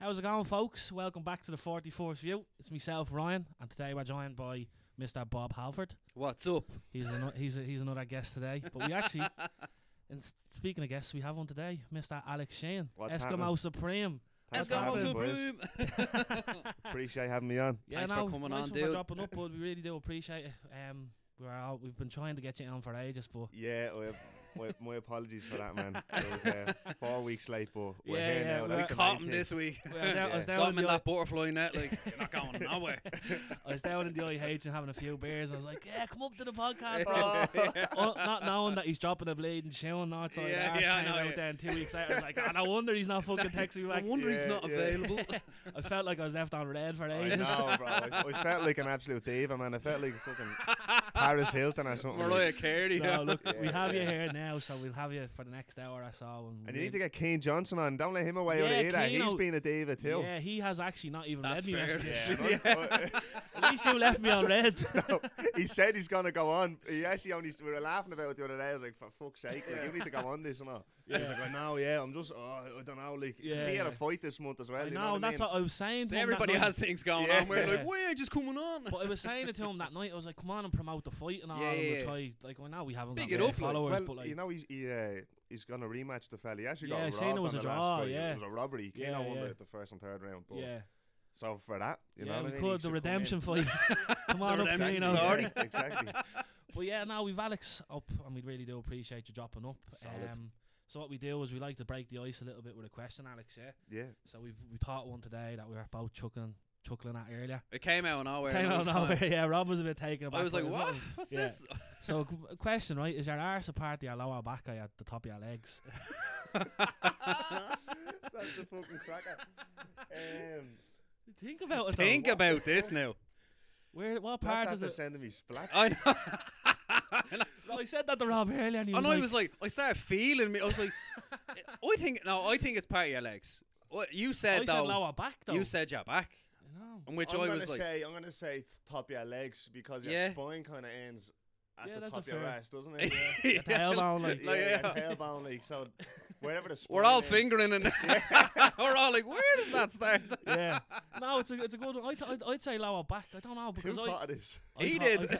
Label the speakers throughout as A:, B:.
A: How's it going, folks? Welcome back to the 44th View. It's myself, Ryan, and today we're joined by Mr. Bob Halford.
B: What's up?
A: He's an, he's a, he's another guest today. But we actually, and s- speaking of guests, we have one today, Mr. Alex Shane,
C: What's
A: Eskimo
C: happening?
A: Supreme.
C: Thanks for
A: Eskimo
C: having me, boys.
B: Supreme.
C: Appreciate having me on.
A: Yeah,
B: Thanks
A: no,
B: for coming
A: nice
B: on,
A: one for
B: dude.
A: dropping up, but we really do appreciate it. Um, we are all, we've been trying to get you on for ages, but
C: Yeah, we my, my apologies for that, man. It was uh, four weeks late, but we're
B: yeah,
C: here
B: yeah,
C: now.
B: we
C: That's the
B: caught
C: main
B: him
C: thing.
B: this week.
A: we are down, I, was down
C: Yeah.
B: Got
A: in
B: him
A: the
B: in
A: I,
B: that butterfly net, like you're not going nowhere.
A: I was down in the IH and having a few beers. I was like, yeah, come up to the podcast, bro.
B: Yeah.
A: Oh, not knowing that he's dropping a bleeding shilling outside
B: Yeah,
A: yeah, ass
B: yeah, I
A: came
B: know,
A: out
B: yeah.
A: then two weeks later. I was like, oh, no wonder he's not fucking texting me
B: I
A: back.
B: wonder he's
C: Yeah,
B: not
C: yeah.
B: available.
A: I felt like I was left on red for
C: I
A: ages.
C: know, bro. I, I felt like an absolute diva, man. I felt like fucking Paris Hilton or something.
B: Mariah Carey.
A: No, look, we
C: Yeah,
A: have you
C: yeah.
A: here now, so we'll have you for the next hour or so. And,
C: and you need to
A: we'll-
C: get Keane Johnson on. Don't let him away
A: Yeah,
C: with it either.
A: Keane,
C: He's
A: oh-
C: been a diva too.
A: Yeah, he has actually not even
B: That's
A: read me
B: fair.
A: messages.
B: Yeah.
A: At least you left me on red.
C: he said he's gonna go on. He actually only we were laughing about it the other day. I was like, for fuck's sake, like, you need to go on this or not. Yeah. He was like, I know, yeah, I'm just, oh, I don't know, like,
A: Yeah,
C: see, he had
A: yeah.
C: a fight this month as well.
A: I
C: you
A: know,
C: know what I
A: that's
C: mean?
A: what I was saying.
B: So
A: to him that
B: everybody
A: night.
B: has things going
C: Yeah.
B: on. We're
A: Yeah.
B: like, why are you just coming on?
A: But I was saying it to him that night. I was like, "Come on and promote the fight and all."
B: Yeah,
A: and we'll
B: yeah.
A: try. Like, well, now we haven't
B: Big
A: got
B: it
A: many
B: up, like,
A: followers,
C: well,
A: but like,
C: you know, he's he, uh, he's gonna rematch the fella. He actually
A: Yeah, I
C: got
A: seen
C: robbed
A: it was
C: on
A: a
C: the last
A: draw,
C: fight.
A: yeah.
C: It was a robbery. Keno
A: Yeah,
C: won
A: yeah.
C: the, the first and third round. But
A: yeah,
C: So for that, you
A: yeah,
C: know,
A: we
C: what I mean? He
A: could the
C: should come in.
A: redemption fight. come on up,
B: redemption
A: you
C: Yeah,
A: know.
B: story.
C: exactly.
A: But yeah, now we've Alex up, and we really do appreciate you dropping up.
B: Solid.
A: Um, so what we do is we like to break the ice a little bit with a question, Alex. Yeah.
C: Yeah.
A: So we we thought one today that we were both chuckling chuckling at earlier.
B: It came out of nowhere.
A: Came
B: and it
A: out
B: was
A: of
B: kind-
A: nowhere. Yeah, Rob was a bit taken aback.
B: I was
A: but
B: like,
A: it's
B: what?
A: nothing.
B: What's
A: Yeah.
B: this?
A: So qu- a question, right? Is your arse a part of your lower back or your, the top of your legs?
C: That's a fucking cracker. Um,
A: Think about it.
B: Think
A: though.
B: about this now.
A: Where what part
C: that's
A: is
C: after
A: it?
C: sending me splats.
B: I know.
A: No, I said that to Rob earlier, and he was
B: and
A: like,
B: I Oh, was like, I started feeling me. I was like, I think no, I think it's part of your legs. What you
A: I
B: said
A: said
B: though,
A: lower back though.
B: you said your back,
A: no.
B: and which
C: I'm
B: i
C: gonna
B: was like,
C: say, I'm gonna say t- top of your legs because your
B: Yeah.
C: spine kind of ends at
A: Yeah,
C: the
A: that's a
C: top of your
A: fair-
C: ass, doesn't it? Yeah.
A: Your tailbone, like,
B: Like,
C: yeah,
B: yeah.
C: Your tailbone, like so. Wherever the spine
B: we're all
C: is,
B: fingering and we're all like, where does that start?
A: yeah. No, it's a it's a good one. I th- I'd, I'd say lower back. I don't know
C: Who
A: because I,
C: thought of this?
A: I
B: he
A: thought- I
B: did.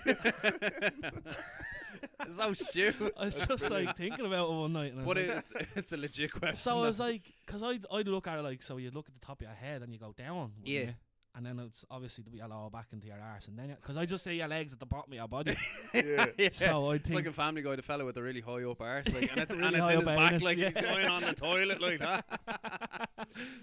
A: th-
B: so stupid,
A: I was just like thinking about it one night, and I was
B: but
A: like,
B: it's it's a legit question.
A: so I
B: though.
A: was like, because I'd I'd look at it like so. You look at the top of your head and you go down. wouldn't
B: Yeah.
A: you? And then it's obviously your lower back into your arse, and then because I just say your legs at the bottom of your body.
C: Yeah.
B: Yeah.
A: so I
B: It's like
A: think
B: a Family Guy, the fella with the really high up arse, like, and it's,
A: Really
B: and it's
A: high
B: in his
A: up
B: back,
A: anus,
B: like
A: yeah.
B: he's lying on the toilet like that.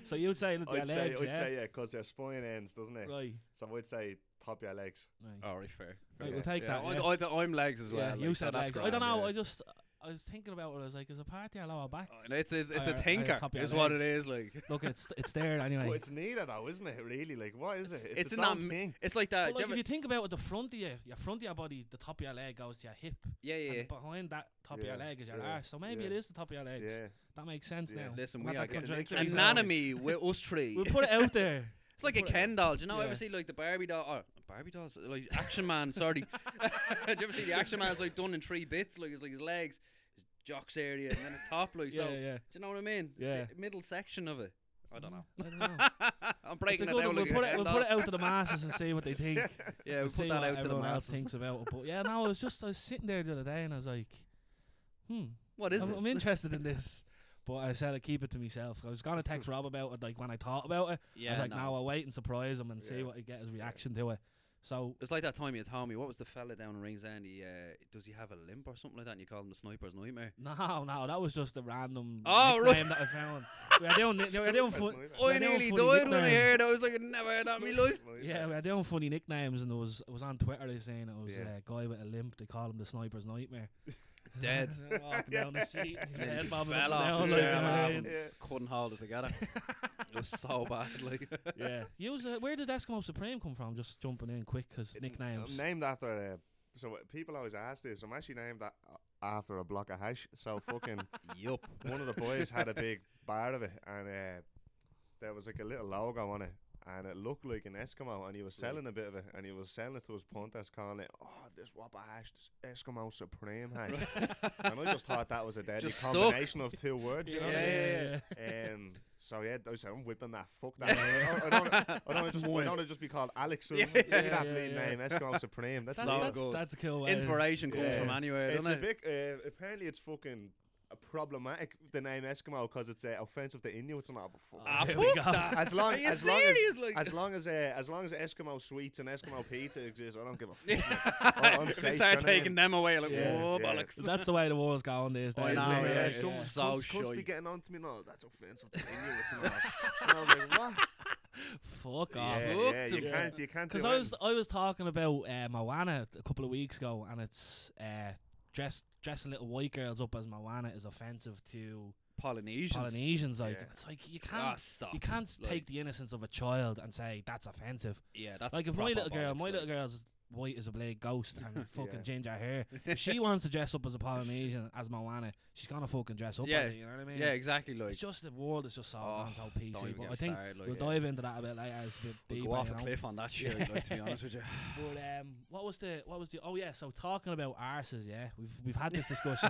A: so. You'd say look at your
C: I'd say,
A: legs,
C: I'd
A: yeah?
C: say, yeah, because your spine ends, doesn't it?
A: right,
C: So I'd say top of your legs.
A: right.
B: All right, fair. fair.
A: Right,
C: yeah.
A: we'll take
B: Oh, Yeah,
A: that.
B: I-
A: yeah.
B: I, am legs as well.
A: Yeah,
B: like,
A: you
B: so
A: said
B: that's
A: legs.
B: grand,
A: I don't know.
B: yeah. Oh,
A: I just I was thinking about it. I was like, is a party a lower back?
B: And It's it's, it's
A: Or- or
B: a
A: the
B: thinker,
A: uh, top of your
B: is what it
A: legs.
B: is. Like
A: Look, it's it's there anyway.
C: Well, it's neither though, isn't it? Really, like, what is it? It's,
B: it's
C: its,
B: in that
C: own
B: m-
C: thing.
B: it's like
A: But,
B: that. do
A: like
B: you
A: if
B: ever-
A: you think about it, the front of you, your front of your body, the top of your leg goes to your hip,
B: yeah, yeah, yeah.
A: and behind that top
C: Yeah,
A: of your leg is your
C: yeah,
A: arse. So maybe
C: yeah.
A: it is the top of your legs.
C: Yeah,
A: That makes sense
C: Yeah.
A: now.
B: Listen,
A: I'm
B: we
A: not
B: are
A: that
C: getting
A: contradictory,
C: interesting.
A: so-
B: anatomy with us three.
A: We'll put it out there.
B: It's like a Ken doll. Do you know
A: uh, Yeah.
B: ever see like the Barbie doll? Or Barbie dolls, like Action Man. sorry, do you ever see the Action Man? It's like done in three bits. Like it's like his legs, his jocks area, and then his top. Like
A: Yeah,
B: so, do
A: yeah.
B: you know what I mean? It's
A: Yeah.
B: the middle section of it. I don't know.
A: I don't know.
B: I'm
A: It's a
B: breaking it
A: good
B: down.
A: one. We'll,
B: Like a
A: put it,
B: Ken
A: we'll
B: doll.
A: put it out to the masses and see what they think.
B: yeah, we'll
A: and see
B: put that
A: what
B: out to the
A: everyone else
B: masses.
A: thinks about it. But yeah, no, I was just I was sitting there the other day and I was like, hmm,
B: What is
A: I'm, I'm
B: this?
A: interested in this. But I said I keep it to myself. I was gonna text Rob about it, like when I thought about it. I
B: Yeah,
A: was like,
B: no.
A: now I'll wait and surprise him and see
C: Yeah.
A: what he get his reaction to it. So
B: It's like that time you told me what was the fella down in Ringsend? He uh, does he have a limp or something like that? And you called him the sniper's nightmare.
A: no, no, that was just a random
B: Oh, right.
A: nickname that I found. We are doing, we were doing fun.
C: Sniper's
A: we
B: I
A: were doing
B: nearly
A: funny
B: died when I
A: nicknames.
B: heard. that. I was like, I never heard that in my life.
A: Yeah, we are doing funny nicknames, and there was it was on Twitter they saying it was
C: Yeah.
A: a guy with a limp. They call him the sniper's nightmare.
B: Dead.
A: Walking down the street, his
B: Yeah,
A: head
B: he
A: bobbing
B: fell
A: up and
B: off
A: down
B: the
A: like,
B: chair
A: you know what I
B: and
A: mean?
C: Yeah.
B: Couldn't hold it together. it was so bad. Like
A: Yeah, you was, uh, where did Eskimo Supreme come from? Just jumping in quick because
C: It-
A: nicknames.
C: I'm
B: um,
C: named after a. So uh, people always ask this. I'm actually named a- after a block of hash. So fucking
B: yup.
C: one of the boys had a big bar of it, and uh, there was like a little logo on it, and it looked like an Eskimo, and he was selling a bit of it, and he was selling it to his punters, calling it, "Oh, this whopper hash, this Eskimo Supreme hash," and I just thought that was a deadly
B: Just stuck.
C: combination of two words. You
A: yeah,
C: know
A: yeah,
C: what I mean?
A: yeah, yeah.
C: Um, So yeah, I said I'm whipping that. Fuck that. I don't, wanna- I don't, wanna just, I
B: one.
C: don't wanna just be called Alex. So
B: Yeah.
C: give me
A: Yeah,
C: that
A: yeah,
C: bleeding
A: yeah.
C: name. Eskimo Supreme. That's
A: That's,
B: so
A: that's,
B: good.
A: that's a cool way.
B: Inspiration comes
C: Yeah.
B: from anywhere,
C: It's
B: doesn't
C: a
B: it?
C: big. Uh, apparently, it's fucking uh, problematic the name Eskimo because it's uh, offensive to Inuits and all. But fuck.
B: Ah,
A: Oh, Here we
B: fuck
A: go.
B: that.
C: as long
B: Are you
C: as long
B: serious?
C: as,
B: Like-
C: as long as uh, as long as Eskimo sweets and Eskimo pizza exist, I don't give a fuck. mate. I'm
B: if they start
C: safe, do you know what I
B: taking them away, like,
A: Yeah.
B: whoa,
C: Yeah.
B: bollocks.
A: That's the way the war's going these
B: Oh,
A: days.
B: no,
A: isn't it?
B: yeah,
A: Yeah,
B: it's
A: yeah.
C: Some
B: it's so
C: cunts, cunts
B: shy.
C: be getting on to me. No, that's offensive to Inuits and all. And I was like, what?
A: Fuck off.
C: Yeah,
B: Fuck
C: yeah,
B: them.
C: you can't, you can't.
A: Because
C: do
A: I
C: it.
A: was I was talking about uh, Moana a couple of weeks ago, and it's uh, dress dressing little white girls up as Moana is offensive to
B: Polynesians.
A: Polynesians. Like
C: Yeah.
A: it's like you
B: Ah,
A: can't
B: stop.
A: you can't
B: Like,
A: take the innocence of a child and say that's offensive.
B: Yeah, that's
A: like if my
B: proper
A: little girl,
B: bollocks,
A: my
B: like.
A: little girl's white as a blade ghost and fucking
C: Yeah.
A: ginger hair. If she wants to dress up as a Polynesian as Moana, she's gonna fucking dress up
B: Yeah.
A: as it. You know what I mean?
B: Yeah, exactly. Like,
A: It's just the world is just so
B: Oh,
A: gone so
B: don't
A: PC.
B: even
A: But
B: get
A: I
B: me
A: think
B: started, like,
A: we'll
B: yeah.
A: dive into that a bit later. As the
B: We'll
A: deep,
B: go off
A: you
B: a
A: know.
B: cliff on that shit. like, to be honest with you,
A: But um, what was the what was the oh yeah? So talking about arses, yeah, we've we've had this discussion.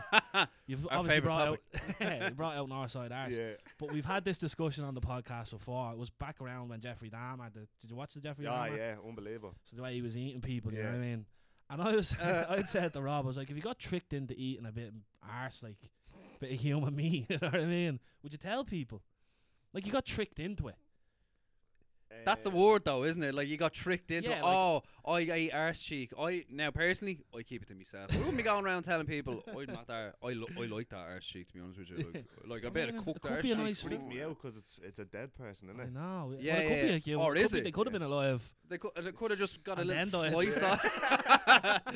A: You've
B: Our
A: obviously
B: favourite
A: brought out you brought out Northside arse,
C: Yeah.
A: but we've had this discussion on the podcast before. It was back around when Jeffrey Dahmer. The, did you watch the Jeffrey
C: Ah,
A: Dahmer?
C: yeah, unbelievable.
A: So the way he was eating people, you know
C: Yeah.
A: what I mean? And I was
B: Uh.
A: I'd said to Rob, I was like, if you got tricked into eating a bit of arse, like bit of human meat, you know what I mean? Would you tell people? Like you got tricked into it.
B: that's the
C: Uh,
B: word though, isn't it? Like you got tricked into.
A: Yeah, like-
B: oh, I ate arse cheek. I now personally, I keep it to myself. I wouldn't be going around telling people. I'm not that. I, lo- I like that arse cheek. To be honst with you, like, like I
A: I
B: bet
A: mean,
B: a
A: it
B: cooked
A: could
B: arse
A: be a
B: cheek.
A: nice
C: Freak me
B: Ooh.
C: out because it's it's a dead person, isn't
A: I
C: it?
A: know.
B: Yeah,
A: well, it could
B: yeah,
A: be
B: yeah.
A: a human.
B: Or
A: could
B: is
A: be-
B: it?
A: They could have
C: Yeah.
A: been alive.
B: They could, they could have just got a
A: And
B: little
A: then died.
B: slice off.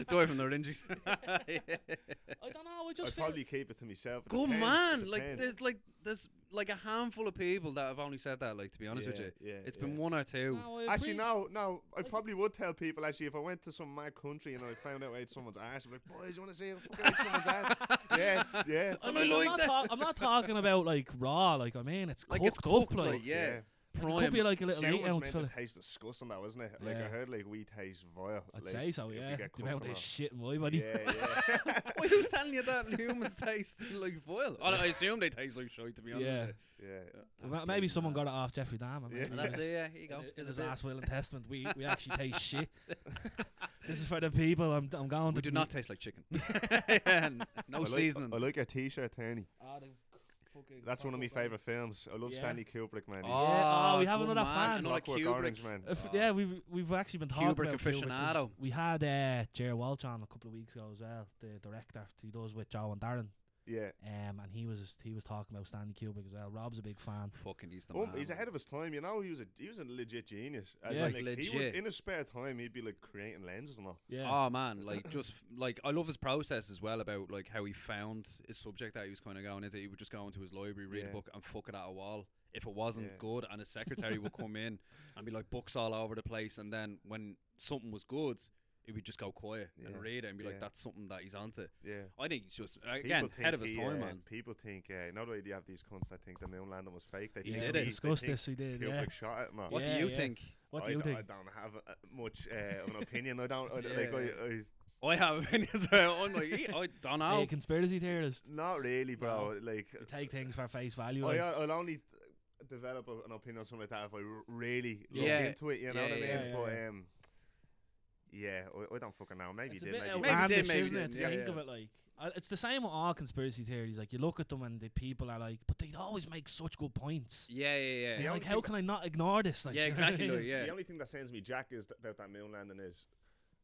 B: Die from the larynges.
A: I don't know. I
C: I
A: just feel
C: probably keep it to myself. It
B: Good
C: depends, it
B: man. Like
C: depends.
B: there's like there's like a handful of people that have only said that. Like to be honest with
C: Yeah,
B: you,
C: yeah,
B: it's
C: yeah.
B: been one or two.
A: No, I
C: Actually,
A: appre-
C: no, no. I probably would tell people. Actually, if I went to some mad country and I found out I ate someone's ass, I'd be like, "Boys, you want to see if I fucking ate someone's ass?" Yeah, yeah.
A: I
B: And
A: mean, I'm,
B: I like
A: not
B: that.
A: talk- I'm not talking about like raw. Like I mean, it's
B: Like
A: cooked
B: it's cooked,
A: up. Like
B: like, yeah.
A: it could
B: Prime.
A: be like a little eight
C: Humans
A: ounce
C: meant
A: filler.
C: to taste disgusting, though, isn't it? Like
A: Yeah.
C: I heard, like we taste vile.
A: I'd
C: like,
A: say so.
C: if you
A: Yeah,
C: get
A: the
C: cooked
A: amount
C: from
A: of
C: a-
A: shit in my body.
C: Yeah, yeah.
B: Well, who's telling you that humans taste like foil? I, I assume they taste like shite, to be honest.
A: Yeah.
B: with
C: yeah.
A: Ma-
B: you. That's
A: maybe
B: bloody
A: someone
B: mad.
A: got it off Jeffrey Dahmer.
C: Yeah.
A: maybe.
B: Well, That's it. Yeah, here you go.
A: In- In
B: Here's
A: his
B: a bit.
A: last will and testament, we, we actually taste shit. this is for the people. I'm I'm going to
B: We do not taste like chicken. And
C: I
B: no
C: like,
B: seasoning.
C: I like your T-shirt, Tony.
A: Ah, the fucking
C: That's one of my
A: cockroach.
C: favorite films. I love
A: Yeah.
C: Stanley Kubrick, man. He's
A: Oh, Yeah, we have
B: good
A: another
B: man.
A: fan.
B: Another
C: Clockwork
B: Kubrick.
C: Orange, man.
A: If,
B: Oh.
A: Yeah, we've we've actually been talking
B: Kubrick
A: about Kubrick 'cause
B: aficionado.
A: We had uh, Jer Welch on a couple of weeks ago as well, the director he does with Joe and Darren,
C: Yeah.
A: um, and he was he was talking about Stanley Kubrick as well. Rob's a big fan.
B: Fucking he's the
C: Um,
B: man.
C: he's ahead of his time, you know. He was a he was a legit genius. As
A: Yeah.
C: in,
B: Like,
C: like, He
B: legit.
C: would, in his spare time, he'd be like creating lenses and all.
A: Yeah,
B: Oh man, like just f- like I love his process as well about like how he found his subject that he was kind of going into. He would just go into his library, read
C: Yeah.
B: a book, and fuck it at a wall. If it wasn't
C: Yeah.
B: good, and his secretary would come in and be like books all over the place, and then when something was good, he would just go quiet
C: Yeah.
B: and read it and be like,
C: Yeah.
B: "That's something that he's onto."
C: Yeah.
B: I think he's just uh,
C: People
B: again ahead of
C: think
B: his
C: he,
B: time,
C: uh,
B: man.
C: People think uh, not only do you have these cunts that think the moon landing was fake. They
B: He
C: think
B: did
C: he-
B: it.
C: they
A: Discussed
C: think
A: this, he did.
C: Kubrick
A: Yeah.
C: shot it, man.
B: What
A: Yeah,
B: do you
A: yeah.
B: think?
A: What
C: I,
A: do you
C: d-
A: think?
C: I don't have uh, much uh, of an opinion. I don't. I, d- like,
B: Yeah.
C: I, I,
B: I have opinions. about it. I'm like, "Eh, I don't
A: Are you
B: know.
A: a conspiracy theorist.
C: not really, bro. Like,
A: You take things for face value.
C: I,
A: like.
C: I'll only develop a, an opinion on something like that if I r- really look
B: Yeah.
C: into it. You
B: Yeah,
C: know what I mean?
A: yeah, yeah,
C: but
A: yeah.
C: um, yeah, I, I don't fucking know. Maybe
A: It's a
C: did.
A: bit
C: maybe
B: Maybe
A: outlandish,
B: did, maybe
A: isn't it?
B: didn't,
A: To
B: yeah,
A: think
B: yeah.
A: of it like uh, it's the same with all conspiracy theories. Like you look at them and the people are like, but they always make such good points.
B: Yeah, yeah,
A: And
B: yeah.
C: The
A: you're
C: only
A: like, how
C: thing
A: can I not ignore this? Like,
B: Yeah,
A: you know what I
B: exactly.
A: mean?
B: like, yeah.
C: The only thing that sends me jack is th- about that moon landing is,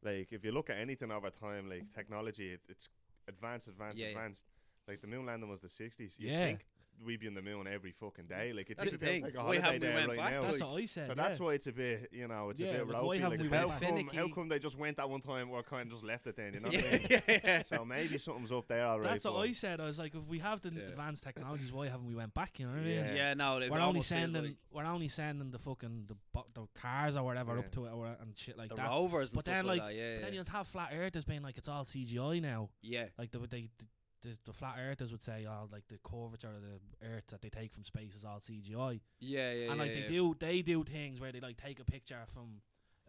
C: like, if you look at anything over time, like technology, it, it's advanced, advanced,
B: Mm. Yeah, yeah.
C: advanced. Like the moon landing was the '60s. You
A: Yeah.
C: think we'd be on the moon every fucking day? Like, it
B: That's
C: would
B: the
C: be
B: thing.
C: like a
B: Why
C: holiday
B: haven't we
C: there
B: went
C: right
B: back?
C: now.
B: Like,
A: That's what I said.
C: so that's
A: yeah.
C: why it's a bit, you know, it's
A: Yeah,
C: a bit
A: like, why
C: ropey.
A: haven't
C: Like,
A: we
C: how
A: went back?
C: come? How
B: Finicky.
C: come they just went that one time or kind of just left it then? You know what I mean?
B: yeah, yeah, yeah.
C: So maybe something's up there already.
A: That's what I said. I was like, if we have the
B: Yeah.
A: advanced technologies, why haven't we went back? You know what I mean?
C: Yeah.
B: Yeah, no, it
A: We're only
B: almost feels
A: sending
B: like
A: we're only sending the fucking the, bo- the cars or whatever
C: Yeah.
A: up to it or, and shit like
B: the
A: that.
B: rovers and
A: but
B: stuff
A: then,
B: like,
A: like,
B: that. Yeah,
A: But
B: yeah.
A: then you'll have flat earthers being like it's all CGI now.
B: yeah.
A: Like the they the, the, the flat earthers would say, oh, like the curvature of the earth that they take from space is all CGI.
B: Yeah, yeah,
A: and like
B: yeah,
A: they do they do things where they like take a picture from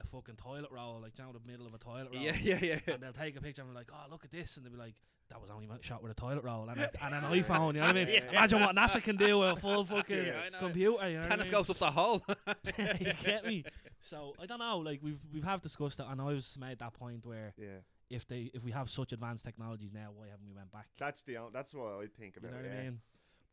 A: a fucking toilet roll, like down the middle of a toilet roll.
B: Yeah, yeah, yeah. yeah.
A: And they'll take a picture and be like, oh, look at this. And they'll be like, that was only my shot with a toilet roll and, a, and an iPhone. You know what I mean?
C: Yeah.
A: Imagine what NASA can do with a full fucking
C: Yeah,
B: I know.
A: computer. You know what I
B: Tennis
A: mean?
B: goes up the hole.
A: you get me? So I don't know. Like we've we've have discussed that, and I was made that point where
C: Yeah,
A: if they if we have such advanced technologies now, why haven't we went back?
C: that's the on- that's what I think
A: You
C: about.
A: know what
C: yeah.
A: I mean?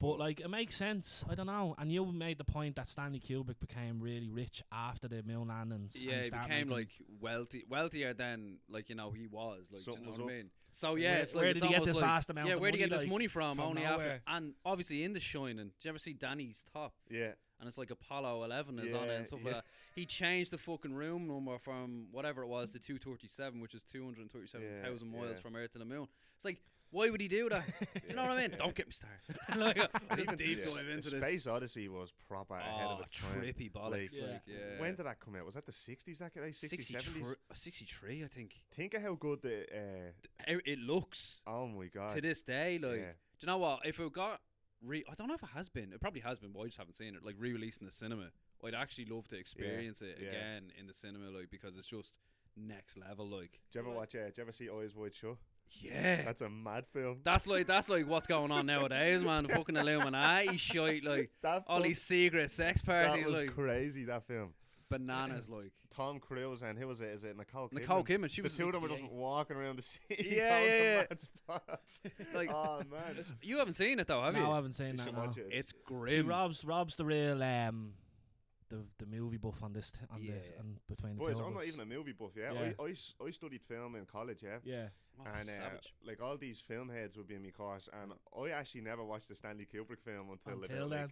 A: But like it makes sense. I don't know. And you made the point that Stanley Kubrick became really rich after the moon landings. and
B: yeah, he
A: started
B: became
A: making-
B: like wealthy, wealthier than like you know he was. Like, do you
C: Something
B: know
C: was
B: what I
C: up.
B: mean? So
A: Like,
B: yeah,
A: where-
B: it's like
A: where
B: it's
A: did he get this
B: almost like-
A: vast amount
B: Yeah,
A: of
B: where do you
A: money,
B: get this
A: like,
B: money from?
A: from
B: only
A: nowhere?
B: after and obviously in The Shining. Did you ever see Danny's top?
C: Yeah,
B: And it's like Apollo 11 is on it
C: Yeah,
B: and stuff
C: yeah.
B: like that. He changed the fucking room number from whatever it was to 237, which is 237,000
C: Yeah,
B: miles
C: yeah.
B: from Earth to the moon. It's like, why would he do that? do you know what I mean? Don't get me started. like, I'll
C: And
B: just
C: even
B: deep
C: the-
B: dive
C: the
B: into this.
C: Space Odyssey was proper ahead
B: Oh,
C: of its time.
B: trippy bollocks.
A: Yeah.
B: Like, yeah.
C: When did that come out? Was that the sixties? That guy, 60s, 70s?
B: 63, 63, I think.
C: Think of how good the. Uh,
B: It it looks
C: oh my god.
B: to this day. Like,
C: Yeah.
B: do you know what? If it got re, I don't know if it has been. It probably has been, but I just haven't seen it. Like re-released in the cinema, I'd actually love to experience it
C: yeah.
B: again in the cinema, like because it's just next level. Like,
C: Do you ever watch? Uh, do you ever see Eyes Wide Shut?
B: yeah, that's,
C: That's a mad film.
B: like that's like what's going on nowadays, man. The fucking Illuminati shit, like
C: That
B: all
C: fuck-
B: these secret sex
C: that
B: parties,
C: was
B: like
C: crazy. That film.
B: bananas, like
C: Tom Cruise and who was it? Is it Nicole?
B: Nicole
C: Kidman?
B: Kidman. She
C: The
B: was
C: two of them were just
B: 68.
C: walking around the city.
B: Yeah,
C: all the
B: yeah, yeah.
C: mad spots.
B: Like-
C: oh man,
B: You haven't seen it though, have
A: no, I
B: you?
A: haven't seen
C: You
A: that.
C: should
A: No.
C: watch it.
B: It's
A: See,
B: grim.
A: Rob's Rob's the real um, the the movie buff on this t- on
B: Yeah.
A: the on between the
C: Boys,
A: two of
C: I'm not
A: us.
C: even a movie buff. Yeah,
A: Yeah.
C: I, I, s- I studied film in college. Yeah,
A: yeah.
B: Oh,
C: and uh,
B: savage. Mm.
C: like all these film heads would be in my course, and I actually never watched a Stanley Kubrick film until,
A: Until
C: about,
A: then.
C: like,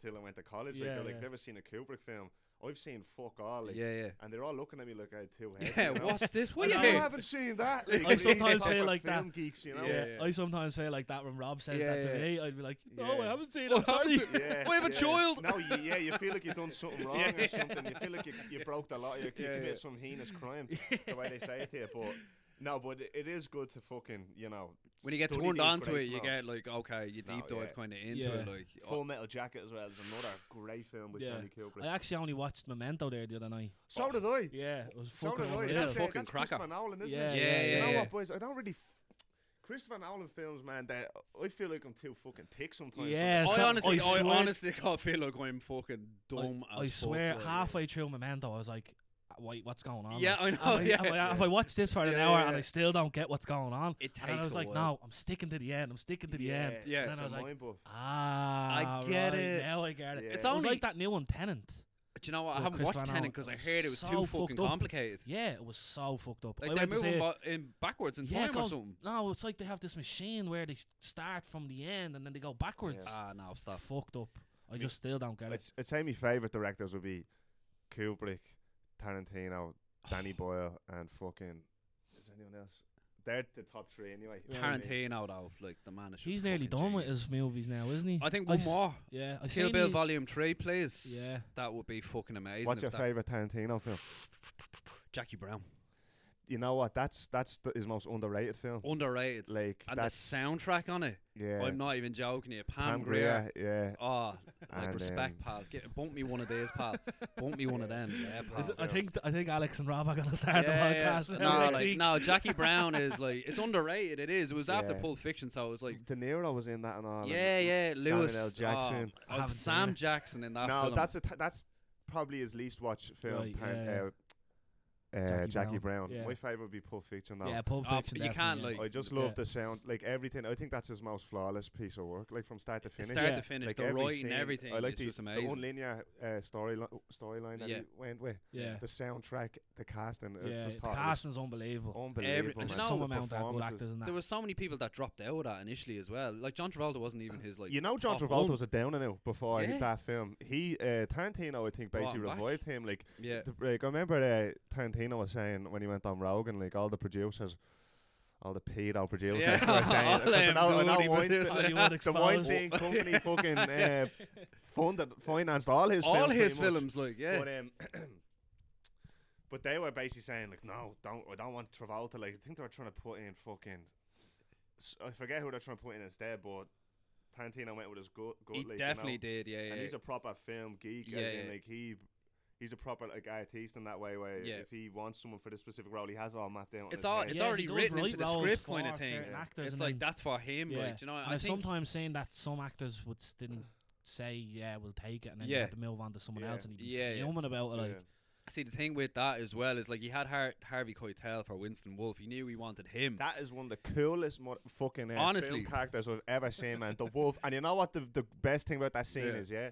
C: till I went to college.
A: Yeah,
C: like, they're like,
A: yeah.
C: "Have you ever seen a Kubrick film? I've seen fuck all. Like,
B: yeah, yeah.
C: and they're all looking at me like I had two heads.
B: Yeah,
C: you know?
B: what's this? What
A: I
B: are you
A: know,
C: I
A: Yeah.
B: doing?
C: haven't seen that. Like,
A: I
C: these
A: sometimes
C: proper
A: feel like that.
C: Film geeks, you know.
B: Yeah.
A: I sometimes feel like that when Rob says that
B: Yeah,
A: to me.
B: yeah.
A: I'd be like, no,
C: Yeah.
A: I haven't seen it.
B: Oh,
A: I'm sorry.
B: haven't
C: Yeah,
B: I have a
C: yeah.
B: child.
C: No, you, yeah, you feel like you've done something wrong
B: Yeah.
C: or something. You feel like you, you broke the law. You, you
B: Yeah, yeah.
C: committed some heinous crime, the way they say it here. But no, but it- it is good to fucking you know.
B: when you get
C: study
B: turned
C: these
B: on to it,
C: greats
B: you
C: now.
B: get like, okay, you
C: No,
B: deep dive
C: yeah.
B: kind of into it.
A: Yeah.
B: Like,
C: Full Metal Jacket as well is another great film with
A: Yeah.
C: Stanley Kubrick.
A: I actually only watched Memento there the other night.
C: so did I.
A: Yeah, it was
C: So
A: fucking
C: did I.
A: unreal.
C: That's, uh,
B: Fucking
C: that's
B: cracker.
C: Christopher Nolan, isn't
A: Yeah,
C: it?
A: yeah,
C: You know
B: yeah.
C: what, boys? I don't really. F- Christopher Nolan films, man. That I feel like I'm too fucking thick sometimes.
A: Yeah,
B: I,
A: so-
B: honestly,
A: I
B: I,
A: swear-
B: honestly can't feel like I'm fucking dumb.
A: I, I
B: as fuck,
A: swear,
B: like,
A: halfway through Memento, I was like, "Wait, what's going on?"
B: Yeah,
A: Like,
B: I
A: have
B: know, yeah.
A: have I, have I watched this for an
B: Yeah,
A: hour
B: yeah,
A: and
B: yeah.
A: I still don't get what's going on?
B: It
A: and then I
B: takes
A: was
B: a
A: like,
B: while.
A: "No, I'm sticking to the end. I'm sticking to the end."
B: Yeah,
A: and then I was like,
C: mind buff.
A: Ah,
B: get
A: right,
B: it.
A: Now I get it.
C: Yeah.
B: It's
A: It was
B: only-
A: like that new one, Tenant.
B: Do you know what? I
A: Well,
B: haven't
A: Christopher
B: watched
A: Nolan
B: Tenet because I
A: was
B: heard it was
A: so
B: too
A: fucked
B: fucking
A: up.
B: complicated.
A: Yeah, it was so fucked up. I
B: Like they're
A: went to see
B: moving
A: it-
B: ba- in backwards in
A: yeah,
B: time
A: it
B: or
A: goes-
B: something.
A: No, it's like they have this machine where they s- start from the end and then they go backwards.
C: Yeah.
B: Ah, no, stop.
A: Fucked up. I just still don't get it.
C: I'd, I'd say my favourite directors would be Kubrick, Tarantino, Danny Boyle, and fucking. Is anyone else? They're the top three anyway. you know what I mean?
B: Tarantino though, like the man is. just
A: He's nearly
B: fucking
A: done with
B: genius.
A: his movies now, isn't he?
B: I think one
A: s-
B: more.
A: Yeah, I
B: Kill
A: seen
B: Bill
A: he-
B: Volume Three, please.
A: Yeah.
B: that would be fucking amazing.
C: What's
B: if
C: your
B: that-
C: favourite Tarantino film?
B: Jackie Brown.
C: You know what? That's that's the, his most underrated film.
B: Underrated.
C: Like
B: and the
C: that's
B: soundtrack on it.
C: yeah.
B: I'm not even joking here. Pam,
C: Pam
B: Grier.
C: Grier, yeah.
B: Oh, like
C: And,
B: respect,
C: um,
B: pal. Get, bump me one of these, pal. bump me one of them. Yeah,
A: I
B: pal.
A: th- I
C: Yeah.
A: think I think Alex and Rob are gonna
B: Yeah,
A: start
B: yeah.
A: the podcast.
B: No,
A: next
B: like,
A: week.
B: no, Jackie Brown is like it's underrated. It is. It was after
C: Yeah.
B: Pulp Fiction, so it was like,
C: De Niro was in that and all. and
B: yeah, yeah,
C: Samuel
B: Lewis
C: L. Jackson.
B: oh,
A: I
B: of
A: haven't seen
B: Sam
A: it.
B: Jackson in that.
C: no,
B: film.
C: that's a t- that's probably his least watched film.
A: Right,
C: Tar-
A: yeah.
C: uh, uh,
A: Jackie
C: Jackie,
A: Brown,
C: Brown.
A: yeah.
C: My favourite would be Pulp Fiction. Now.
A: Yeah, Pulp
B: Oh,
A: Fiction.
B: you can't,
A: definitely,
C: I just
A: Yeah.
C: love the sound, like everything. I think that's his most flawless piece of work, like from start to
B: It
C: finish.
B: start
A: Yeah.
B: to finish.
C: Like
B: the
C: every
B: writing,
C: scene.
B: everything.
C: I like
B: it's
C: the,
B: just
C: the
B: amazing.
C: unlinear uh, story li- storyline that
B: Yeah.
C: he went with.
A: yeah, yeah.
C: The soundtrack, the casting,
A: yeah.
C: yeah, just
A: the
C: thought it was
A: casting's unbelievable.
C: unbelievable.
B: and
A: There's
B: you
C: man.
A: some
B: know
C: The
A: amount of good
C: performances.
A: actors in that.
B: there were so many people that dropped out of that initially as well. Like John Travolta wasn't even his like.
C: You know, John
B: top
C: Travolta
B: one.
C: was a down and out before he
B: Yeah.
C: hit that film. He uh, Tarantino, I think,
B: Brought
C: basically
B: him back.
C: revived him. Like,
B: Yeah.
C: the, like I remember uh, Tarantino was saying when he went on Rogan, like all the producers, all the pedo producers
B: Yeah.
C: were saying,
B: All
C: 'cause I
B: them
C: know, I know
B: dirty
C: Weinstein-
B: producers.
A: Hollywood
C: the
A: exposed.
C: Weinstein company fucking uh, funded, financed all his
B: all
C: films pretty
B: his
C: much.
B: films, like yeah.
C: But um, but they were basically saying like, no, don't, I don't want Travolta. Like, I think they were trying to put in fucking, s- I forget who they're trying to put in instead, but Tarantino went with his gut. gut
B: he
C: like, you know,
B: definitely did. Yeah, yeah.
C: And he's a proper film geek.
B: Yeah,
C: as in,
B: yeah.
C: like he. he's a proper like artiste in that way. Where
B: Yeah.
C: if he wants someone for this specific role, he has it all mapped out. on
B: It's
C: his
B: all-
C: head.
B: it's
A: Yeah, he
B: already
A: does
B: written
A: write
B: into the
A: roles
B: script kind of
A: for
B: thing.
A: certain
C: Yeah.
A: actors
B: it's
A: and
B: like
A: then-
B: that's for him,
A: yeah.
B: right? You know,
A: and
B: I
A: I've
B: think
A: sometimes saying that some actors would s- didn't say, "Yeah, we'll take it," and then
B: Yeah.
A: you had to move on to someone
C: Yeah.
A: else, and he'd be
B: Yeah, yeah.
A: fuming about it. Like,
C: Yeah.
B: see the thing with that as well is like he had Har- Harvey Keitel for Winston Wolfe. He knew he wanted him.
C: That is one of the coolest mo- fucking uh,
B: Honestly.
C: film characters I've ever seen, man. The wolf, and you know what? The, the best thing about that scene
B: Yeah.
C: is, yeah,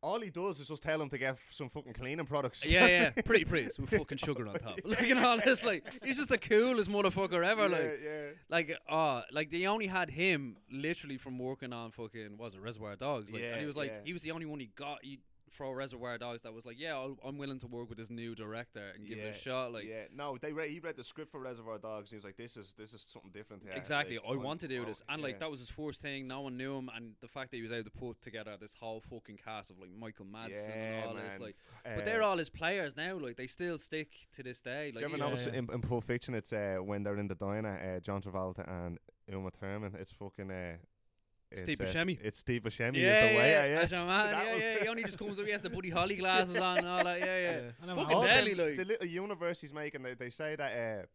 C: all he does is just tell him to get some fucking cleaning products.
B: yeah, yeah, pretty pretty with fucking sugar on top. Like you know, this like he's just the coolest motherfucker ever.
C: yeah,
B: Like
C: yeah.
B: Like, uh, like they only had him literally from working on fucking what was it Reservoir Dogs. Like, and
C: Yeah,
B: he was like,
C: yeah.
B: he was the only one he got he, for Reservoir Dogs that was like, yeah, I'll, I'm willing to work with this new director and give it
C: Yeah,
B: a shot. Like,
C: yeah, no, they read, he read the script for Reservoir Dogs, and he was like, "This is this is something different." Here.
B: exactly,
C: Like,
B: I
C: I'm-
B: want to do
C: I'm-
B: this. And like
C: yeah.
B: that was his first thing. No one knew him, and the fact that he was able to put together this whole fucking cast of like Michael Madsen
C: Yeah,
B: and all this,
C: man.
B: like,
C: Uh,
B: but they're all his players now. Like, they still stick to this day.
C: Do
B: Like,
C: you ever
B: even-
C: notice
A: yeah.
C: in, in Pulp Fiction, it's uh, when they're in the diner, uh, John Travolta and Uma Thurman. It's fucking. Uh, it's,
B: Steve
C: uh,
B: Buscemi.
C: It's Steve Buscemi.
B: yeah,
C: is the
B: yeah,
C: way,
B: yeah,
C: uh, yeah.
B: That's your man.
C: That
B: yeah,
C: was-
B: yeah. He only just comes up. He has the Buddy Holly glasses on and all that. Yeah, yeah.
A: I never
B: Fucking
A: had
C: All
A: that.
B: hell.
C: them-
B: like-
C: the little universe he's making, they, they say that uh,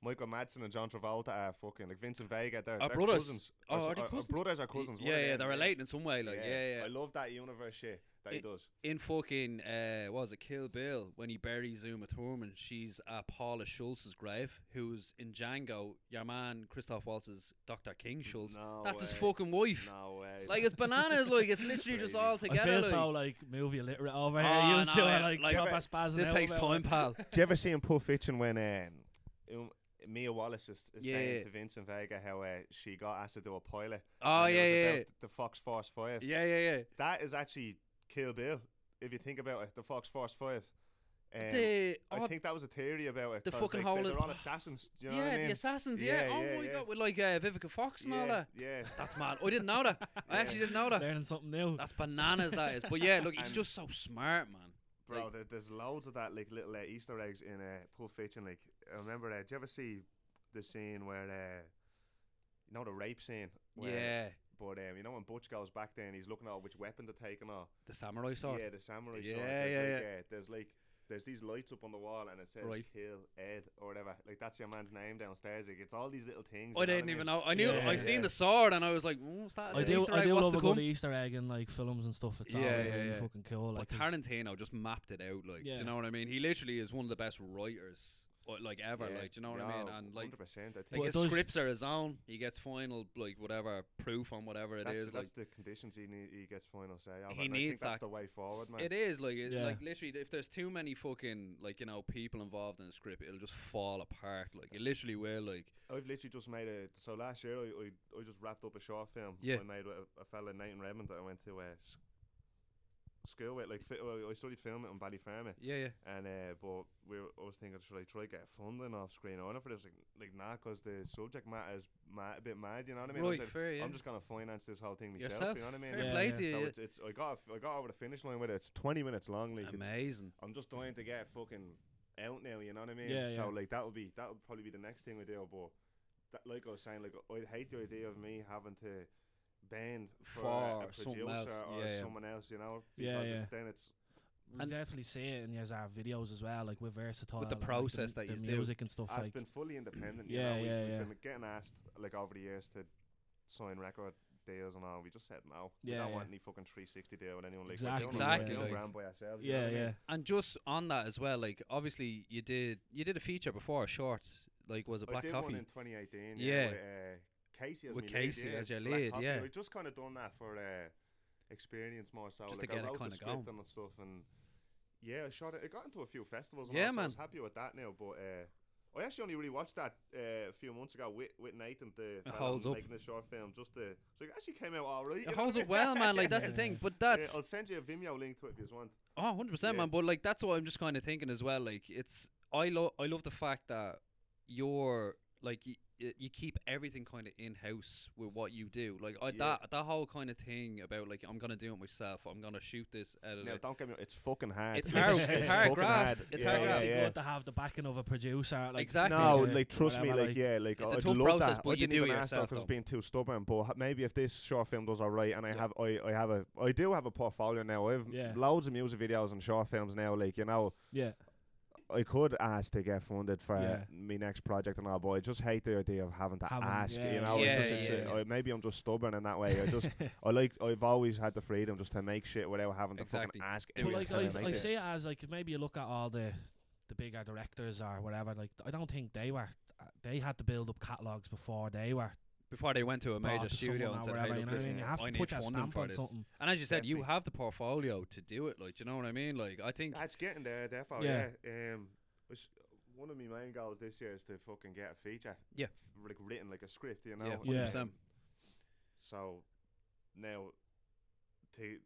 C: Michael Madsen and John Travolta are fucking like Vincent Vega. They're,
B: Are
C: they're
B: brothers.
C: cousins.
B: Oh,
C: Or s-
B: are they
C: or- or
B: cousins?
C: brothers are
B: Y-
C: cousins. one
B: Yeah,
C: of
B: yeah,
C: them,
B: they're related in some way. Like, yeah, yeah.
C: I love that universe shit that he
B: It-
C: does.
B: In fucking, uh, what was it, Kill Bill, when he buries Uma Thurman, she's at Paula Schultz's grave, who's in Django, your man, Christoph Waltz's Dr. King Schultz.
C: No
B: That's his
C: way.
B: fucking wife.
C: No way.
B: Like, it's bananas, like, it's literally just
C: Crazy.
B: all
A: I feel
B: together. Like,
A: so like movie illiterate over here.
B: Oh,
A: you used
B: no,
A: to
B: yeah,
A: like,
B: like-
A: proper spazzing
B: this
A: out
B: takes
A: about
B: time,
A: it.
B: pal. Oh,
C: Do you ever see in Pulp Fiction when um, um, Mia Wallace is, is
B: Yeah.
C: saying to Vincent Vega how uh, she got asked to do a pilot?
B: Oh,
C: and it
B: yeah,
C: was
B: yeah.
C: about The Fox Force 5.
B: Yeah, yeah, yeah.
C: That is actually Kill Bill, if you think about it. The Fox Force 5. Um,
B: the,
C: I
B: oh,
C: think that was a theory about it.
B: The
C: 'cause,
B: fucking
C: like,
B: whole-
C: they, they're all assassins. Do you know
B: yeah,
C: what I mean?
B: the assassins, yeah.
C: Yeah,
B: oh,
C: yeah,
B: my
C: yeah.
B: God, with, like, uh, Vivica Fox and all that.
C: yeah,
B: That's mad. I didn't know that. I actually didn't know that.
A: Learning something new.
B: That's bananas, that is. But yeah, look, he's
C: And-
B: just so smart, man.
C: bro.
B: Like-
C: there, there's loads of that like little uh, Easter eggs in uh, Pulp Fiction. Like, I remember, uh, did you ever see the scene where, uh, you know, the rape scene? Where,
B: Yeah.
C: But um, you know when Butch goes back there and he's looking at which weapon to take and all.
B: The samurai sword.
C: Yeah, the samurai
B: Yeah,
C: sword.
B: yeah,
C: There's like,
B: yeah.
C: Uh, there's like there's these lights up on the wall and it says
B: Right.
C: "Kill Ed" or whatever. Like that's your man's name downstairs. Like it's all these little things.
B: I
C: you know what
B: didn't
C: mean?
B: even know. I knew.
A: Yeah,
B: I
A: yeah.
B: seen the sword, and I was like, mm, "What's that?"
A: I
B: an
A: do,
B: Easter
A: I
B: egg?
A: do
B: What's
A: love
B: to
A: a good
B: come?"
A: Easter egg in like films and stuff. It's
B: Yeah,
A: always
B: yeah,
A: really
B: yeah.
A: fucking cool. Like
B: But
A: 'cause-
B: Tarantino just mapped it out. Like, do
A: Yeah.
B: you know what I mean? He literally is one of the best writers, uh, like ever.
C: Yeah.
B: Like, do you know what I mean?
C: No,
B: And like,
C: 100%, I think
B: like
A: Well, it
B: his
A: does-
B: scripts are his own. He gets final, like, whatever proof on whatever it
C: that's,
B: is. Like,
C: that's the conditions he need, he gets final say. Over,
B: He
C: and I
B: needs
C: think that's
B: that.
C: the way forward, man.
B: it is like, it,
A: Yeah.
B: like literally, if there's too many fucking like you know people involved in a script, it'll just fall apart. Like, it literally will. Like,
C: I've literally just made a so last year I, I, I just wrapped up a short film.
B: Yeah.
C: I made with a, a fella Nathan Redmond that I went to uh, s- school with. Like fi- I studied film in Ballyfermot.
B: yeah, yeah,
C: And uh, but we were, I was thinking, should I try to get funding off Screen Honor for this? Like, like nah, 'cause the subject matter is ma- a bit mad. You know what I mean? I
B: right,
C: said,
B: fair, yeah.
C: I'm just gonna finance this whole thing myself.
B: Yourself,
C: You know what I mean?
B: fair
A: Yeah,
B: play
A: yeah.
B: to you.
C: So
B: yeah.
C: it's, it's I got I got over the finish line with it. It's 20 minutes long. Like it's,
B: Amazing.
C: I'm just dying to get fucking out now. You know what I mean?
A: Yeah,
C: so
A: yeah.
C: like that would be that would probably be the next thing we do. But that, like I was saying, like I'd hate the idea of me having to bend for, a- a
B: For something
C: producer
B: else,
C: or
B: yeah, yeah.
C: someone else. You know?
A: Yeah,
C: Because
A: yeah.
C: It's, then it's
A: We
B: And-
A: definitely see it in your our videos as well, like we're versatile.
B: With the
A: and, like,
B: process
A: the,
B: that
A: m- the
B: yous do.
A: music and stuff.
C: I've
A: like,
C: been fully independent.
A: Yeah,
C: you know?
A: yeah,
C: we've,
A: yeah.
C: We've been getting asked like over the years to sign record deals and all. We just said no. we
A: Yeah,
C: don't
A: yeah.
C: want any fucking 360 deal with anyone. Like
A: Exactly,
C: we're doing our own-
B: Exactly,
C: we're doing
B: like-
C: brand by ourselves. you know
A: yeah,
C: what I mean?
A: yeah,
B: And just on that as well, like obviously you did you did a feature before shorts, like was it
C: I
B: Black
C: did one
B: Coffee?
C: in 2018.
B: Yeah.
C: Yeah. With, uh, Casey as
B: With
C: my
B: Casey
C: lead, yeah.
B: as your
C: Black
B: lead,
C: Coffee.
B: yeah.
C: I just kind of done that for uh, experience more so.
B: Just to
C: like
B: get it
C: I wrote
B: kinda
C: the script
B: going.
C: and stuff and yeah, I shot it. It got into a few festivals. And
B: Yeah,
C: all, so I was
B: man.
C: happy with that now, but. Uh, I actually only really watched that uh, a few months ago with, with Nathan, the fella
B: holds up.
C: making the short film. Just to, so it actually came out all right. you
B: It
C: know
B: holds
C: what I
B: up
C: mean?
B: well, man. Like that's the
A: Yeah.
B: thing. But
C: Yeah,
B: that's
C: I'll send you a Vimeo link to it if you want.
B: oh, 100 percent,
C: yeah.
B: man. But like that's what I'm just kind of thinking as well. Like it's I love I love the fact that you're like y- y- you keep everything kind of in house with what you do. Like I,
C: Yeah.
B: that that whole kind of thing about like I'm gonna do it myself. I'm gonna shoot this. Edit
C: Now,
B: it.
C: don't get me. It's fucking hard.
B: It's
C: Like,
A: hard- it's
B: hard
C: fucking
B: graft.
C: hard.
B: It's
C: yeah,
B: hard
C: yeah,
B: graft.
A: actually
C: yeah.
A: good to have the backing of a producer. Like
B: Exactly.
C: No,
A: Yeah,
C: like trust me,
A: whatever,
C: like yeah, like
B: It's a
C: I'd
B: tough
C: love
B: process,
C: that.
B: but
C: I
B: you
C: didn't
B: do it
C: even ask that
B: yourself,
C: because
B: though.
C: being too stubborn. But ha- maybe if this short film does alright, and I
A: Yeah.
C: have I, I have a I do have a portfolio now. I have
A: Yeah.
C: loads of music videos and short films now. Like you know,
A: yeah,
C: I could ask to get funded for
A: Yeah.
C: my next project and all, but I just hate the idea of having to
A: Having-
C: ask.
A: yeah,
C: you know,
B: yeah,
C: it's just,
B: yeah,
C: it's
B: yeah,
C: a- I- maybe I'm just stubborn in that way. I just I like I've always had the freedom just to make shit without having to
B: Exactly.
C: fucking ask.
B: But,
A: but
C: every
A: like
C: time
A: I,
B: Yeah.
A: I
C: make it.
A: see it as like maybe you look at all the the bigger directors or whatever. Like I don't think they were they had to build up catalogs before they were
B: Before they went to a
A: brought
B: major
A: to
B: studio
A: someone
B: and
A: or
B: said,
A: whatever.
B: "Hey,
A: you
B: look,
A: know what I
B: listen,
A: mean? You have
B: I
A: to
B: need
A: put your
B: funding
A: stamp
B: for
A: on
B: this."
A: something.
B: And as you said, you
C: Definitely.
B: have the portfolio to do it. Like, do you know what I mean? Like, I think
C: That's getting there, definitely.
A: Yeah.
C: Yeah. Um, it's- one of my main goals this year is to fucking get a feature.
B: Yeah.
C: Like written like a script, you know.
B: yeah,
A: Yeah.
B: 100%.
C: So now, to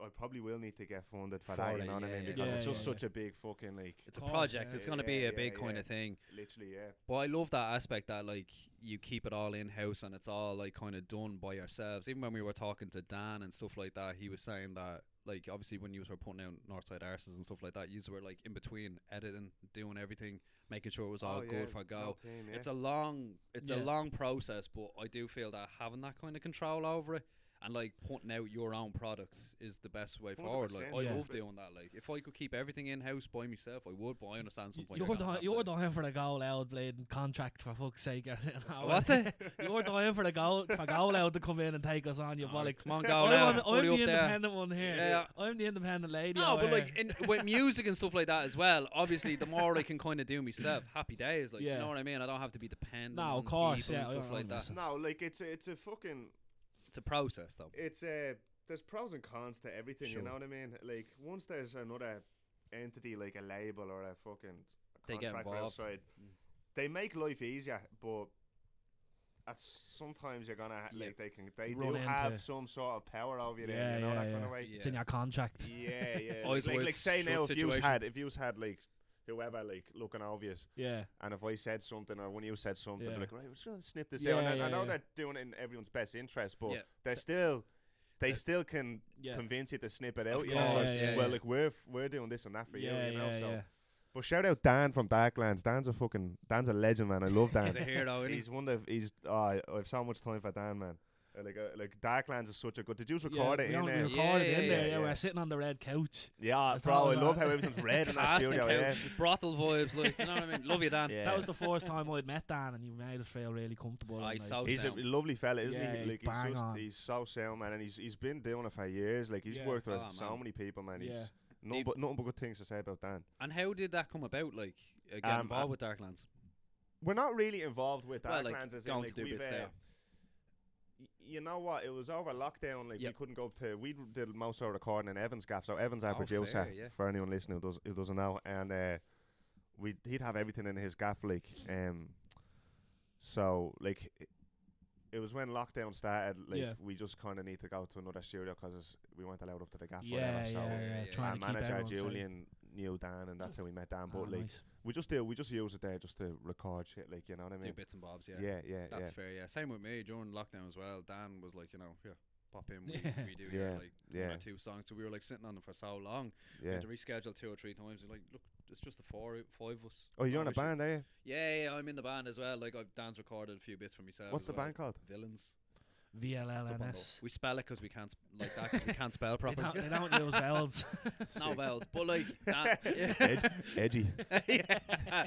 C: I probably will need to get funded for,
B: For
C: that.
B: it,
C: You know what I
B: yeah,
C: mean?
B: yeah,
C: Because
A: yeah.
C: it's
A: Yeah,
C: just
A: yeah,
C: such a big fucking like.
B: It's a
A: course,
B: project.
A: yeah.
B: It's going to
C: Yeah,
B: be a
C: yeah,
B: big kind
C: yeah.
B: of thing.
C: Literally, yeah.
B: But I love that aspect that like you keep it all in house and it's all like kind of done by yourselves. Even when we were talking to Dan and stuff like that, he was saying that like obviously when you were putting out Northside Arses and stuff like that, you were like in between editing, doing everything, making sure it was all
C: Oh, yeah,
B: good for go.
C: no team, yeah.
B: It's a long, it's
A: Yeah.
B: a long process, but I do feel that having that kind of control over it and like putting out your own products is the best way forward. Like
C: 100%,
B: I
A: yeah.
B: love doing that. Like if I could keep everything in house by myself, I would. But I understand some
A: Y-
B: point.
A: You're dying, you're
B: the
A: dying for the goal out bleeding contract for fuck's sake. or something. I
B: What's
A: went- you're dying for the goal for goal out to come in and take us
B: Oh,
A: on, you bollocks.
B: Come on, go
A: I'm,
B: now.
A: on-
B: Hurry
A: I'm the
B: up there.
A: independent one here.
B: Yeah.
A: I'm the independent lady.
B: No,
A: over
B: but like
A: here.
B: in, with music and stuff like that as well. Obviously, the more I can kind of do myself, happy days. Like, do
A: Yeah.
B: you know what I mean? I don't have to be dependent.
A: No, of
B: on
A: course,
B: people
A: yeah,
B: and
A: I
B: stuff
A: don't
B: like
A: know,
B: that.
A: listen.
C: No, like it's a, it's a fucking
B: It's a process, though.
C: it's uh, there's pros and cons to everything.
B: Sure.
C: You know what I mean? Like once there's another entity, like a label or a fucking
B: They get
C: contract or
B: involved.
C: outside,
B: Mm.
C: they make life easier, but. At sometimes you're gonna ha-
B: Yeah.
C: like they can they
A: Run
C: do have
A: into-
C: some sort of power over you
A: Yeah,
C: there, you know
A: yeah,
C: that
A: yeah.
C: kind of way.
A: it's in your contract.
C: Yeah, yeah.
B: Eyes
C: like, like,
B: wide
C: like say
B: shut
C: now if you
B: situation.
C: had if you had like whoever like looking obvious,
A: Yeah,
C: and if I said something or when you said something,
A: Yeah.
C: be like right, we're just gonna snip this
A: Yeah,
C: out. And I- I,
A: yeah,
C: know
A: yeah.
C: they're doing it in everyone's best interest, but
B: Yeah.
C: they're still they still can
A: yeah,
C: convince you to snip it out. You
A: course,
C: know, as,
A: yeah, yeah,
C: well,
A: yeah.
C: like we're f- we're doing this and that for
A: yeah,
C: you. You know,
A: yeah,
C: so.
A: yeah.
C: But shout out Dan from Darklands. Dan's a fucking Dan's a legend, man. I love Dan.
B: He's a hero, isn't he?
C: He's one of he's. Oh, I I have so much time for Dan, man. Uh, Like uh, like Darklands is such a good. Did you record
A: yeah,
C: it
A: we
C: in
A: only
C: there?
A: recorded
B: Yeah,
A: in
B: yeah,
A: there.
C: yeah,
A: we
C: yeah.
A: were sitting on the red couch.
C: Yeah,
A: That's
C: bro,
A: all
C: I
A: that.
C: love how everything's red in that
B: Casting
C: studio. Yeah.
B: couch, brothel vibes. Like, do you know what I mean? Love you, Dan.
C: yeah.
A: That was the first time I'd met Dan, and he made us feel really comfortable.
B: Oh, I
A: and, like,
B: saw
C: He's a
B: sound.
C: lovely fella, isn't
A: Yeah,
C: he?
A: he's
C: Like
A: bang
C: he's just,
A: on.
C: he's so sound, man, and he's he's been doing it for years. Like he's
A: Yeah.
C: worked with
B: Oh,
C: so
B: man.
C: many people, man. He's
A: Yeah.
C: nothing
B: Deep.
C: but nothing but good things to say about Dan.
B: And how did that come about? Like, uh, get
C: Um,
B: involved
C: um,
B: with Darklands.
C: We're not really involved with
B: Well,
C: Darklands
B: like,
C: as in
B: going to
C: like
B: do
C: we've.
B: bits
C: uh,
B: there.
C: y- you know what? It was over lockdown. Like
B: Yep.
C: we couldn't go up to. We did most of our recording in Evans' gaff. So Evans, our
B: Oh,
C: producer,
B: fair, yeah.
C: for anyone listening who, does, who doesn't know, and uh, we he'd have everything in his gaff. Like, um, so like i- it was when lockdown started. Like
A: Yeah.
C: we just kind of need to go to another studio because we weren't allowed up to the gaff. or
A: Yeah,
C: whatever,
A: yeah,
C: so
A: yeah,
B: yeah, yeah.
A: Trying
C: Our
A: to keep
C: manager
A: everyone safe.
C: Julian knew Dan, and that's how we met Dan. But
A: Ah,
C: like
A: nice.
C: we just do, we just use it there just to record shit. Like you know what I
B: Do
C: mean?
B: bits and bobs, yeah.
C: Yeah, yeah, yeah.
B: That's fair, yeah. Same with me during lockdown as well. Dan was like, you know, yeah, pop in, we,
A: Yeah.
B: we do here,
C: Yeah,
B: like one
C: yeah.
B: or two songs. So we were like sitting on them for so long. We
C: yeah.
B: had to reschedule two or three times. We're like, look, it's just the four, five of us.
C: Oh, you're in a
B: we should-
C: band, are you?
B: Yeah, yeah, I'm in the band as well. Like I've Dan's recorded a few bits for myself.
C: What's
B: as
C: the
B: well.
C: band called?
B: Villains. It's up on the-
A: VLLNS.
B: We spell it 'cause we can't sp- like that 'cause we can't spell
A: They
B: properly.
A: don't, they don't use vowels.
B: no vowels, but like that.
C: Edgy. edgy.
B: yeah.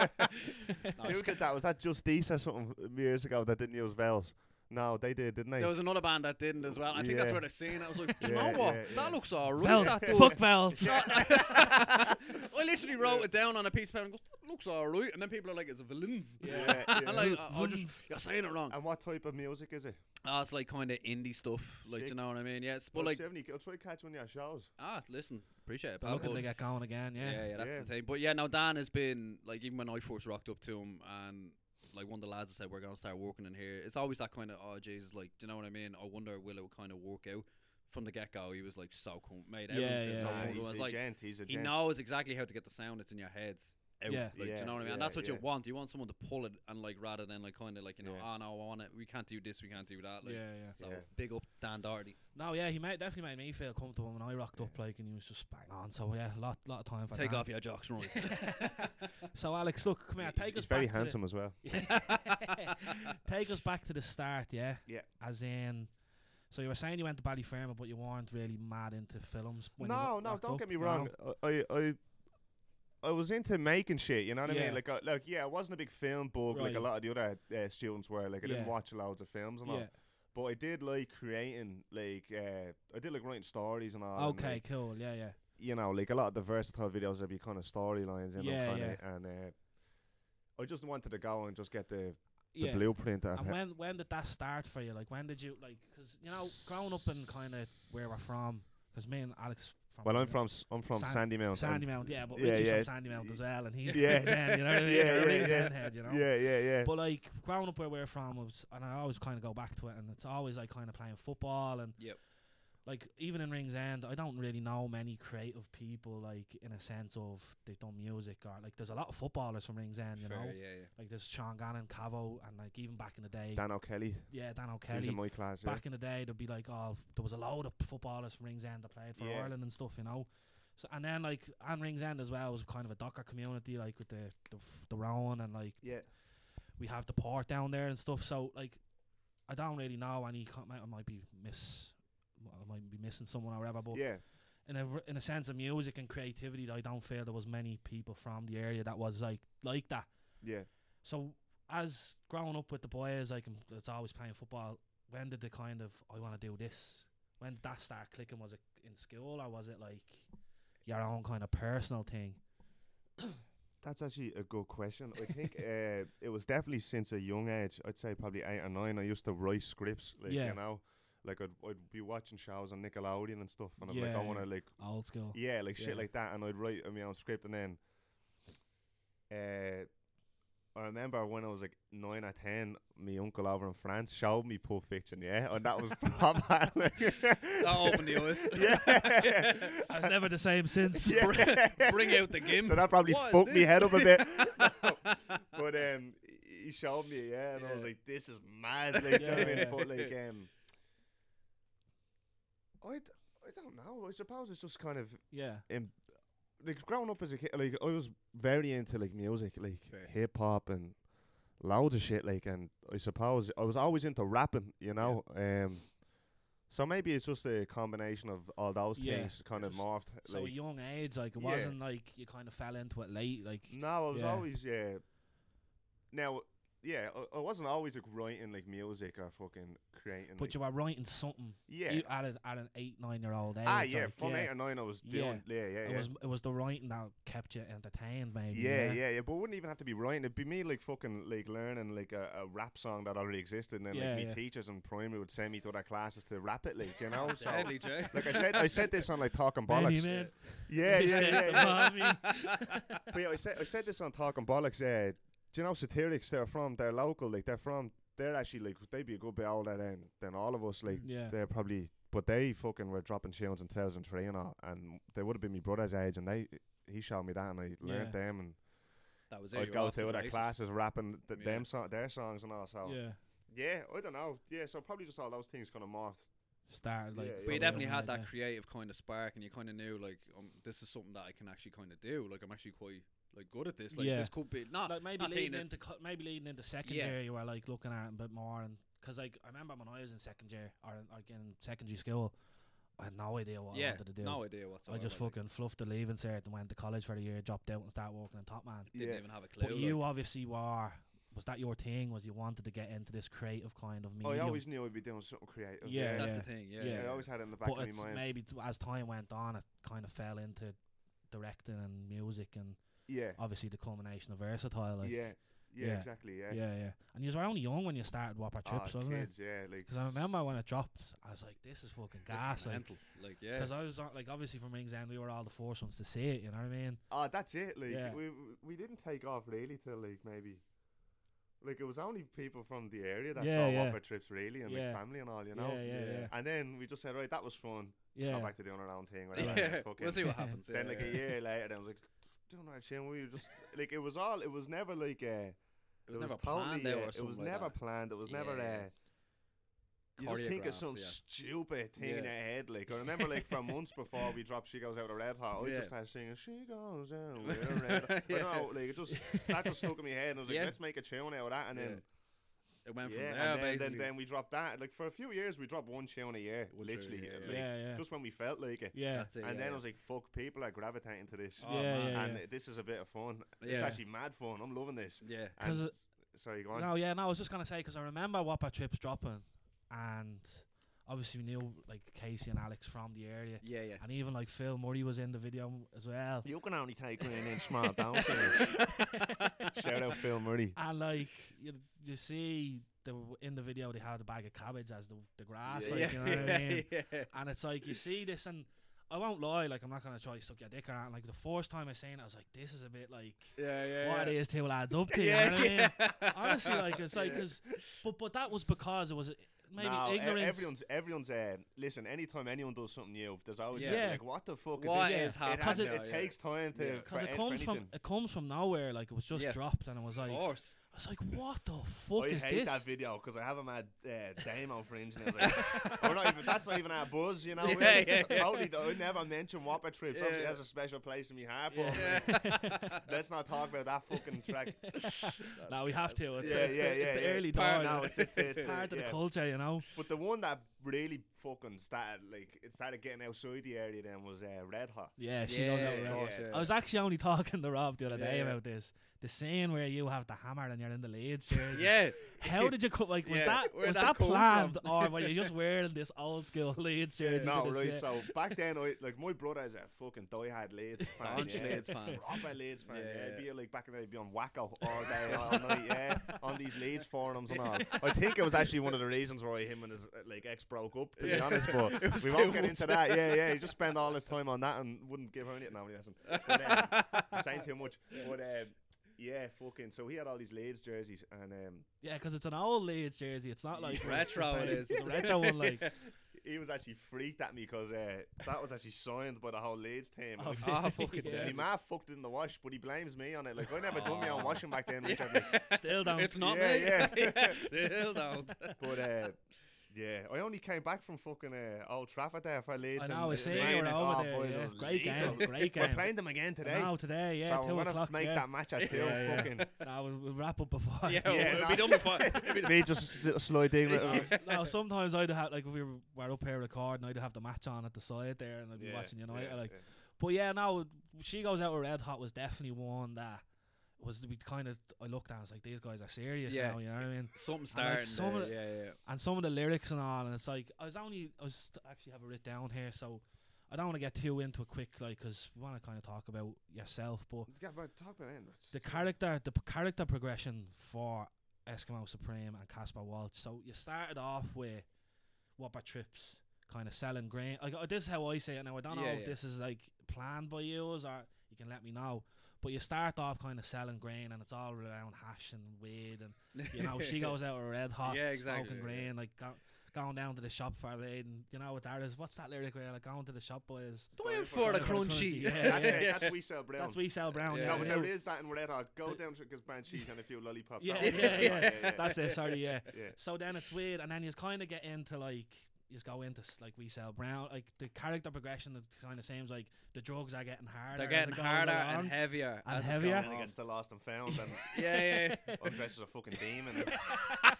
B: No,
C: Who
B: it's-
C: did that? Was that Just East or something years ago that didn't use vowels? No, they did, didn't they?
B: There was another band that didn't as well. I think that's
C: Yeah.
B: where they're seeing it. I was like, do you
C: Yeah,
B: know what?
C: yeah, yeah.
B: That looks alright.
A: vowels.
B: That does.
A: Fuck vowels.
B: I literally wrote it down on a piece of paper and goes, "That looks alright. And then people are like, it's villains.
C: Yeah, yeah.
B: I'm like, I, I just, you're saying it wrong.
C: and what type of music is it?
B: Ah, it's like kind of indie stuff. Like, do you
C: Sick.
B: know what I mean? Yeah, it's, but
C: Well,
B: like,
C: 70, I'll try to catch one of your shows.
B: ah, listen, appreciate it.
A: They're
B: pal,
A: looking
B: but-
A: to get going again. Yeah.
B: Yeah, yeah, that's
C: Yeah.
B: the thing. But yeah, now Dan has been like even when I first rocked up to him and like one of the lads that said we're gonna start working in here. It's always that kind of oh Jesus, like do you know what I mean? I wonder will it kind of work out from the get go. He was like so cool, made
A: Yeah,
B: everything
A: yeah.
B: so
A: Nah,
B: comfortable.
C: he's
B: I was
C: a
B: like
C: gent. He's a
B: he
C: gent.
B: knows exactly how to get the sound. It's in your head. out.
A: Yeah.
B: Like, do
C: Yeah,
B: you know what I mean? and
C: yeah,
B: that's what
C: yeah.
B: you want. You want someone to pull it and like rather than like kind of like you know,
C: Yeah.
B: oh no, I want it. We can't do this. We can't do that. Like,
A: yeah, yeah.
B: So
C: Yeah.
B: big up Dan Doherty.
A: No, yeah, he made definitely made me feel comfortable when I rocked up like, and he was just bang on. So yeah, lot lot of time for
B: Take
A: Dan.
B: off your jocks, run.
A: So Alex, look, come here,
C: He's-
A: take
C: he's
A: us
C: very
A: back to the-
C: handsome as well.
A: Take us back to the start, yeah?
C: Yeah.
A: As in, so you were saying you went to Ballyferma, but you weren't really mad into films. When you
C: no,
A: wa-
C: no,
A: rocked
C: don't
A: up,
C: get me
A: no?
C: wrong. I, I, I was into making shit. You know what I
A: Yeah.
C: mean? Like, I, like, yeah, I wasn't a big film bug like
A: Right.
C: a lot of the other uh, students were. Like, I
A: Yeah.
C: didn't watch loads of films and all,
A: Yeah.
C: but I did like creating. Like, uh, I did like writing stories and all. and,
A: okay,
C: like,
A: cool. Yeah, yeah.
C: you know, like a lot of the versatile videos there'd be kind of storylines in
A: Yeah,
C: them, kind of, and uh, I just wanted to go and just get the, the
A: yeah.
C: blueprint out.
A: And when when did that start for you? Like when did you like? Because you know, growing up in kind of where we're from, because me and Alex. From
C: Well, I'm from s- I'm from
A: San-
C: Sandy Mount. and-
A: Sandy Mount, yeah, but
C: Yeah,
A: Richie's
C: yeah.
A: from Sandy Mount as well, and he's
C: Yeah.
A: Zen, you know what I mean?
C: Yeah,
A: Everything's
C: yeah, yeah.
A: Zen head, you know.
C: Yeah, yeah, yeah.
A: But like growing up where we're from, was, and I always kind of go back to it, and it's always like kind of playing football and
B: Yep.
A: like even in Rings End, I don't really know many creative people like in a sense of they've done music or like there's a lot of footballers from Rings End, you
B: Fair,
A: know,
B: yeah, yeah.
A: like there's Sean Gannon, Cavo, and like even back in the day,
C: Dan O'Kelly,
A: yeah, Dan
C: he was
A: O'Kelly.
C: in my class. Yeah.
A: Back in the day, there'd be like oh, there was a load of footballers from Rings End that played for
C: Yeah.
A: Ireland and stuff, you know. So and then like and Rings End as well was kind of a docker community, like with the the, f- the Rowan and like
C: Yeah,
A: we have the port down there and stuff. So like, I don't really know any. co- I might be miss, I might be missing someone or whatever. But
C: yeah.
A: in a r- in a sense of music and creativity, I don't feel there was many people from the area that was like like that.
C: Yeah.
A: So as growing up with the boys, like um, it's always playing football. When did the kind of I want to do this? When did that start clicking? Was it in school or was it like your own kind of personal thing?
C: That's actually a good question. I think uh, it was definitely since a young age. I'd say probably eight or nine. I used to write scripts, like
A: Yeah.
C: you know, like I'd, I'd be watching shows on Nickelodeon and stuff, and I'm like,
A: Yeah,
C: I
A: yeah.
C: want to like,
A: Old school.
C: yeah, like
A: Yeah.
C: shit like that, and I'd write my own script, and then, uh, I remember when I was like nine or ten, my uncle over in France showed me Pulp Fiction, yeah, and that was proper.
B: That opened the eyes.
C: yeah.
A: I was never the same since.
C: yeah.
B: Bring out the gimp.
C: So that probably
B: What is
C: fucked me
B: this?
C: head up a bit. but um, he showed me, yeah, and I was
B: Yeah.
C: like, this is mad. Like, do you know what I mean?
A: Yeah.
C: But like, um, I, d- I don't know. I suppose it's just kind of
A: Yeah.
C: like growing up as a kid. Like I was very into like music, like
B: Fair.
C: hip hop and loads of shit. Like, and I suppose I was always into rapping. You know, um. So maybe it's just a combination of all those
A: Yeah.
C: things kind of
A: Just-
C: morphed.
A: So
C: like,
A: a young age, like it
C: Yeah.
A: wasn't like you kind of fell into it late, like
C: No, I was
A: Yeah.
C: always yeah. Now, yeah, I, I wasn't always like writing like music or fucking creating.
A: but
C: like-
A: you were writing something
C: yeah,
A: you, at, an, at an eight, nine year old age.
C: ah, yeah,
A: like,
C: from eight or nine, I was
A: Yeah.
C: doing. Yeah, yeah, yeah.
A: It was it was the writing that kept you entertained, maybe.
C: yeah, yeah, yeah, But it wouldn't even have to be writing. It'd be me like fucking like learning like a, a rap song that already existed, and then
A: Yeah,
C: like me
A: yeah.
C: teachers in primary would send me to other classes to rap it, like you know. so
B: Deadly, Jay.
C: like I said, I said this on like talking
A: Many
C: bollocks.
A: men
C: Yeah, yeah,
A: kissed
C: yeah.
A: their
C: yeah.
A: mommy.
C: but yeah, I said I said this on Talking Bollocks. Uh, do you know Satirics? They're from. They're local. Like they're from. They're actually like they'd be a good bit older than than all of us. Like
A: Yeah.
C: they're probably, but they fucking were dropping tunes in 2003 and all, and they would have been my brother's age, and they he showed me that, and I learned
A: Yeah.
C: them, and
B: That was it.
C: I'd
B: you're
C: go
B: off
C: to
B: the
C: other
B: races.
C: classes rapping th-
B: Yeah.
C: them song, their songs and all. So yeah.
A: yeah.
C: I don't know. Yeah, so probably just all those things kind of morphed.
A: Started like
C: Yeah, yeah.
B: But
A: from
B: you
A: a
B: definitely
A: young
B: had
A: age,
B: that
A: yeah.
B: creative kind of spark, and you kind of knew like, um, this is something that I can actually kind of do. Like, I'm actually quite like good at this. Like,
A: Yeah.
B: this could be not
A: like maybe
B: not taking
A: leading
B: it-
A: into co- maybe leading into secondary you were like looking at it a bit more and because like I remember when I was in secondary or in, like in secondary school I had no idea what I
B: yeah,
A: wanted to do
B: no idea whatsoever.
A: I just
B: like,
A: fucking fluffed the leave insert and went to college for a year dropped out and started working in top man
B: didn't
C: Yeah.
B: even have a clue.
A: but
B: like-
A: you obviously were was that your thing was you wanted to get into this creative kind of medium
C: I Oh, always knew I'd be doing something creative.
A: Yeah,
C: Yeah,
B: that's
A: yeah.
B: the thing. Yeah,
A: Yeah.
C: I always had it in the back
A: but
C: of
A: it's
C: my mind.
A: maybe t- as time went on it kind of fell into directing and music and
C: yeah,
A: obviously the culmination of versatile like
C: yeah, yeah,
A: yeah.
C: exactly.
A: yeah, yeah. and you were only young when you started Whopper
C: Ah,
A: Chips wasn't it
C: kids, yeah, like
A: Because I remember when it dropped, I was like, "This is fucking
B: This is
A: gas!" Like,
B: mental. Like, yeah,
A: because I was on, like, obviously from Rings End, we were all the first ones to see it. You know what I mean?
C: Ah, that's it. Like
A: Yeah.
C: we we didn't take off really till like maybe like it was only people from the area that
A: Yeah,
C: saw
A: yeah.
C: Whopper trips really and
A: Yeah.
C: like family and all, you know.
A: yeah, yeah, yeah,
B: Yeah.
C: And then we just said, right, that was fun.
A: yeah.
C: Go back to doing our own thing. Whatever.
B: yeah.
C: Fucking-
B: We'll see what happens.
C: Then
B: yeah,
C: like
B: yeah.
C: a year later, then I was like, doing our chin. We were just like it was all. It was never like uh,
B: It was never planned out
C: uh,
B: or
C: It
B: something
C: was
B: like
C: never
B: that.
C: planned. It was never.
B: Yeah.
C: Uh, you just think of
B: Choreographed,
C: some
B: yeah.
C: stupid thing in
B: Yeah.
C: your head. Like I remember, like from months before we dropped "She Goes Out" of Red Hot, I
B: Yeah.
C: just started singing "She Goes Out." With Red Hot.
B: Yeah.
C: But no, like it just that just stuck in my head, and I was like,
B: Yeah.
C: "Let's make a tune out of that." And
B: Yeah.
C: then
B: It went
C: yeah,
B: from there,
C: and then, then
B: basically.
C: then we dropped that. Like for a few years, we dropped one tune a year,
B: One tune a
C: literally.
B: year,
C: uh,
B: yeah.
C: like,
A: Yeah, yeah.
C: Just when we felt like it.
A: yeah,
B: That's it,
C: And
B: yeah,
C: then I
B: yeah.
C: was like, "Fuck, people are gravitating to this,
B: Oh,
A: Yeah,
B: man.
A: yeah,
C: and
A: yeah.
C: this is a bit of fun. It's
B: Yeah.
C: actually mad fun. I'm loving this."
B: yeah.
C: And
A: 'Cause it-
C: s- sorry, go on.
A: No, yeah, no. I was just gonna say because I remember Whopper trips dropping, and obviously we knew like Casey and Alex from the area,
B: Yeah, yeah.
A: and even like Phil Murray was in the video as well.
C: You can only take one inch small downstairs. Shout out Phil Murray.
A: And like you, you see, the w- in the video they had a bag of cabbage as the the grass, like you know what I mean.
B: yeah.
A: And it's like you see this, and I won't lie, like I'm not gonna try to suck your dick or anything. Like the first time I seen it, I was like, this is a bit like
B: Yeah, yeah,
A: what
B: yeah.
A: it is two lads up to. you know what I mean? Honestly, like it's like 'cause- but but that was because it was uh, maybe
C: no, e-
A: ignorance.
C: everyone's everyone's. Uh, listen, anytime anyone does something new, there's always
B: Yeah.
C: gonna be
A: Yeah.
C: like, what the fuck
B: What
A: is
C: is this? it,
B: happening
C: has,
B: now,
C: it
B: yeah.
C: takes time to.
B: Yeah.
A: because
C: for, an-
A: it
C: for
A: comes from
C: anything.
A: it comes from nowhere. Like it was just
B: Yeah.
A: dropped, and it was
B: Of
A: like I
B: course.
A: was like, what the fuck
C: I
A: is
C: hate
A: this?
C: that video because I have him at uh, Damo Fringe, and I was like, "We're not even. That's not even our buzz, you know.
B: Yeah,
C: really.
B: yeah, yeah.
C: Totally, though, I never mention Whopper trips. Obviously,
B: Yeah.
C: that's a special place in my heart.
A: Yeah.
C: But
B: Yeah.
C: let's not talk about that fucking track.
A: no, we have to. It's,
C: Yeah,
A: it's,
C: yeah,
A: the, it's
C: yeah,
A: the
C: yeah,
A: early
C: it's part-
A: doors.
C: no,
A: it's,
C: it's- it's- it's-
A: part of
C: yeah.
A: the culture, you know.
C: But the one that really fucking started, like, it started getting outside the area. Then was uh, Red Hot.
A: Yeah, she
B: yeah,
A: knows that
B: of
C: yeah.
A: well.
B: course, yeah.
A: I was actually only talking to Rob the other day
B: Yeah.
A: about this. The scene where you have the hammer and you're in the Leeds jersey.
B: yeah.
A: How did you co- like? Was
B: Yeah,
A: that
B: where'd
A: was
B: that
A: that,
B: come
A: planned,
B: from?
A: or were you just wearing this old school Leeds jersey?
B: Yeah.
A: to
C: No,
A: the
C: right.
A: set?
C: So back then, I like my brother is a fucking diehard Leeds fan.
B: Bunch of
C: yeah.
B: Leeds fans.
C: Proper Leeds fan.
B: Yeah,
C: Yeah,
B: yeah.
C: I'd be like back in the day, I'd be on Wacko all day, all night. Yeah, on these Leeds forums and all. I think it was actually one of the reasons why him and his uh, like ex broke up. To
B: Yeah.
C: be honest,
B: It was
C: but we
B: too
C: won't get
B: much.
C: into that. Yeah, yeah. He just spent all his time on that and wouldn't give her anything. No, he hasn't. But, uh, I'm saying too much. But um, yeah, fucking. So he had all these Leeds jerseys and. um
A: Yeah, because it's an old Leeds jersey. It's not like
C: Yeah.
A: what's the
B: Retro it
A: same-
B: is.
A: It's a retro one, like
C: he was actually freaked at me because uh, that was actually signed by the whole Leeds team.
A: Oh,
C: Like,
B: Oh, fucking
A: Yeah.
B: hell.
C: My ma fucked it in the wash, but he blames me on it. Like I never done my
B: Aw.
A: Oh.
C: own washing back then, which I'd like,
A: still don't.
B: It's not
C: Yeah,
B: me.
C: yeah.
B: Still don't.
C: but uh, yeah, I only came back from fucking uh, Old Trafford there for Leeds.
A: I
C: and
A: know. I
C: it's
A: see
C: raining.
A: you were
C: Oh,
A: over there.
C: boys, it
A: yeah.
C: was
A: Great
C: lethal.
A: game. Great
C: We're
A: game.
C: playing them again today.
A: No, today, yeah,
C: so
A: two
C: I'm gonna
A: o'clock.
C: make
A: yeah.
C: that match at two.
A: Yeah, yeah.
C: fucking
A: No, we'll, we'll wrap up before.
B: Yeah,
C: Yeah,
B: we'll
C: no.
B: be done before. we'll be
C: me just sl- slide in. with
A: No,
C: it.
A: s- no, sometimes I'd have like if we were, were up here recording, I'd have the match on at the side there, and I'd be
C: Yeah,
A: watching United.
C: yeah,
A: like,
C: yeah.
A: but yeah, no, she goes out with Red Hot was definitely one that was we kind of I looked at. and I was like, these guys are serious
B: Yeah.
A: now. You know what I mean?
B: Something starting.
A: some
B: there,
A: of the-
B: yeah, yeah.
A: and some of the lyrics and all, and it's like I was only I was t- actually have it written down here, so I don't want to get too into it quick, like 'cause we want to kind of talk about yourself, but
C: Yeah, but talk about it.
A: the character, the p- character progression for Eskimo Supreme and Caspar Walsh. So you started off with Whopper Trips, kind of selling grain. Like, uh, this is how I say it now. I don't know
B: Yeah,
A: if
B: yeah.
A: this is like planned by you or you can let me know. But you start off kind of selling grain, and it's all around hash and weed, and you know she goes out with red hot,
B: Yeah, exactly,
A: smoking
B: yeah.
A: grain, like go, going down to the shop for a raid, and you know what that is. What's that lyric where like going to the shop boys?
B: Going for
A: Going for
B: the
A: the
B: crunchy.
A: crunchy, yeah,
C: That's,
A: yeah.
C: it, that's we sell brown.
A: That's we sell brown.
B: Yeah,
A: Yeah,
C: no, but
A: yeah.
C: there is that in Red Hot. Go down to Gizban cheese and a few lollipops.
A: Yeah,
C: That was it.
A: yeah, yeah. That's it. Sorry, yeah.
C: Yeah.
A: So then it's weird, and then you kind of get into like you go into s- like we sell brown, like the character progression. It kind of seems like the drugs are getting harder.
B: They're
A: as
B: getting
A: it goes
B: harder
A: along.
B: and heavier.
A: And
B: as it's
A: heavier.
B: going
C: And then
B: on.
C: he gets the lost and found and
B: Yeah, yeah.
C: undresses a fucking demon.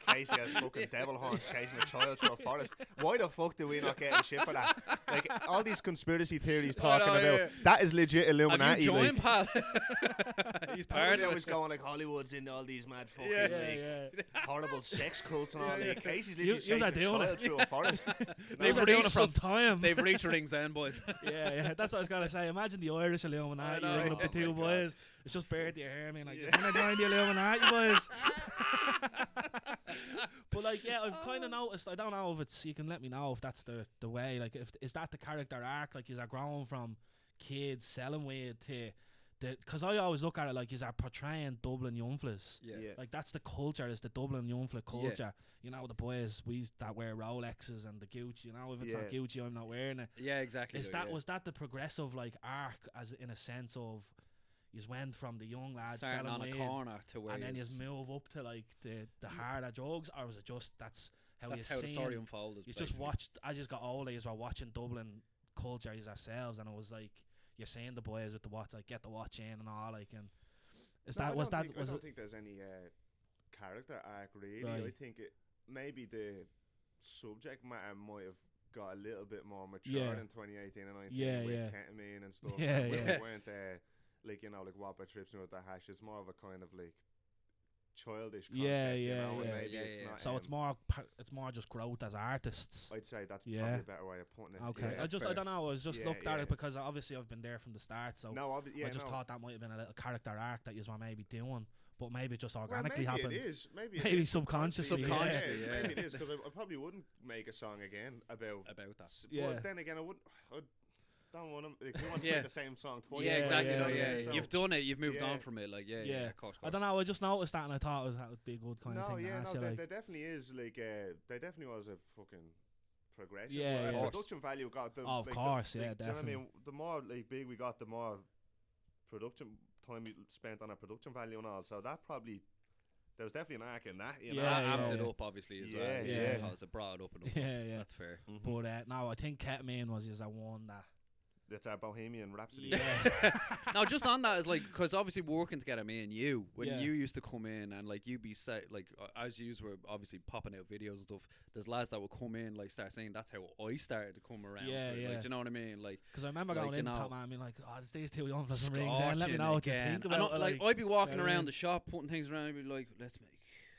C: And Casey has fucking devil horns chasing a child through a forest. Why the fuck do we not get any shit for that? Like all these conspiracy theories
B: I
C: talking
B: know,
C: about
B: yeah.
C: that is legit
B: yeah. Have
C: Illuminati.
B: you
C: like,
B: joined, pal? He's part
C: Apparently
B: of
C: always
B: it.
C: going like Hollywood's into all these mad fucking
B: Yeah.
A: Yeah,
C: like,
A: yeah.
C: horrible sex cults and all
B: Yeah, yeah.
C: that. Casey's
A: You-
C: literally
A: you're not
C: chasing a
A: doing
C: child
A: it.
C: through a forest.
A: They've been
B: They've
A: doing it
B: reached
A: from
B: from.
A: time.
B: They've reached rings end, boys.
A: yeah, yeah, that's what I was gonna say. Imagine the Irish Illuminati
B: know.
A: ringing up the
C: Oh
A: two
C: my God.
A: boys. It's just buried their hair. I mean, like,
C: Yeah.
A: when I joined the Illuminati boys. but like, yeah, I've kind of noticed. I don't know if it's. You can let me know if that's the the way. Like, if is that the character arc? Like, is that growing from kids selling weed to the? Because I always look at it like, is that portraying Dublin young fellas?
B: Yeah.
A: Like that's the culture, is the Dublin young fella culture. You know the boys we that wear Rolexes and the Gucci. You know if it's not
C: Yeah.
A: Gucci, I'm not wearing it.
B: Yeah, exactly.
A: Is
B: though,
A: that
B: yeah.
A: was that the progressive like arc as in a sense of You went from the young lads
B: starting
A: selling
B: on a
A: weed,
B: corner to where
A: and then you
B: yous-
A: move up to like the the harder drugs, or was it just that's how
B: that's
A: you
B: how the story
A: seen-
B: unfolded.
A: You just
B: basically.
A: watched as you got older, you were watching Dublin culture as ourselves, and it was like you're seeing the boys with the watch, like get the watch in and all, like and is
C: No, I
A: that was
C: don't
A: that
C: think,
A: was
C: I
A: it
C: don't think there's any uh, character arc really. I
A: Right.
C: think it maybe the subject matter might have got a little bit more mature
A: Yeah.
C: in 2018 and 19
A: Yeah,
C: with
A: yeah.
C: ketamine and stuff.
A: Yeah,
C: and we
B: yeah.
C: weren't uh, like you know like whopper trips and with the hash. It's more of a kind of like childish concept.
A: Yeah,
C: you
A: yeah,
C: know, and
A: yeah.
C: maybe
B: Yeah,
C: it's
B: yeah.
C: not.
A: so it's
C: um,
A: more pa- it's more just growth as artists.
C: I'd say that's
A: Yeah.
C: probably a better way of putting it.
A: Okay,
C: Yeah,
A: I just I
B: fair.
A: don't know. I was just
C: Yeah,
A: looked at
C: yeah.
A: it because obviously I've been there from the start, so
C: No, obvi- yeah,
A: I just
C: no.
A: thought that might have been a little character arc that you were maybe doing, but maybe it just
C: Well,
A: organically
C: maybe
A: happened.
C: It is. Maybe it
A: Maybe
C: is.
A: subconsciously,
B: yeah. Subconsciously, yeah.
C: Maybe it is because I, I probably wouldn't make a song again about.
B: about that.
C: s-
A: Yeah.
C: But then again, I wouldn't. I don't want to. Like, who wants
B: Yeah.
C: to make the same song twice?
B: Yeah,
A: Yeah,
B: exactly.
A: yeah,
B: no,
A: yeah,
B: yeah,
A: yeah.
B: You've done it. You've moved
C: Yeah.
B: on from it. Like, yeah, yeah.
A: Yeah.
B: yeah of course,
A: I
B: course.
A: don't know. I just noticed that and I thought it was, that would be a good kind of
C: no,
A: thing.
C: yeah,
A: to
C: no,
A: ask
C: there,
A: you, like,
C: there definitely is. Like, uh, there definitely was a fucking progression.
A: Yeah,
C: Like,
B: yeah.
C: The
B: Course.
C: production value got the.
A: Oh, of
C: like,
A: course,
C: the,
A: yeah,
C: like, do You know
A: definitely.
C: what I mean, the more like big we got, the more production time you spent on our production value and all. So that probably there was definitely an arc in that. You
A: Yeah,
B: that
C: know?
A: yeah,
B: amped
A: yeah.
B: it up obviously as
C: Yeah,
B: well.
A: yeah.
B: Because it brought it up and up.
A: yeah, yeah.
B: That's fair.
C: Mhm.
A: But uh, no, I think Ketamine was just a one that.
C: That's our Bohemian Rhapsody.
B: now, just on that is like because obviously working together, me and you, when
A: Yeah.
B: you used to come in and like you be set like uh, as yous were obviously popping out videos and stuff. There's lads that would come in like start saying that's how I started to come around.
A: Yeah,
B: to it,"
A: yeah.
B: Like, do you know what I mean? Like
A: Because I remember
B: Like,
A: going
B: you
A: in
B: know,
A: top man and being like, oh, this day's too young for some rings, and let me know what you
B: again.
A: think
B: And
A: about
B: I-
A: it.
B: like,
A: Like,
B: I'd be walking
A: Yeah,
B: around
A: yeah.
B: the shop, putting things around. I'd be like, let's make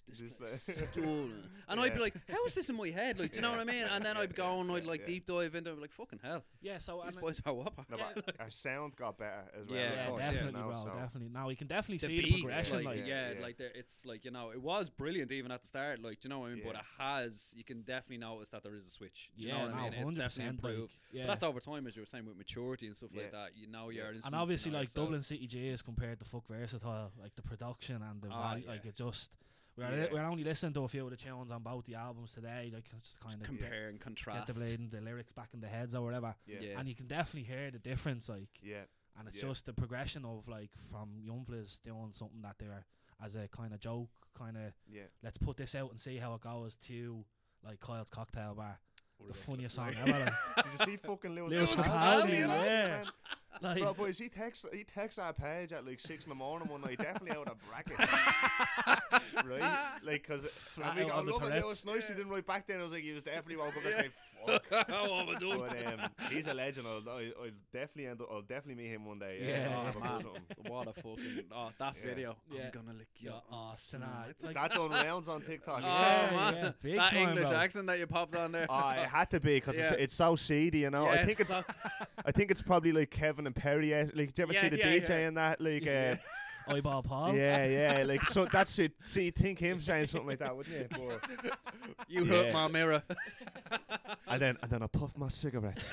B: this
C: This
B: place
C: place."
B: stolen. And I'd be
C: Yeah.
B: like, how is this in my head? Like, do you know what I mean? And then
C: Yeah,
B: I'd go and
C: yeah,
B: I'd like
C: yeah.
B: deep dive into. it, I'd be like, fucking hell,
A: yeah, so
B: these
A: and
B: boys are up.
C: No,
A: Yeah,
C: but our sound got better as well.
B: Yeah,
A: yeah,
B: of course, yeah,
A: definitely,
C: now,
A: bro,
C: so-
A: definitely. Now we can definitely
B: the
A: see
B: beats,
A: the progression,
B: like,
A: like,
B: yeah,
C: Yeah.
B: like there, it's like you know, it was brilliant even at the start. Like, do you know what I mean? But
C: Yeah.
B: it has, you can definitely notice that there is a switch. Do you
A: yeah,
B: know what I
A: no,
B: mean? It's
A: hundred
B: definitely
A: percent, like,
B: improved. But
A: yeah.
B: that's over time, as you were saying, with maturity and stuff
C: Yeah.
B: like that. You know,
C: Yeah.
B: your
C: And
B: instruments
A: and
B: you
A: obviously,
B: know
A: like
B: yourself.
A: Dublin City J is compared to Fuck Versatile, like the production and the
B: Ah,
A: value,
B: yeah.
A: like it just. We're,
C: Yeah.
A: we're only listening to a few of the tunes on both the albums today, like it's just kind of
B: compare and
A: get
B: contrast.
A: the, blade, the lyrics back in the heads or whatever,
C: Yeah.
B: Yeah.
A: and you can definitely hear the difference, like,
C: Yeah.
A: and it's
C: Yeah.
A: just the progression of like from young fellas doing something that they're as a kind of joke, kind of
C: Yeah.
A: let's put this out and see how it goes to like Kyle's cocktail bar,
B: Ridiculous.
A: the funniest song
B: Like-
A: ever. Like,
C: Did you see fucking Lewis,
A: Lewis
B: Capaldi,
C: you know?
A: yeah.
C: Man,
A: like
C: Bro, boys, he texts he texts our page at like six in the morning one night, definitely out of bracket, right? Like, cause
A: Flat
C: and we
A: out
C: go,
A: on the
C: look at Lewis,
A: Tourette's."
C: nice he didn't write back then. I was like, he was definitely woke up and say, "Fuck."
B: oh, I'm a dub.
C: But um, he's a legend. I'll, I'll I'll definitely end up. I'll definitely meet him one day.
A: Yeah,
C: I'll
A: yeah,
C: have
B: Oh,
C: a go
B: man.
C: something.
B: What a fucking oh that
C: Yeah.
B: video!
A: Yeah.
B: I'm gonna lick
A: your
B: your
A: ass tonight. Like,
C: That done rounds on TikTok.
B: Oh
A: Yeah,
B: man,
A: yeah, big
B: that
A: time,
B: English
A: bro.
B: accent that you popped on there.
C: Oh, it had to be because
B: Yeah.
C: it's, it's so seedy, you know.
B: Yeah,
C: I think it's,
B: so-
C: I think it's probably like Kevin and Perry. eh, Like, did you ever
B: Yeah,
C: see the
B: yeah,
C: DJ
B: yeah.
C: in that? Like, uh,
A: eyeball Paul.
C: Yeah, yeah. Like so that's it. See, you think him saying something like that, wouldn't you? But,
B: you hurt
C: Yeah.
B: my mirror.
C: and then and then I puff my cigarettes.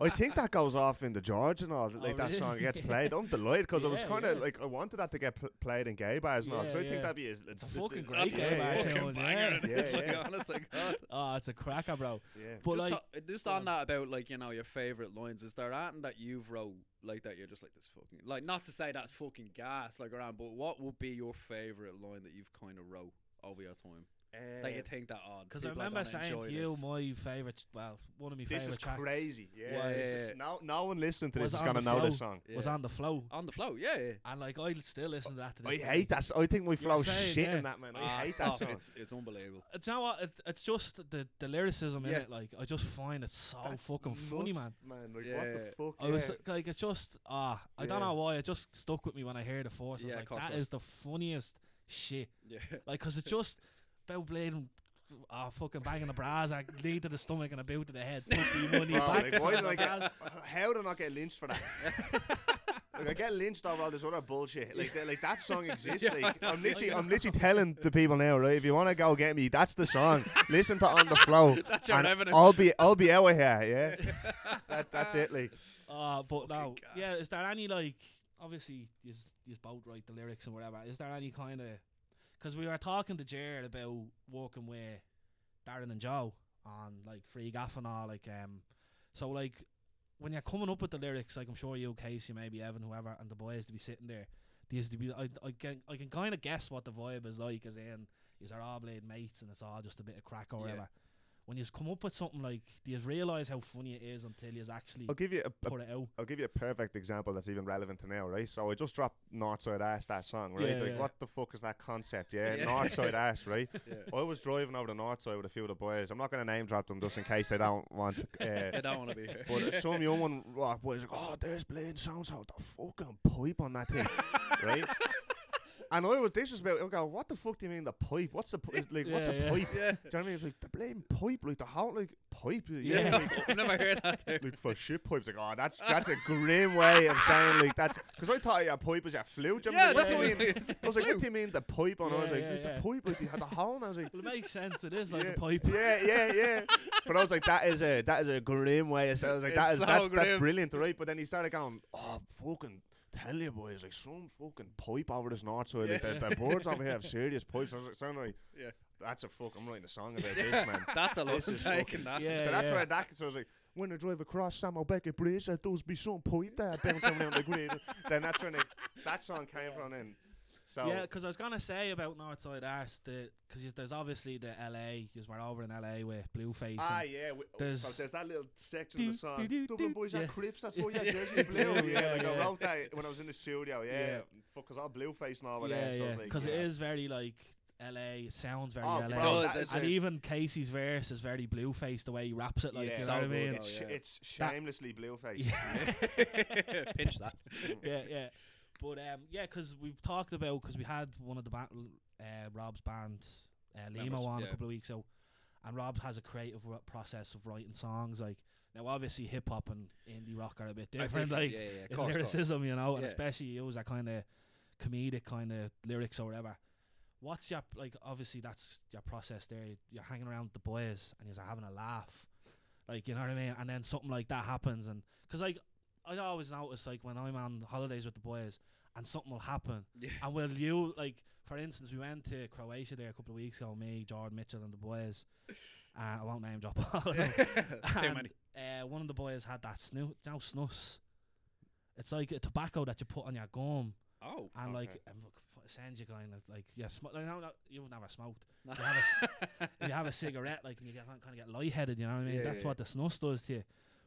C: I think that goes off in the George and all. Like that
A: Oh, really?
C: song gets played. I'm delighted because I was
A: Yeah,
C: kind of
A: yeah.
C: like I wanted that to get pl- played in gay bars and all. 'cause
A: Yeah,
C: I
A: yeah.
C: think that'd be a,
A: It's a fucking great
B: That's a
A: game,
C: yeah,
A: actually.
C: yeah,
B: fucking
A: yeah.
B: banger. it is,
C: Yeah,
B: like,
C: yeah.
B: honest to God.
A: Oh, it's a cracker, bro.
C: yeah.
A: But
B: just,
A: like,
B: to- just
A: go
B: on
A: on.
B: that about like you know your favorite lines. Is there anything that you've wrote like that you're just like this fucking like not to say that's fucking gas like around, but what would be your favorite line that you've kind of wrote over your time that you
C: Uh,
B: think that oh, odd?
A: because I remember saying to you, my favorite, well, one of my
C: this
A: favorite
C: is
A: tracks uh,
C: crazy. Yeah,
B: Yeah,
C: this
B: yeah,
C: is-
B: yeah.
C: No, no one listening to this
A: Was
C: is
A: on
C: gonna
A: the
C: know this
A: flow.
C: song.
A: was
B: Yeah.
A: on the flow,
B: on the flow. Yeah, yeah.
A: and like I'll still listen to that. To
C: I
A: this day.
C: hate that. s- I think we flow
A: saying,
C: shit
A: yeah.
C: in that man. I
B: Ah,
C: hate that
B: stop it.
C: song.
B: It's, it's unbelievable.
A: Uh, Do you know what? It, it's just the, the lyricism in
C: Yeah.
A: it. Like I just find it so
C: That's
A: fucking funny,
C: nuts,
A: man.
C: Man, like
B: Yeah,
C: what the
B: yeah.
C: fuck?
A: I was
C: yeah.
A: like, like, it's just ah, I don't
C: Yeah.
A: know why it just stuck with me when I heard the force. I was
B: Yeah,
A: like,
B: course,
A: that
B: course.
A: is the funniest shit.
B: Yeah.
A: Like, cause it's just about blading, ah, fucking banging the bras, like lead to the stomach and a boot to the head. Put the money
C: Bro,
A: back
C: like, why
A: to
C: did
A: the
C: I
A: bra.
C: get? How did I not get lynched for that? like I get lynched over all this other bullshit. Like that, like that song exists. Like I'm literally, I'm literally telling the people now, right? If you want to go get me, that's the song. Listen to on the flow.
B: That's your
C: and
B: evidence.
C: I'll be, I'll be out of here. Yeah, that, that's it. Like
A: Ah, but now,
B: Fucking
A: yeah,
B: gas.
A: is there any like? Obviously, you you both write the lyrics and whatever. Is there any kind of? Because we were talking to Jared about working with Darren and Joe on like free gaff and all, like um. So like, when you're coming up with the lyrics, like I'm sure you, Casey, maybe Evan, whoever, and the boys to be sitting there, these to be, I, I can, I can kind of guess what the vibe is like, as in, is they're all playing mates and it's all just a bit of crack or
B: Yeah.
A: whatever. When you come up with something like, do you realize how funny it is until you actually
C: I'll give you a, a
A: put it out?
C: I'll give you a perfect example that's even relevant to now, right? So I just dropped Northside Ass that song, right?
A: Yeah,
C: like,
A: yeah.
C: what the fuck is that concept? Yeah,
B: Yeah.
C: Northside Ass, right?
B: Yeah.
C: I was driving over the Northside with a few of the boys. I'm not going to name drop them just in case they don't want.
B: I
C: Uh,
B: don't want to be here.
C: but uh, some young one, rock boys, like, oh, there's Blaine sounds out the fucking pipe on that thing, right? And I was disrespectful. I go, what the fuck do you mean the pipe? What's the pi- like? what's
A: Yeah,
C: a
A: yeah.
C: pipe?
B: yeah,
C: Do you know what I mean? It's like the blame pipe, like the whole like pipe. Yeah,
B: yeah.
A: Yeah.
C: like,
B: I've never heard that. There.
C: like for shit pipes. Like, oh, that's that's a grim way of saying like that's because I thought your pipe was your flute. do you know
B: Yeah,
C: what
B: that's
C: I
B: what
C: mean?
B: we it's
C: I was like, what
B: blue.
C: do you mean the pipe? And I was
A: Yeah,
C: like,
A: yeah,
C: like,
A: yeah.
C: the pipe, like they had the hole. And I was like,
A: Well, it makes sense. It is like
C: yeah,
A: a pipe.
C: Yeah, yeah, yeah. but I was like, that is a that is a grim way. So I was like, that
B: It's
C: is
B: so
C: that's, that's
B: grim.
C: brilliant, right? But then he started going, oh, fucking. Tell you boys, like some fucking pipe over this north side. Like, the, the birds over here have serious pipes. I was like, sounding like,
B: Yeah.
C: that's a fuck. I'm writing a song about this, man
B: That's a lot
C: this
B: of
C: is fucking
B: taking that.
A: Yeah,
C: so that's
A: yeah.
C: why that. So I was like, when I drive across Sam Beckett Bridge, there does uh, be some point there bouncing around the grid. Then that's when it, that song came from. Then so
A: Yeah, 'cause I was gonna say about Northside Arse that because there's obviously the LA, because we're over in LA with Blueface.
C: ah
A: and-
C: yeah, we, there's, so
A: There's-
C: there's that little section of the
A: Do,
C: song.
A: do, do,
C: Dublin
A: do.
C: boys are
A: Yeah.
C: crips. That's why you're
B: Yeah.
C: Jersey blue. Yeah,
A: Yeah,
C: like I
A: yeah.
C: wrote that when I was in the studio. Yeah,
A: Yeah.
C: because all blue face and all of
A: yeah,
C: that. So I
A: yeah,
C: was like,
A: because
C: yeah.
A: it is very like LA. It sounds very
C: Oh,
A: LA.
C: bro,
B: does,
C: that is
B: it's
A: and
C: a-
A: even Casey's verse is very Blueface the way he raps it. Like
C: Yeah.
A: you know
C: So
A: what I
B: good,
A: mean?
B: though.
C: it's,
B: Oh, yeah.
C: it's
A: That-
C: shamelessly blue face.
A: Yeah.
B: Pinch that.
A: yeah, yeah. But um, yeah, 'cause we've talked about because we had one of the ba- uh, Rob's band uh, Lima
B: Members,
A: on
B: yeah.
A: a couple of weeks ago, and Rob has a creative wo- process of writing songs. Like now, obviously, hip hop and indie rock are a bit different, like
B: yeah, yeah,
A: in
B: course, course.
A: lyricism, you know, and
B: Yeah.
A: especially use that kind of comedic kind of lyrics or whatever. What's your like? Obviously, that's your process there. You're hanging around with the boys and you're having a laugh, like you know what I mean. And then something like that happens, and because like I always notice like when I'm on holidays with the boys and something will happen,
B: Yeah.
A: and will you like for instance we went to Croatia there a couple of weeks ago, me, Jordan Mitchell, and the boys. Uh, I won't name drop all of them.
B: Too
A: And,
B: many.
A: Uh, one of the boys had that snoo now snus. It's like a tobacco that you put on your gum
B: Oh.
A: and like
C: Okay.
A: um, f- send you kind of like yeah, sm- like, no, no, you've never smoked.
B: No.
A: You have a s- you have a cigarette like and you kind of get lightheaded. You know what I mean?
B: Yeah,
A: That's
B: yeah,
A: what the snus does to you.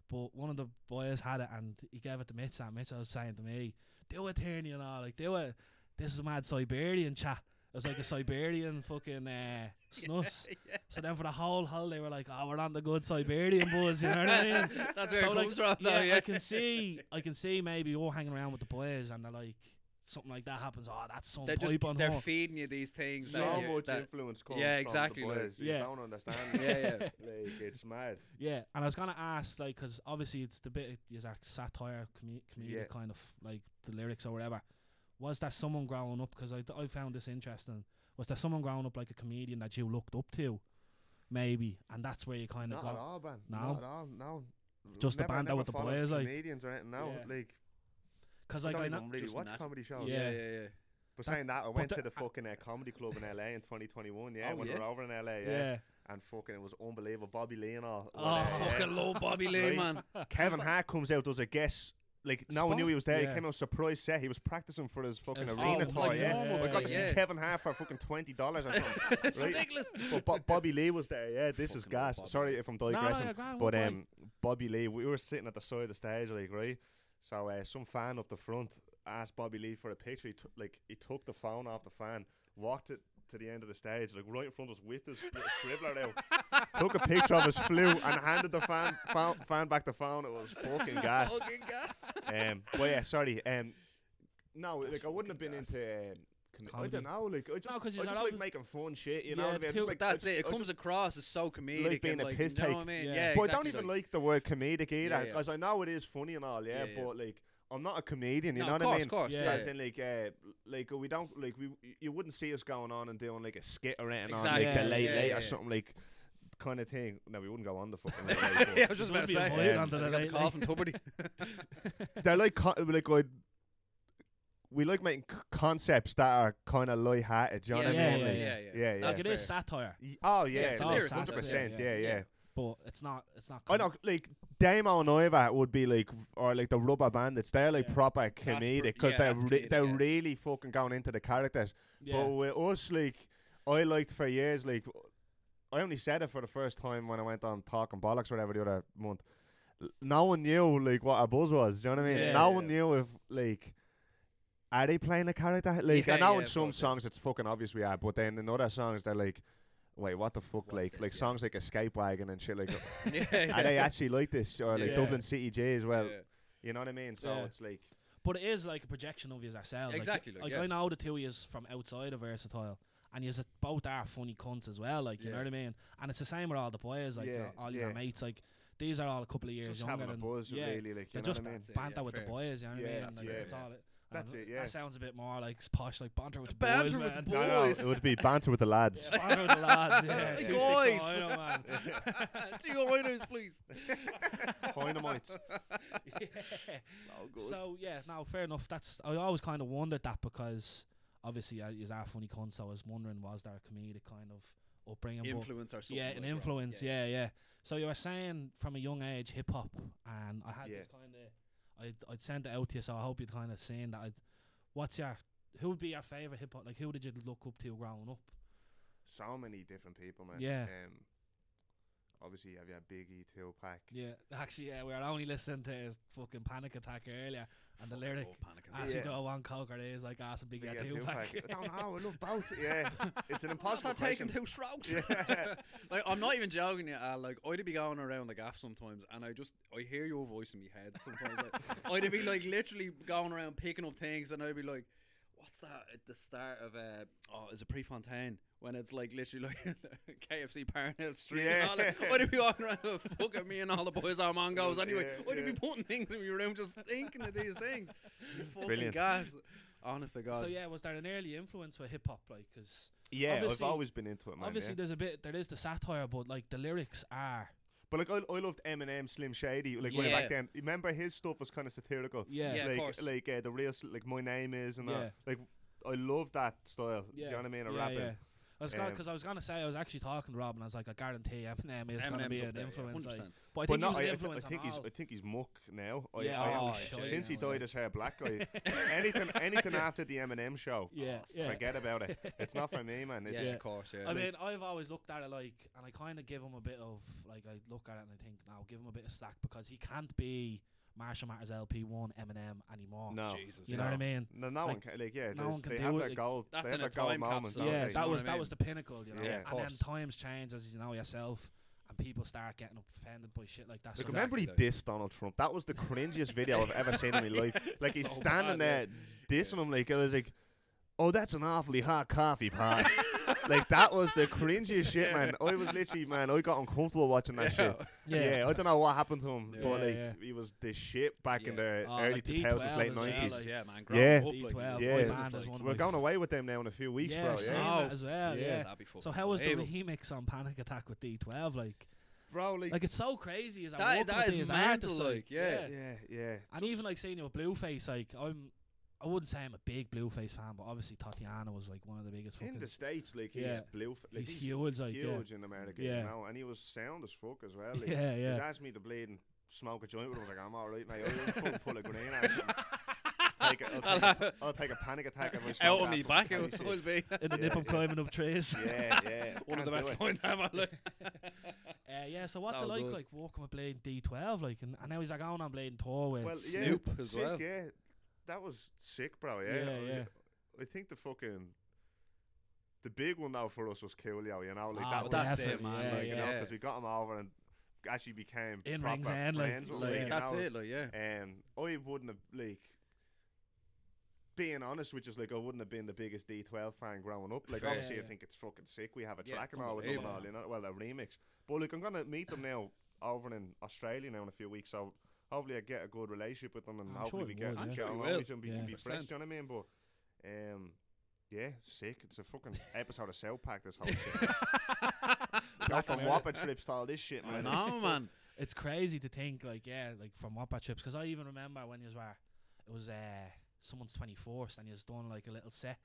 A: But one of the boys had it and he gave it to Mitch and Mitch was saying to me, "Do it, Tierney, and all like do it. This is a mad Siberian chat. It was like a Siberian fucking uh, snus."
B: Yeah.
A: So then for the whole holiday, we're like, "Oh, we're on the good Siberian buzz." You know what I mean?
B: That's where
A: So,
B: it
A: like,
B: comes from, though. Yeah,
A: I can see, I can see maybe you're hanging around with the boys and they're like something like that happens. Oh, that's some
B: They're just
A: pipe on
B: they're
A: her."
B: feeding you these things.
C: So
B: that you-
C: much
B: that-
C: influence comes
B: yeah,
C: from
B: exactly,
C: the
B: like-
C: boys.
A: Yeah.
C: You don't understand.
B: yeah, yeah.
C: Like, it's mad.
A: Yeah, and I was gonna ask like 'cause obviously it's the bit is that satire, comedic, comedic
C: Yeah.
A: kind of like the lyrics or whatever. Was that someone growing up? 'Cause I, I found this interesting. Was there someone growing up like a comedian that you looked up to, maybe? And that's where you kind of
C: Not at
A: got.
C: all, man.
A: No?
C: Not at all. No.
A: Just the
C: Never- I
A: band out
C: never
A: with the
C: followed
A: boys, like-
C: comedians or anything. No,
A: Yeah.
C: like
A: Because
C: I
A: like
C: don't
A: I
C: even
A: know,
C: really
B: Just
C: watch
B: nat-
C: comedy shows.
B: yeah,
A: Yeah.
B: yeah, yeah.
C: But saying that, I went
A: the-
C: to the fucking uh, comedy club in LA in 2021. Yeah,
B: Oh,
C: when
B: yeah?
C: we were over in LA. Yeah,
A: yeah.
C: and fucking it was unbelievable. Bobby Lee and all.
A: Oh,
C: Well, uh, yeah.
B: Fucking low Bobby
C: Right.
B: Lee, man.
C: Kevin Hart comes out does a guest. Like no one knew
B: Spot?
C: he was there. He
A: Yeah.
C: came out surprise set. He was practicing for his fucking
A: As-
C: arena
A: oh,
C: tour.
A: like
C: yeah,
A: normal,
C: I got
A: like,
C: to see
B: yeah.
C: Kevin Hart for fucking twenty dollars or something.
B: It's
C: Right.
B: ridiculous.
C: but Bo- Bobby Lee was there. Yeah, this is
B: Fucking love
C: gas.
B: Bobby
C: Sorry
B: Lee.
C: if I'm
A: No, no,
C: digressing.
A: you're grand,
C: But
A: why?
C: um, Bobby Lee, we were sitting at the side of the stage, like right. So uh, some fan up the front asked Bobby Lee for a picture. He took like he took the phone off the fan, walked it to the end of the stage, like right in front of us with his little scribbler out. Took a picture of his flute and handed the fan fan, fan back the phone. It was fucking gas.
B: Fucking gas.
C: Um, but yeah, sorry. Um, no,
B: That's
C: like I wouldn't have been
B: fucking gas.
C: into. Um, com- I
A: Comedy.
C: don't know, like I just,
A: 'cause
C: I
A: you're
C: just
A: not
C: like
A: open-
C: making fun shit, you know.
A: Yeah,
C: what I mean? I
A: too-
C: just, like,
B: But that's
C: I
B: it. It
C: I
B: comes across as so comedic.
C: being
B: and,
C: a
B: like,
C: piss
B: you know
C: take.
B: what I mean?
A: Yeah.
B: Yeah,
C: but I
B: exactly,
C: don't even like, the word comedic either,
B: Yeah, yeah.
C: because I know it is funny and all, yeah.
B: Yeah, yeah.
C: But like, I'm not a comedian, you
B: No,
C: know
B: of
C: what I
B: course,
C: mean?
B: Of course,
A: Yeah.
C: So
B: yeah.
C: as in, like, uh, like we don't like we you wouldn't see us going on and doing like a skit or anything
B: Exactly.
C: on like
A: Yeah,
C: the late
B: yeah,
C: late
B: yeah.
C: or something like kind of thing. No, we wouldn't go on the fucking late
B: Yeah,
C: late.
B: I
C: but
B: was just
A: Wouldn't
B: about to
A: be
B: say.
A: employed
C: um,
A: under
B: I
A: the
B: got the
A: late
B: call
A: link.
B: from Tuberty.
C: They're like co- like I. We like making c- concepts that are kind of light-hearted, do you know what
A: Yeah,
C: I
A: yeah,
C: mean?
B: yeah,
C: Like,
B: yeah.
C: yeah, yeah.
A: like
B: That's
A: it is
B: fair.
A: satire,
C: Y- Oh yeah,
B: it's
A: all
C: hundred
A: satire,
C: percent.
A: yeah,
C: Yeah, yeah.
A: but it's not. It's not.
C: I know,
A: com-
C: like Damo and Iva would be like, or like the Rubber Bandits. They're like
A: Yeah.
C: proper
B: br-
C: comedic because
B: yeah,
C: they're
B: that's
C: re-
B: comedic,
C: they're
B: yeah.
C: really fucking going into the characters.
A: Yeah.
C: But with us, like, I liked for years, like, I only said it for the first time when I went on Talking Bollocks or whatever the other month. L- No one knew, like, what a buzz was. Do you know what I mean?
A: Yeah,
C: no
B: yeah.
C: one knew if, like, are they playing a character? Like,
B: Yeah,
C: I know
B: yeah,
C: in
B: of
C: some
B: course, yeah.
C: songs it's fucking obvious we are, but then in other songs they're like, wait, what the fuck?
B: What's
C: like,
B: this?
C: like
B: Yeah.
C: songs like Escape Wagon and shit, like,
B: yeah,
C: are they
B: yeah.
C: actually like this? Or like
B: Yeah.
C: Dublin City J as well.
B: Yeah.
C: You know what I mean? So
A: Yeah.
C: it's like,
A: But it is like a projection of yours ourselves.
B: Exactly,
A: Like,
B: like,
A: like
B: yeah.
A: I know the two of yous from outside of Versatile, and yous both are funny cunts as well. Like you know
B: Yeah.
A: what I mean. And it's the same with all the boys. Like
C: Yeah,
A: your- all
C: yeah.
A: your mates. Like these are all a couple of years
C: just
A: younger.
C: having a
A: than-
C: buzz,
A: yeah,
C: really, like,
A: they're
C: you know what I
A: just
C: mean?
A: banter
B: yeah,
A: with
B: fair.
A: the boys. You know what
C: Yeah,
A: I mean?
C: that's
A: like,
B: fair,
A: that's
B: yeah.
A: all it. I
C: That's
A: dunno,
C: it, yeah.
A: That sounds a bit more like posh, like banter with the
B: Banter
A: boys,
B: with
A: man.
B: the
C: no, no,
B: Boys.
C: it would be banter with the lads.
A: Yeah, banter with the lads. Yeah, Two
C: Hey,
A: sticks
B: guys.
A: of iron, man.
B: Two winos, please.
C: Dynamite.
A: Yeah.
B: So good.
A: So yeah, now fair enough. That's I always kind of wondered that because obviously uh, is our funny cunt. So I was wondering was there a comedic kind of upbringing? but-
B: influence or something.
A: yeah,
B: like
A: an
B: that.
A: influence. Yeah. yeah, So you were saying from a young age hip hop, and I had
C: Yeah.
A: this kind of I'd I'd send it out to you. So I hope you'd kind of seen that. I'd, what's your who would be your favorite hip hop? Like who did you look up to growing up?
C: so many different people, man.
A: Yeah.
C: Um, obviously, you have your Biggie, Tupac.
A: Yeah, actually, yeah, we were only listening to his fucking Panic Attack earlier, and the
B: Fuck,
A: lyric.
B: oh, panic attack.
A: Actually,
C: Yeah.
A: go on coke or it is like ass and big
C: Biggie
A: Tupac.
C: E and Tupac. I don't know, I love both. Yeah, it's an
B: I'm
C: impossible
B: not taking two
C: question.
B: shrouds.
C: Yeah.
B: like I'm not even joking. You, uh, like I'd be going around the gaff sometimes, and I just I hear your voice in my head sometimes. like, I'd be like literally going around picking up things, and I'd be like, "What's that at the start of uh, oh, is it Prefontaine?" When it's like literally like KFC Parnell Street.
C: Yeah.
B: And all that. I'd be walking around with fucking me and all the boys are mangoes anyway.
C: Yeah,
B: I'd be
C: yeah.
B: putting things in my room just thinking of these things. You fucking
C: Brilliant.
B: gas. Honest to God.
A: So yeah, was there an early influence with hip hop? Like, because
C: Yeah, I've
A: Obviously-
C: always been into it, man.
A: obviously
C: yeah.
A: there's a bit, there is the satire, but like the lyrics are,
C: But like, I, I loved Eminem, Slim Shady, like way
B: Yeah.
C: back then. Remember his stuff was kind of satirical.
A: yeah,
B: Yeah. of
C: like,
B: course.
C: like uh, the real, s- like my name is, and all.
A: Yeah.
C: like I love that style. Do you know what I mean? A
A: yeah,
C: rapping.
A: yeah. I was
C: Um,
A: because I was gonna say I was actually talking to Rob and I was like, I guarantee Eminem is gonna
B: Eminem's
A: be
B: up
A: an
B: there, yeah,
A: influence. like.
B: 100%.
A: but I
C: But
A: think
C: no,
A: he was
C: I,
A: an
C: I, th- I
A: influence
C: think
A: on
C: he's
A: all.
C: I think he's muck now. I,
A: Yeah,
C: I am-
B: oh,
C: sh-
B: shite,
C: since he
B: yeah.
C: dyed his hair black, I, anything anything after the Eminem show,
A: yeah,
B: Oh,
A: yeah.
C: forget about it. It's not for me, man. It's
B: yeah,
A: Yeah.
B: of course. Yeah.
A: I
C: like-
A: mean, I've always looked at it like, and I kind of give him a bit of like, I look at it and I think, now give him a bit of slack because he can't be Marshall Matters LP one Eminem anymore.
C: no,
B: Jesus,
A: you know what I
C: no.
A: mean?
C: No, no
A: Like,
C: one can. Like, yeah,
A: no
C: there's-
A: one can
C: they
A: do
C: have
A: it,
C: their
A: like-
C: goal.
B: That's
C: they have
B: in a
C: their goal
B: time
C: moment.
B: capsule,
A: yeah,
B: nowadays, you
A: that
B: know
A: was
B: what I
A: that
B: mean?
A: was the pinnacle, you know.
C: Yeah, of
A: and
B: course.
A: then times change, as you know yourself, and people start getting offended by shit like that.
C: Like,
A: So
C: remember he
B: Exactly.
C: dissed Donald Trump. That was the cringiest video I've ever seen in my life. Like he's
B: So
C: standing there
B: bad,
C: dissing him. Like I was like, "Oh, that's an awfully hot coffee pot." like that was the cringiest shit, man. I was literally, man, I got uncomfortable watching that shit. Yeah. I don't know what happened to him,
B: Yeah.
C: but
A: Yeah,
C: like
A: yeah.
C: he was the shit back in
B: Yeah.
C: the
A: Oh,
C: early
A: like
C: two thousands,
A: D12
C: late
A: as well,
C: nineties.
A: like-
B: yeah, man.
C: Yeah.
B: Growing up,
A: D12,
B: like,
C: Yeah. boy
A: band is
B: like-
A: one of
C: We're
A: my
C: going away with them now in a few weeks,
A: yeah,
C: bro.
A: seen
C: Yeah,
B: same.
A: that as well.
C: Yeah.
A: Yeah.
B: that'd be fucking
A: So how was the
B: unbelievable.
A: remix on Panic Attack with D12? Like,
C: bro. Like,
A: like it's so crazy. Is
B: That-
A: that,
B: that is
A: is
B: mental, like, yeah.
C: yeah, yeah.
A: And even like seeing you with Blueface, like I'm, I wouldn't say I'm a big Blueface fan, but obviously Tatiana was like one of the biggest.
C: in
A: fucking-
C: the states, like he's
A: Yeah.
C: blue. f- Like,
A: he's, huge, like yeah.
C: huge in America, you
A: Yeah.
C: know, and he was sound as fuck as well. Like,
A: yeah,
C: He
A: yeah.
C: was asking me to bleed and smoke a joint, but I was like, I'm all right, mate. I'll fucking pull a green out. Take a, I'll, take a, I'll take a panic attack if I smoke
B: out
C: that
B: on me
C: fucking
B: back, it
C: candy
B: would
C: shit.
B: always be
A: in the
C: Yeah,
A: nip of
C: yeah.
A: climbing up trees.
C: Yeah, yeah.
B: one of the
C: can't do
B: best
C: it.
B: times ever. Like,
A: Uh, yeah, so what's
B: So
A: it like,
B: good.
A: like walking with Blade D12, like, and, and now he's like going on Blade and tour with
C: Well, yeah,
A: Snoop.
B: as
C: sick,
B: well.
C: Yeah, that was sick, bro. Yeah,
A: Yeah,
C: I,
A: yeah.
C: I think the fucking the big one now for us was Coolio. You know, like
A: Ah,
C: that
A: well,
C: was
B: that's
A: definitely,
B: it, man.
A: yeah,
C: like, you know,
B: yeah.
C: 'cause we got him over and actually became
A: In
C: proper
A: rings and, like,
C: friends. with him,
B: like,
A: Yeah.
C: you
B: that's
C: know?
B: it. Like, yeah,
C: Um, I wouldn't have like being honest, which is like I wouldn't have been the biggest D12 fan growing up. Like
B: Fair.
C: obviously, I
A: Yeah.
C: think it's fucking sick. We have a
B: Yeah,
C: track
B: it's
C: and all with them and all, you
B: unbelievable.
C: know. Well, a remix. But like I'm gonna meet them now over in Australia now in a few weeks. So hopefully I get a good relationship with them and
A: I'm
C: hopefully
A: sure
C: we
A: you
C: get
A: would,
C: get
A: I'm
B: sure you
C: along
B: will.
C: with each other and we can
A: Yeah.
C: be friends.
B: 100%.
C: Do you know what I mean? But um, yeah, sick. It's a fucking episode of South Park. This whole shit. Go from Whopper trips to all this shit,
B: I
C: man.
B: know, man.
A: It's crazy to think, like, yeah, like from Whopper trips, because I even remember when you was were, it was uh, someone's 24th, and you was doing like a little set,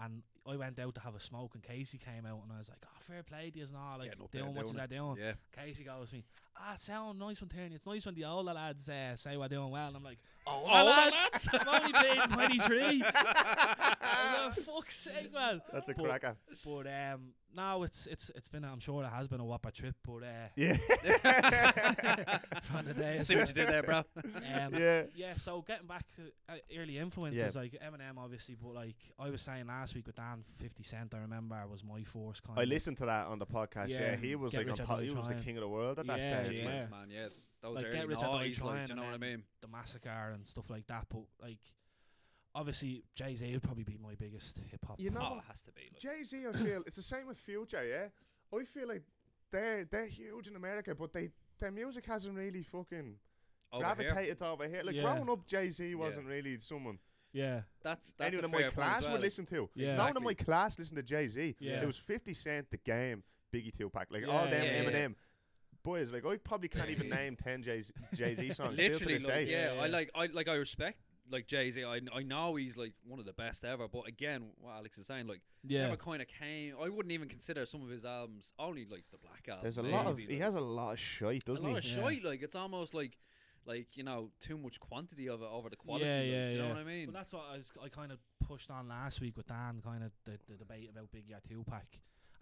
A: And I went out to have a smoke, and Casey came out, and I was like, "Oh, fair play, to yous and all, like
B: Getting up there
A: doing what
B: doing
A: you're doing."
B: Yeah.
A: Casey goes to me, "Ah, it sound nice one, Tierney. It's nice when the older lads uh, say we're doing well." And I'm like, "Oh,
B: Older
A: lads, I've only been 23." I was like, "Fuck's sake, man!"
C: That's a
A: But-
C: cracker.
A: But um, no, it's it's it's been. I'm sure it has been a whopper trip, but uh,
C: Yeah.
A: from the day.
B: See what you did there, bro.
A: Um,
C: yeah.
A: yeah, so getting back to uh, early influences like Eminem, obviously, but like I was saying last week with Dan, Fifty Cent, I remember was my force kind
C: I
A: of.
C: listened to that on the podcast. Yeah,
A: Yeah.
C: he was
A: Get
C: like on
A: Rich or
C: top.
A: Die
C: He was the
A: Trying.
C: king of the world at
A: Yeah,
C: that stage.
B: Jesus,
A: yeah.
B: man, yeah. That was
A: Like,
B: early
A: Get Rich or Die
B: noughties, like,
A: Trying
B: do you know what I
A: and
B: mean?
A: the massacre and stuff like that. But like, obviously, Jay Z would probably be my biggest hip hop.
C: You know
B: Oh,
C: what?
B: it has to be. Like,
C: Jay Z, I feel it's the same with Future. Yeah, I feel like they're they're huge in America, but they their music hasn't really fucking
B: over here.
C: gravitated over here. Like
A: Yeah.
C: growing up, Jay Z wasn't really someone
A: yeah,
B: That's that's
C: anyone
B: a
C: in my
B: fair point as
C: class
B: well.
C: would listen to.
A: Yeah.
C: No one in my class listened to Jay Z.
A: Yeah.
C: It was Fifty Cent, The Game, Biggie, Tupac, like
A: Yeah,
C: all them
B: yeah, yeah.
C: Eminem boys. Like I probably can't even
B: Yeah.
C: name ten Jay Z songs still to
B: Literally,
C: this
B: like,
C: day.
B: yeah,
A: Yeah,
B: I
A: yeah.
B: like, I like, I respect like Jay Z. I, I know he's like one of the best ever, but again, what Alex is saying, like,
A: yeah,
B: never kind of came. I wouldn't even consider some of his albums only like the Black album.
C: There's a lot of
B: maybe,
C: he
B: like,
C: has a lot of shite,
B: a
C: doesn't
B: lot
C: he?
B: of
A: Yeah.
B: shite. Like, it's almost like, like you know, too much quantity of it over the quality.
A: Yeah,
B: like,
A: yeah,
B: do you know
A: yeah.
B: what I mean?
A: Well, that's what I, was, I kind of pushed on last week with Dan, kind of the, the debate about Biggie or Tupac.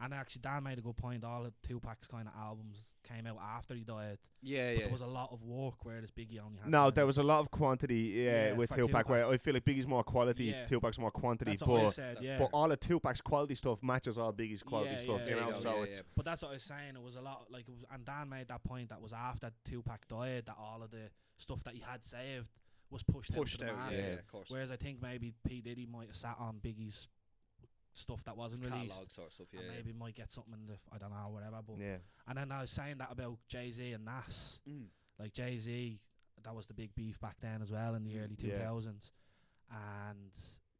A: And actually, Dan made a good point. All of Tupac's kind of albums came out after he died,
B: yeah,
A: but
B: yeah.
A: there was a lot of work, whereas Biggie only had.
C: No,
A: one.
C: there was a lot of quantity, yeah,
A: Yeah,
C: with
A: for
C: Tupac.
A: Tupac.
C: Where I feel like Biggie's more quality,
A: Yeah.
C: Tupac's more quantity,
A: That's what I
C: but
A: said.
B: that's
A: Yeah,
C: but all of Tupac's quality stuff matches all Biggie's quality
A: Yeah,
C: stuff,
A: yeah,
C: you
B: There
C: know.
B: you go,
C: so
B: yeah,
C: it's
A: But that's what I was saying. It was a lot like, it was, and Dan made that point. That was after Tupac died. That all of the stuff that he had saved was pushed,
B: yeah. pushed
A: out, to the
B: out. Yeah,
A: masses.
B: yeah, of course.
A: Whereas I think maybe P Diddy might have sat on Biggie's stuff that
B: It's
A: wasn't released,
B: catalog sort of stuff. Yeah,
A: and
B: yeah.
A: maybe might get something. In the, I don't know, whatever. But
C: yeah.
A: and then I was saying that about Jay Z and Nas.
B: Mm.
A: Like Jay Z, that was the big beef back then as well in the early two
C: Yeah.
A: thousands. And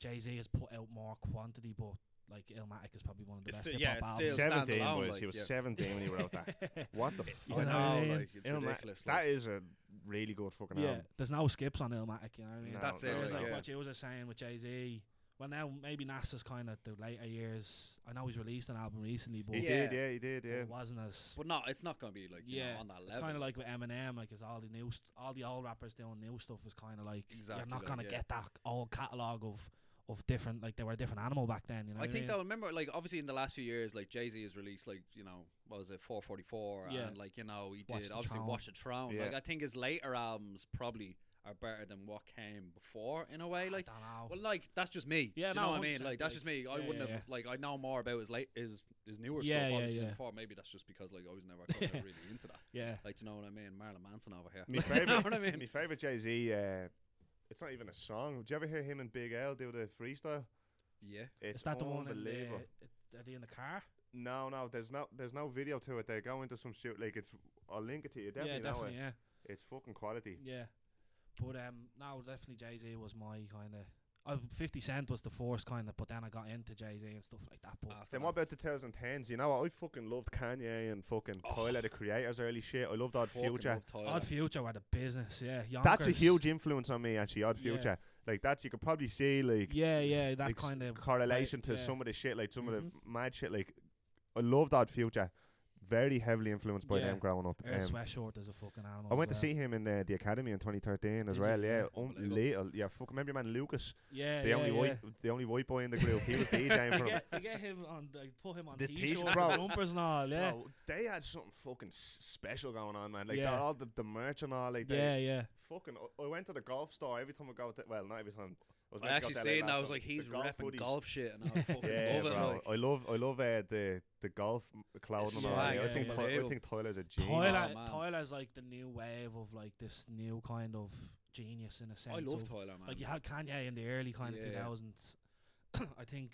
A: Jay Z has put out more quantity, but like Illmatic is probably one of the
B: It's
A: best
B: still-
A: hip
B: yeah,
A: hop
B: it's
A: albums.
B: still stands
C: Seventeen
B: alone,
C: boys.
B: like,
C: he was
B: yeah.
C: seventeen when he wrote that. What the
B: You
C: fuck?
A: know
B: know,
A: what I mean?
B: like it's
C: Illmatic-
B: ridiculous. like,
C: that is a really good fucking
A: yeah,
C: album.
A: there's no skips on Illmatic. You know what I mean?
C: No,
B: That's it,
A: Whereas,
B: like,
A: like
B: yeah.
A: what you was saying with Jay Z. Well, now maybe Nasa's kind of the later years. I know he's released an album recently, but
C: He
B: Yeah.
C: did, yeah, he did,
A: but
C: yeah.
A: it wasn't as
B: But no, it's not going to be like you know,
A: Yeah,
B: on that
A: It's kind
B: level.
A: of like with Eminem, like it's all the new, st- all the old rappers doing new stuff is kind of like
B: Exactly,
A: you're not
B: like,
A: gonna
B: yeah.
A: get that old catalog of of different like they were a different animal back then. You know,
B: I
A: what
B: think
A: mean?
B: though, remember, like obviously in the last few years, like Jay Z has released like you know what was it, four forty four,
A: Yeah.
B: and like you know he
A: Watch
B: did
A: the
B: obviously
A: Throne.
B: Watch the Throne.
C: Yeah.
B: Like I think his later albums probably are better than what came before in a way. Like,
A: Ah, I don't know.
B: well, like that's just me.
A: Yeah,
B: Do you know
A: no,
B: what I mean?
A: 100%,
B: Like that's
A: like,
B: just me. I
A: yeah,
B: wouldn't
A: yeah,
B: have like I know more about his late his his newer
A: Yeah,
B: stuff
A: yeah,
B: obviously than
A: yeah.
B: before. Maybe that's just because like I was never kind of really into that.
A: yeah,
B: Like do you know what I mean? Marilyn Manson over here.
C: My
B: Like, do you know
C: favorite,
B: what I
C: my
B: mean?
C: favorite Jay Z. Uh, it's not even a song. Did you ever hear him and Big L do the freestyle?
B: Yeah.
C: It's
A: is that the one? In the,
C: unbelievable.
A: it- are they in the car?
C: No, no, there's no, there's no video to it. They go into some shoot like it's. I'll link it to you. Definitely,
A: yeah, definitely. Yeah,
C: Know it. It's fucking quality.
A: yeah. But um, no, definitely Jay Z was my kind of. Uh, Fifty Cent was the first kind of, but then I got into Jay Z and stuff like that. But
B: After
C: Then what
B: that.
C: about the 2010s? You know what? I fucking loved Kanye and fucking
B: Oh.
C: Tyler the Creator's early shit. I loved Odd
B: Fucking
C: Future.
B: love Tyler.
A: Odd Future were the business. Yeah,
C: That's a
A: Yonkers.
C: huge influence on me actually. Odd
A: Yeah.
C: Future, like that's you could probably see like
A: Yeah, yeah, that
C: like, s-
A: kind of
C: correlation to
A: yeah.
C: some of the shit, like some of
A: Mhm.
C: the mad shit. Like I loved Odd Future. Very heavily influenced by
A: Yeah.
C: them growing up.
A: Earl
C: Um,
A: Sweatshirt is a fucking animal.
C: I
A: as
C: went to
A: well.
C: see him in uh, the Academy in 2013
A: Did
C: as
A: you?
C: well. Yeah,
A: Yeah.
C: unbelievable. Yeah, fuck. Remember your man Lucas,
A: Yeah,
C: the
A: yeah,
C: only
A: yeah.
C: white, the only white boy in the group. He was DJing for
A: you,
C: him.
A: get, you get him on, like, put him on
C: The
A: t-shirts,
C: t-shirt,
A: and
C: bro.
A: jumpers and all, yeah,
C: Bro, they had something fucking s- special going on, man. Like
A: Yeah.
C: all the, the merch and all, like they
A: yeah, yeah.
C: fucking. I- I went to the golf store every time I go. To, well, not every time. I was
B: I
C: meant to go
B: actually
C: to LA
B: seen that.
C: last
B: I was
C: time.
B: like,
C: The
B: he's
C: golf
B: repping
C: hoodies.
B: golf shit, and I fucking
C: Yeah,
B: love it.
C: bro.
B: Like,
C: I love, I love uh, the the golf m- clothing and all.
A: Swag,
C: yeah. I
A: yeah,
C: think,
A: yeah.
C: Ty- I
B: Unbelievable.
C: think Tyler's a genius.
A: Tyler,
B: Oh, man.
A: Tyler's like the new wave of like this new kind of genius in a sense.
B: I love
A: of-
B: Tyler, man.
A: Like you had Kanye in the early kind of
B: Yeah.
A: two thousands. I think,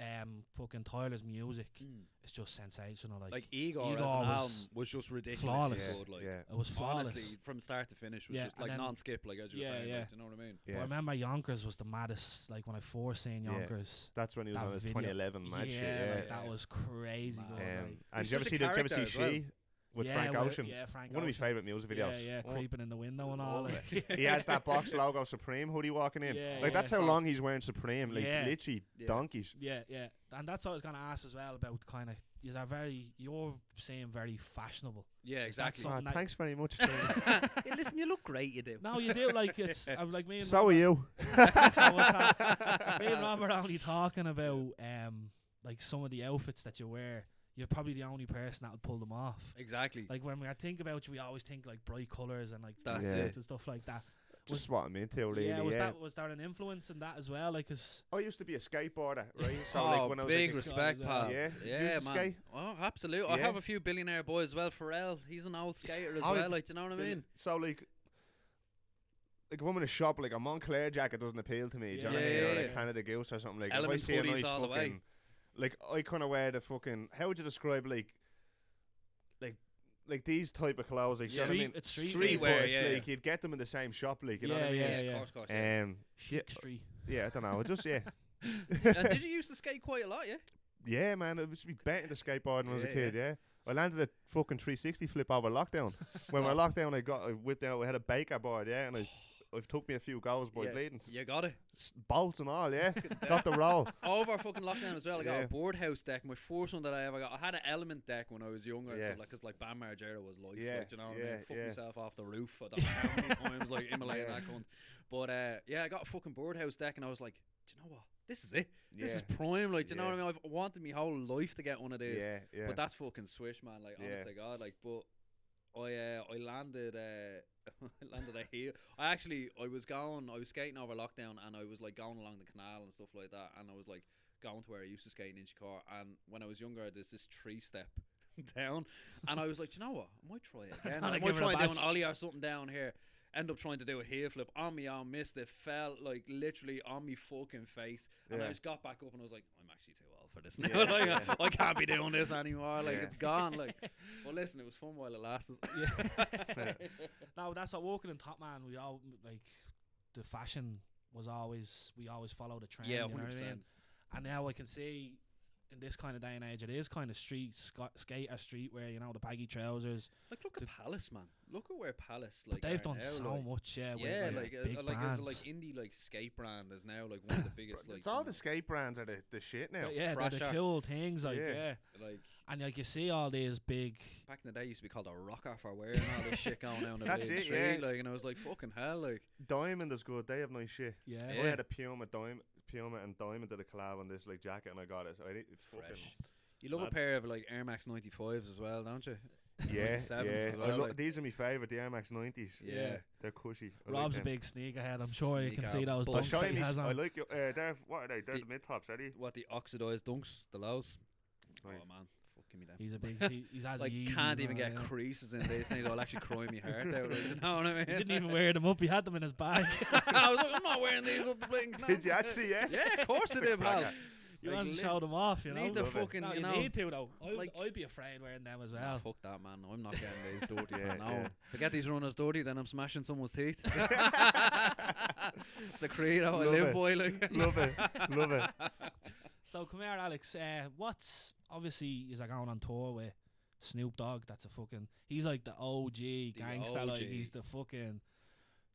A: um, fucking Tyler's music
B: Mm.
A: is just sensational. Like,
B: like Igor, as an
A: Igor
B: album
A: was
B: was just ridiculous.
A: flawless.
B: Good, like,
C: yeah,
A: it was flawless.
B: honestly, from start to finish was
A: Yeah,
B: just
A: and
B: like
A: then-
B: non-skip. Like as you were
A: Yeah,
B: saying,
A: yeah.
B: like, do you know what I mean?
A: I
C: yeah.
A: remember Yonkers was the maddest. Like when I first seen
C: Yeah.
A: Yonkers,
C: That's when he was
A: that
C: on his
A: video.
C: 2011 match. shit,
A: yeah,
C: yeah.
A: like that was crazy.
B: Mad.
A: Good,
C: Um,
A: like,
C: and
B: He's
C: did you ever
B: such a
C: see the did you ever see
B: character as well.
C: she? with
A: yeah,
C: Frank
A: where-
C: Ocean.
A: Yeah, Frank
C: One of his
A: Ocean.
C: favorite music videos.
A: Yeah, yeah,
C: Oh,
A: creeping in the window and all.
C: love
A: like-
C: he has that box logo Supreme hoodie walking in.
A: Yeah,
C: like
A: yeah.
C: that's how long he's wearing Supreme. Like
A: Yeah.
C: literally
B: Yeah.
C: donkeys.
A: Yeah, yeah, and that's what I was gonna ask as well about kind of. You are very, you're saying very fashionable.
B: Yeah,
A: That's
B: exactly.
A: all.
C: Ah,
A: Something like-
C: thanks very much. James.
B: Hey, listen, you look great. You do.
A: No, you do like it's. I'm like me and
C: so are you.
A: Rob- so what's that- me and Rob are only talking about um like some of the outfits that you wear. You're probably the only person that would pull them off.
B: Exactly.
A: Like when we I think about you, we always think like bright colors and like
B: That's
A: suits
C: it.
A: and stuff like that.
C: Just what I'm into, really.
A: yeah,
C: Yeah,
A: was that was there an influence in that as well? Like, cause
C: I used to be a skateboarder, right? So
B: oh,
C: like when I was
B: big
C: like, a-
A: res- Scott
B: respect,
A: as
B: pal.
A: well.
C: Yeah,
B: yeah,
C: Juice
B: man.
C: Skate.
B: Oh, absolutely. I
C: Yeah.
B: have a few billionaire boys as well. Pharrell, he's an old skater as
C: Oh,
B: well. Like, do you know what I mean?
C: So like. Like if I'm in a shop, like a Montclair jacket doesn't appeal to me. Do you know
A: Yeah,
C: what I mean?
A: yeah,
C: or
A: yeah.
C: like Canada Goose or something like.
B: Element
C: if I see a
B: hoodies
C: nice
B: all the
C: fucking,
B: way.
C: like I kind of wear the fucking. How would you describe like, like, like these type of clothes? Like, do you know what I
A: Street-
C: mean?
A: it's street
C: street
B: wear,
C: but it's
B: yeah, yeah.
C: Like you'd get them in the same shop, like you know what I
A: Yeah,
C: mean?
A: yeah, yeah.
B: of course, of course. Yeah.
C: Um,
A: chic
C: Yeah.
A: street.
C: yeah, I don't know. Just yeah,
B: And did you used to skate quite a lot? Yeah.
C: yeah, man. It used to be betting the skateboarding when I was a
B: Yeah,
C: kid. Yeah, I landed a fucking 360 flip over lockdown. when we
B: Stop.
C: were lockdown, I got I whipped out. I had a baker board, yeah, and I. It took me a few goals by
B: Yeah.
C: bleeding,
B: You got it.
C: S- bolts and all, yeah. Got the roll.
B: Over fucking lockdown as well. I got
C: Yeah.
B: a board house deck. My first one that I ever got. I had an element deck when I was younger. and
C: Yeah.
B: stuff, like, cause like Bam Margera was life.
C: Yeah,
B: Like, do you know what I
C: yeah,
B: mean? Fuck
C: yeah.
B: myself off the roof. I don't know how many times like immolating
C: Yeah.
B: that cunt. But uh, yeah, I got a fucking board house deck, and I was like, do you know what? This is it. This is prime. Like, do you know
C: Yeah.
B: what I mean? I've wanted my whole life to get one of
C: yeah,
B: these.
C: yeah, yeah.
B: But that's fucking swish, man. Like, honest
C: Yeah.
B: to God. Like, but I uh, I landed uh, I landed a heel. I actually I was going, I was skating over lockdown, and I was like going along the canal and stuff like that, and I was like going to where I used to skate in Inchicore. And when I was younger, there's this tree step down, and I was like, "Do you know what? I might try it again.
A: I'll
B: I might
A: give it a
B: try and do an
A: bash."
B: ollie or something down here." End up trying to do a heel flip on me arm, missed it, fell like literally on me fucking face, and I
C: Yeah.
B: just got back up and I was like, "I'm actually too old for this now.
C: Yeah,
B: like,
C: yeah.
B: I can't be doing this anymore. Like
C: Yeah.
B: it's gone. Like, well, listen, it was fun while it lasted.
A: Yeah. no, that's what walking in Top Man. We all like the fashion was always we always follow the trend. you
B: yeah,
A: know
B: hundred
A: what I mean?
B: percent.
A: And now I can see in this kind of day and age, it is kind of street sca- skater street where you know the baggy trousers.
B: Like, look at Palace, man. Look at where Palace. Like
A: but they've
B: are
A: done
B: now,
A: so
B: like,
A: much, yeah. with,
B: Yeah,
A: like,
B: like uh,
A: big
B: uh, like as
A: brands.
B: a, like indie like skate brand is now like one of the biggest like
C: it's all
B: you
C: the
B: know,
C: skate brands are the, the shit now.
A: But yeah, they're the
B: Thrasher.
A: cool things, like yeah.
C: Yeah.
B: like
A: And like you see all these big.
B: back in the day used to be called a rocker for wearing all this shit going down the
C: That's
B: big
C: it,
B: street.
C: yeah.
B: Like, and I was like, fucking hell, like
C: Diamond is good. They have nice shit.
A: Yeah,
B: Yeah.
C: I had a Puma Diamond, Puma and Diamond did a collab on this like jacket, and I got it. So I did, it's fucking
B: fresh. You love a
C: mad.
B: pair of like Air Max 95s as well, don't you?
C: yeah,
B: 97s
C: yeah.
B: as
C: I
B: well,
C: lo-
B: like-
C: these are my favorite, the Air Max nineties.
B: Yeah.
C: they're cushy. I like
A: Rob's
C: them.
A: a big sneakerhead. I'm sure you can see
B: Sneaker
A: those
B: bull.
C: I'll
A: dunks
C: show
A: that he
C: you. me s-
A: has
C: I
A: on.
C: like your. Uh, they're what are they? They're
B: The-
C: the, mid tops, are they?
B: What the oxidized dunks, the lows. Oh
C: Right.
B: man, fuck, give me that.
A: He's a big. He, he's has
B: like
A: Yeezys
B: can't
A: and
B: even
A: all
B: get
A: that.
B: creases in these things. I'll actually cry my heart out. Like, you know what I mean?
A: He didn't even wear them up. He had them in his bag.
B: I was like, I'm not wearing these up the blinking
C: Did
B: clowns."
C: you actually? Yeah. uh,
B: Yeah, of course it did, pal.
C: Cracker.
A: you
B: Like,
A: want to
B: lit-
A: show them off, you know.
B: need to
C: Love it.
B: fucking,
A: no,
B: you
A: you
B: know.
A: need to though. I'd,
B: like-
A: I'd be afraid wearing them as
B: Nah,
A: well.
B: fuck that, man. I'm not getting these dirty
C: Yeah,
B: for now.
C: yeah.
B: If I get these runners dirty, then I'm smashing someone's teeth. it's a credo. I
C: Love
B: live
C: it.
B: boy. Like.
C: Love it. Love it.
A: So come here, Alex. Uh, what's obviously is like going on tour with Snoop Dogg. That's a fucking. He's like the OG gangster. Like
B: OG.
A: he's the fucking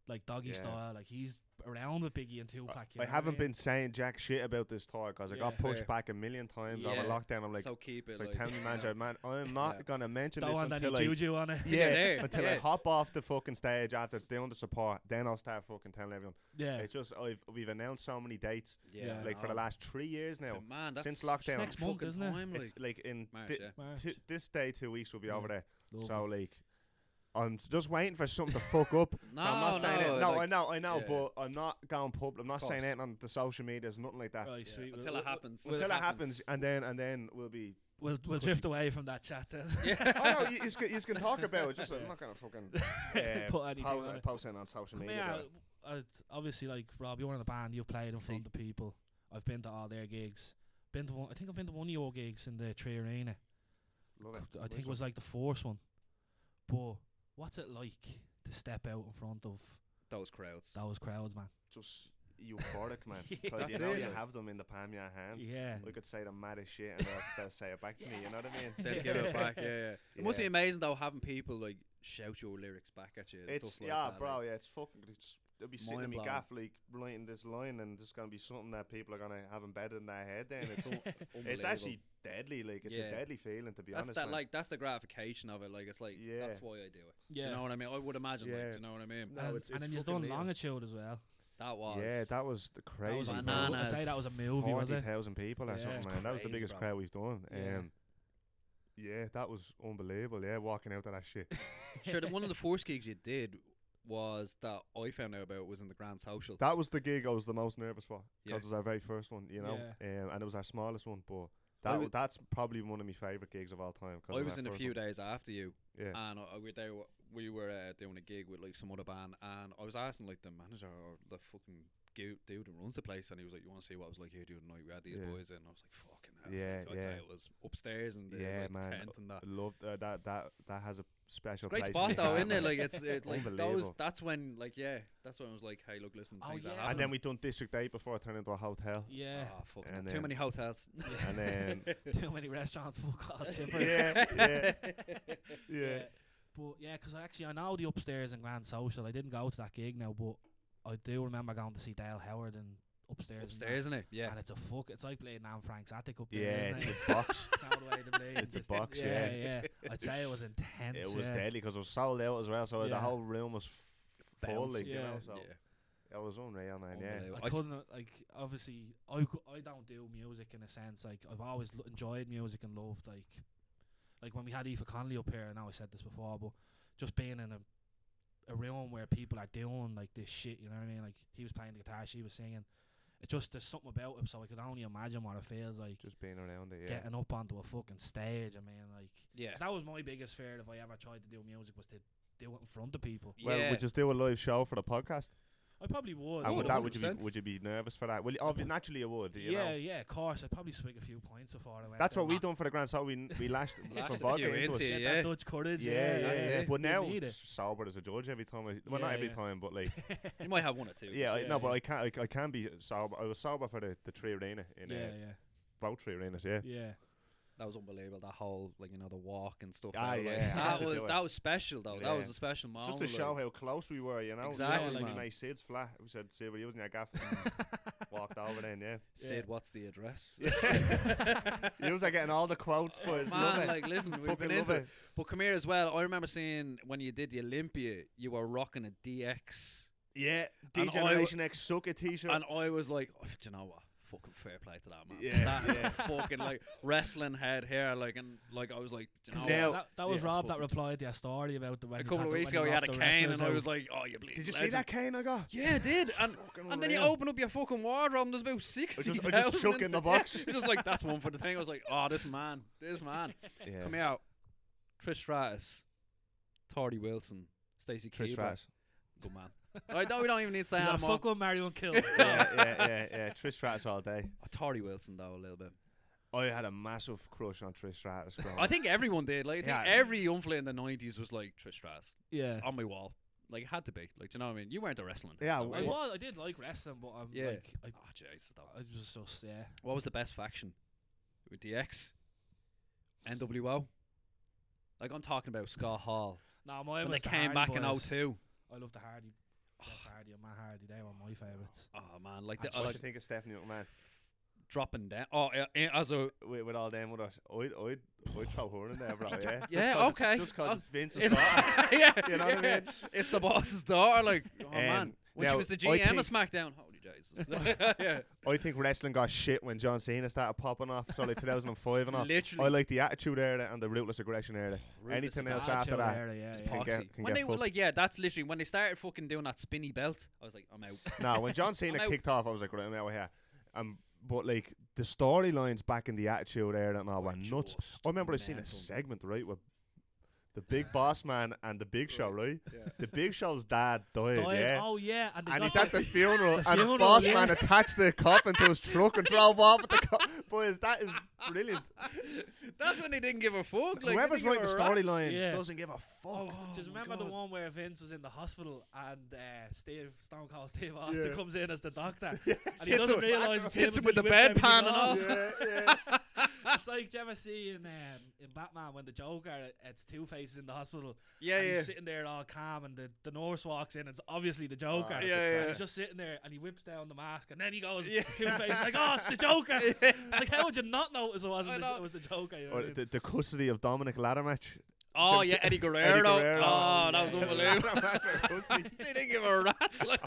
A: like doggy
C: Yeah.
A: style. Like he's around with Biggie and Tupac. you know
C: I
A: what
C: haven't
A: mean?
C: been saying jack shit about this tour because I
A: Yeah.
C: got pushed
B: Fair.
C: back a million times
B: Yeah.
C: over lockdown. I'm like,
B: so keep it.
C: so
B: like,
C: tell me,
B: you
C: man,
B: know.
C: man, I am not
B: Yeah.
C: gonna mention
A: Don't
C: this
A: want any
C: until I
A: juju on it.
B: Yeah, there,
C: until I
B: yeah.
C: hop off the fucking stage after doing the support, then I'll start fucking telling everyone.
A: Yeah.
C: It's just I've we've announced so many dates,
A: Yeah.
C: like for the
B: no.
C: last three years
B: Oh, It's
C: now.
B: been- man, that's
C: since
A: It's
C: lockdown.
A: next month,
B: fucking
A: isn't it?
B: time,
C: It's
B: like.
C: like in
B: March,
C: thi-
B: yeah.
A: March.
C: ti- this day, two weeks will be
A: Mm.
C: over there.
A: Love
C: So like, I'm just waiting for something to fuck up. so I'm not
B: No,
C: saying
B: no,
C: it. No, I
B: like-
C: know, I know,
B: yeah.
C: but I'm not going public. I'm not saying
B: Course.
C: anything on the social medias, nothing like that.
A: Right,
B: Yeah,
A: sweet.
B: Until
A: we'll,
B: it happens.
A: Well,
C: Until it happens, and then and then we'll be.
A: We'll, we'll, we'll drift away from that chat then.
B: Yeah.
C: oh no, you, you can, you can talk about it. Just I'm not gonna fucking uh,
A: Put anything
C: po-
A: on it.
C: posting on social
A: Come
C: media.
A: here,
C: about it.
A: uh, obviously, like Rob, you're in the band. You've played in
B: See.
A: front of people. I've been to all their gigs. Been to one, I think I've been to one of your gigs in the Tree Arena.
C: Love it.
A: I think
C: Nice
A: it was
C: one.
A: like the fourth one. But what's it like to step out in front of
B: Those crowds.
A: those crowds, man?
C: just euphoric, man, because you
B: That's
C: know you
B: it.
C: have them in the palm of your hand.
A: Yeah.
C: We could say the maddest shit and they'll, they'll say it back to me. You know what I mean?
B: They'll give it back. Yeah, yeah. It must be
C: Yeah.
B: amazing though having people like shout your lyrics back at you. And
C: It's
B: stuff like
C: yeah,
B: that,
C: bro.
B: Like,
C: yeah, it's fucking. It's, they'll be sitting in my
B: Mind-blowing.
C: gaff like writing this line, and there's gonna be something that people are gonna have embedded in their head. Then it's
B: un-
C: it's
B: unbelievable.
C: actually deadly. Like it's
B: Yeah.
C: a deadly feeling to be
B: that's
C: honest.
B: that
C: man.
B: like that's the gratification of it. Like it's like
C: Yeah.
B: that's why I do it. Do
A: Yeah.
B: you know what I mean? I would imagine. Like,
C: Yeah.
B: do you know what I mean?
C: No,
A: and,
C: it's-
A: and
C: it's
A: then you've
C: fucking
A: done
C: Liam.
A: longitude as well.
B: That was
C: yeah, that was the crazy.
A: That was a
B: Crazy,
A: movie.
B: bro.
A: I'd say that was a movie, was it?
C: 40,000 people or
A: Yeah.
C: something,
A: It's
C: man. That was the
B: crazy,
C: biggest
B: bro.
C: crowd we've done.
A: Yeah.
C: Um, yeah, that was unbelievable. Yeah, walking out of that shit.
B: sure. The, one of the first gigs you did was that I found out about was in the Grand Social.
C: That was the gig I was the most nervous for
B: Yeah.
C: because it was our very first one, you know, um, and it was our smallest one. But that
B: I
C: w-
B: was-
C: that's probably one of my favorite gigs of all time. 'cause
B: I
C: it
B: was
C: our
B: in a
C: first
B: few
C: one.
B: days after you,
C: Yeah.
B: and I, I were there. w- We were uh, doing a gig with like some other band, and I was asking like the manager or the fucking gu- dude who runs the place, and he was like, "You want to see what I was like here doing tonight? We had these
C: Yeah.
B: boys in." And I was like, "Fucking hell!"
C: Yeah,
B: like, I'd say
C: yeah.
B: it was upstairs and the,
C: Yeah,
B: like,
C: man.
B: tent and that.
C: Loved uh, that. That that has a special
B: Great
C: place in
B: spot
C: my
B: though,
C: heart,
B: isn't it?
C: man.
B: Like it's it, like those.
C: Unbelievable.
B: That's when like yeah, that's when I was like, "Hey, look, listen,
A: Oh,
B: things
A: yeah.
B: are
A: I
C: and
B: happening."
C: then we done District Eight before it turned into a hotel.
A: Yeah.
B: Ah, fucking
C: And
B: too
C: then-
B: many hotels.
C: and then
A: Too many restaurants. Fuck all chippers.
C: yeah, yeah, yeah,
A: Yeah. But yeah, 'cause I actually I know the upstairs and Grand Social. I didn't go to that gig now, but I do remember going to see Dale Howard and upstairs. and that.
B: upstairs, isn't it? Yeah.
A: And it's a fuck. It's like playing Anne Frank's attic up there.
C: Yeah,
A: isn't it?
C: it's a box.
A: It's all the way to Blaine,
C: It's a
A: just-
C: box,
A: Yeah,
B: yeah.
A: yeah. I'd say it was intense.
C: It was
A: yeah.
C: deadly 'cause it was sold out as well, so the
A: Yeah.
C: whole room was f- full.
B: Bounce.
C: Like, you
A: Yeah.
C: know, so
B: Yeah.
C: it was unreal, man. Yeah.
B: Unbelievable.
A: I,
B: I s-
A: couldn't uh, like obviously I cou- I don't do music in a sense like I've always lo- enjoyed music and loved like like when we had Eva Conley up here. I know I said this before, but just being in a a room where people are doing like this shit, you know what I mean? Like he was playing the guitar, she was singing. It just there's something about it, so I could only imagine what it feels like
C: Just being around it, yeah.
A: getting up onto a fucking stage. I mean, like 'cause
B: Yeah.
A: that was my biggest fear if I ever tried to do music was to do it in front of people.
C: Well,
B: yeah. Oh,
C: we just do a live show for the podcast,
A: I probably would.
C: and
B: would,
C: would that would you be
B: 100%.
C: would you be nervous for that? Well, obvi- naturally you would. You
A: yeah,
C: know,
A: yeah, of course. I'd probably swig a few points before I went.
C: that's
A: there.
C: what we done for the grand slam. We n- we lashed
B: Lashed
C: from
B: a
C: vodka
B: few
C: into us.
B: into
A: Get
C: Yeah,
B: it.
A: that
B: Yeah.
A: Dutch courage.
C: yeah,
A: yeah.
C: yeah.
B: that's it.
C: But
A: You
C: now
A: need it.
C: s- sober as a judge every time. I, well,
A: Yeah,
C: not every
A: yeah.
C: time, but like
B: you might have one or two.
C: yeah, I,
A: Yeah.
C: no, but I can't. I, I can be sober. I was sober for the the tree arena in
A: yeah,
C: uh, both tree arenas. Yeah,
A: yeah, yeah.
B: That was unbelievable. That whole like you know the walk and stuff.
C: Ah,
B: like,
C: yeah, I had
B: that
C: to
B: was
C: do it.
B: that was special though. That was
C: Yeah.
B: a special moment.
C: just to show
B: like.
C: how close we were. You know,
B: Exactly,
C: You know,
A: man.
C: like nice Sid's flat. We said, "Sid, were you using your gaff?" Walked over then. Yeah,
B: Sid, what's the address?
C: he was like getting all the quotes, but it's
B: Man,
C: lovely.
B: like listen, we've
C: Fucking
B: been
C: love
B: into it.
C: it.
B: But come here as well. I remember seeing when you did the Olympia, you were rocking a DX,
C: Yeah, D
B: And I
C: Generation X suck a t-shirt.
B: and I was like, oh, do you know what? Fucking fair play to that man.
C: Yeah,
B: that
C: yeah.
B: fucking like wrestling head hair, like and like I was like, do you know
C: Cause
B: what?
C: now-
A: that, that was
C: yeah,
A: Rob
B: it's
A: that replied to your story about the when
B: a
A: he
B: couple
A: had
B: of
A: the-
B: weeks
A: when
B: ago he had a
A: robbed the
B: cane,
A: wrestlers
B: and I
A: out.
B: was like, oh, you bleeding
C: Did you see
B: legend.
C: that cane I got?
B: Yeah, I did. And,
C: fucking
B: and then you
C: unreal.
B: open up your fucking wardrobe and there's about 60
C: just- I just chuck in the box.
B: just like, that's one for the thing. I was like, oh, this man, this man.
C: Yeah.
B: Come out. Trish Stratus, Tardy Wilson, Stacey
C: Trish
B: Keebler.
C: Stratus.
B: Good man. I don't, we don't even need to say
A: You gotta
B: anymore.
A: fuck one, marry one, kill.
C: yeah, yeah, yeah, yeah. Trish Stratus all day.
B: Oh, Tardy Wilson, though, a little bit.
C: I had a massive crush on Trish Stratus. growing
B: I
C: up.
B: think everyone did. Like, I think
C: Yeah.
B: every young fella in the 90s was like, Trish Stratus,
A: yeah.
B: on my wall. Like, it had to be. Like, do you know what I mean? You weren't a wrestling.
C: Yeah,
B: though,
C: I
B: were
A: I
B: you?
C: wa-
A: was, I did like wrestling, but I'm
B: Oh, Yeah.
A: like, I,
B: Oh, Jesus, though.
A: I was just yeah.
B: What was the best faction? With DX, NWO. Like I'm talking about Scott Hall
A: No, my
B: when
A: was
B: they
A: the
B: came
A: Hardy
B: back in
A: boys.
B: 02.
A: I loved the Hardy, Jeff Hardy and Matt Hardy. They were my favorites.
B: Oh man, like
A: And
B: the, I
C: What
B: like
C: you think of Stephanie McMahon
B: dropping down. Oh, yeah, eh, as a
C: with, with all them with us? I'd, I'd, I'd throw her in there, bro. Yeah. Just
B: Yeah,
C: 'cause
B: okay.
C: It's, just because
B: Oh,
C: it's Vince's
B: it's,
C: daughter.
B: yeah,
C: You know what I
B: yeah.
C: mean?
B: It's the boss's daughter. Like oh man,
C: Um,
B: when she
C: now,
B: was the
C: I
B: GM
C: think-
B: of SmackDown. Holy Jesus! yeah.
C: I think wrestling got shit when John Cena started popping off. So like 2005 and all.
B: Literally.
C: I like the Attitude Era and the Ruthless Aggression Era.
B: Ruthless
C: Anything else
A: Bad
C: after
A: show
C: that?
A: era, yeah,
B: It's
A: yeah.
C: Pog-
B: poxy.
C: can get- can
B: when
C: get
B: they were
C: fucked.
B: like, yeah, that's literally when they started fucking doing that spinny belt. I was like, I'm out.
C: no, when John
B: I'm
C: Cena
B: out.
C: kicked off, I was like, right, I'm out of here. Um, but like the storylines back in the Attitude Era and all were nuts.
B: Just
C: I remember I seen a
B: mental.
C: segment right with the Big Boss Man and the Big Show, right?
B: Yeah.
C: The Big Show's dad died,
A: Died-
C: yeah.
A: Oh yeah, and, they
C: and
A: got
C: he's at the funeral, and
A: funeral,
C: the boss
A: yeah.
C: man attached the coffin to his truck and drove off with the coffin. Boys, that is brilliant.
B: That's when they didn't give a fuck. Like, they
C: Whoever's
B: didn't
C: writing
B: give
C: the
B: a rat's.
C: storylines
A: Yeah.
C: doesn't give a
B: Oh
C: fuck.
A: just
C: my
A: remember the
C: God.
A: one where Vince was in the hospital and uh, Steve Stone Cold Steve Austin
C: Yeah.
A: comes in as the doctor,
C: Yes.
A: and he
B: Hits
A: doesn't
B: him-
A: realize
B: hits him with the bedpan and all.
C: Yeah, yeah.
A: it's like, do you ever see in um, in Batman when the Joker it's Two Face in the hospital
B: Yeah,
A: and
B: yeah.
A: he's sitting there all calm and the, the nurse walks in it's obviously the Joker
C: that's
B: a Yeah,
A: and
B: yeah.
A: he's just sitting there and he whips down the mask and then he goes
B: Yeah.
A: Two Face like oh it's the Joker
B: Yeah.
A: it's like how would you not notice it
B: I
A: wasn't the,
B: know.
A: it was the Joker you know
C: Or
A: what I mean?
C: the, the custody of Dominic Ladder match.
B: Oh
C: Jim
B: yeah,
C: Sa-
B: Eddie Guerrero.
C: Guerrero.
B: Oh, that was
A: Yeah.
B: unbelievable.
C: Ladder match with custody.
B: they didn't give a rat's like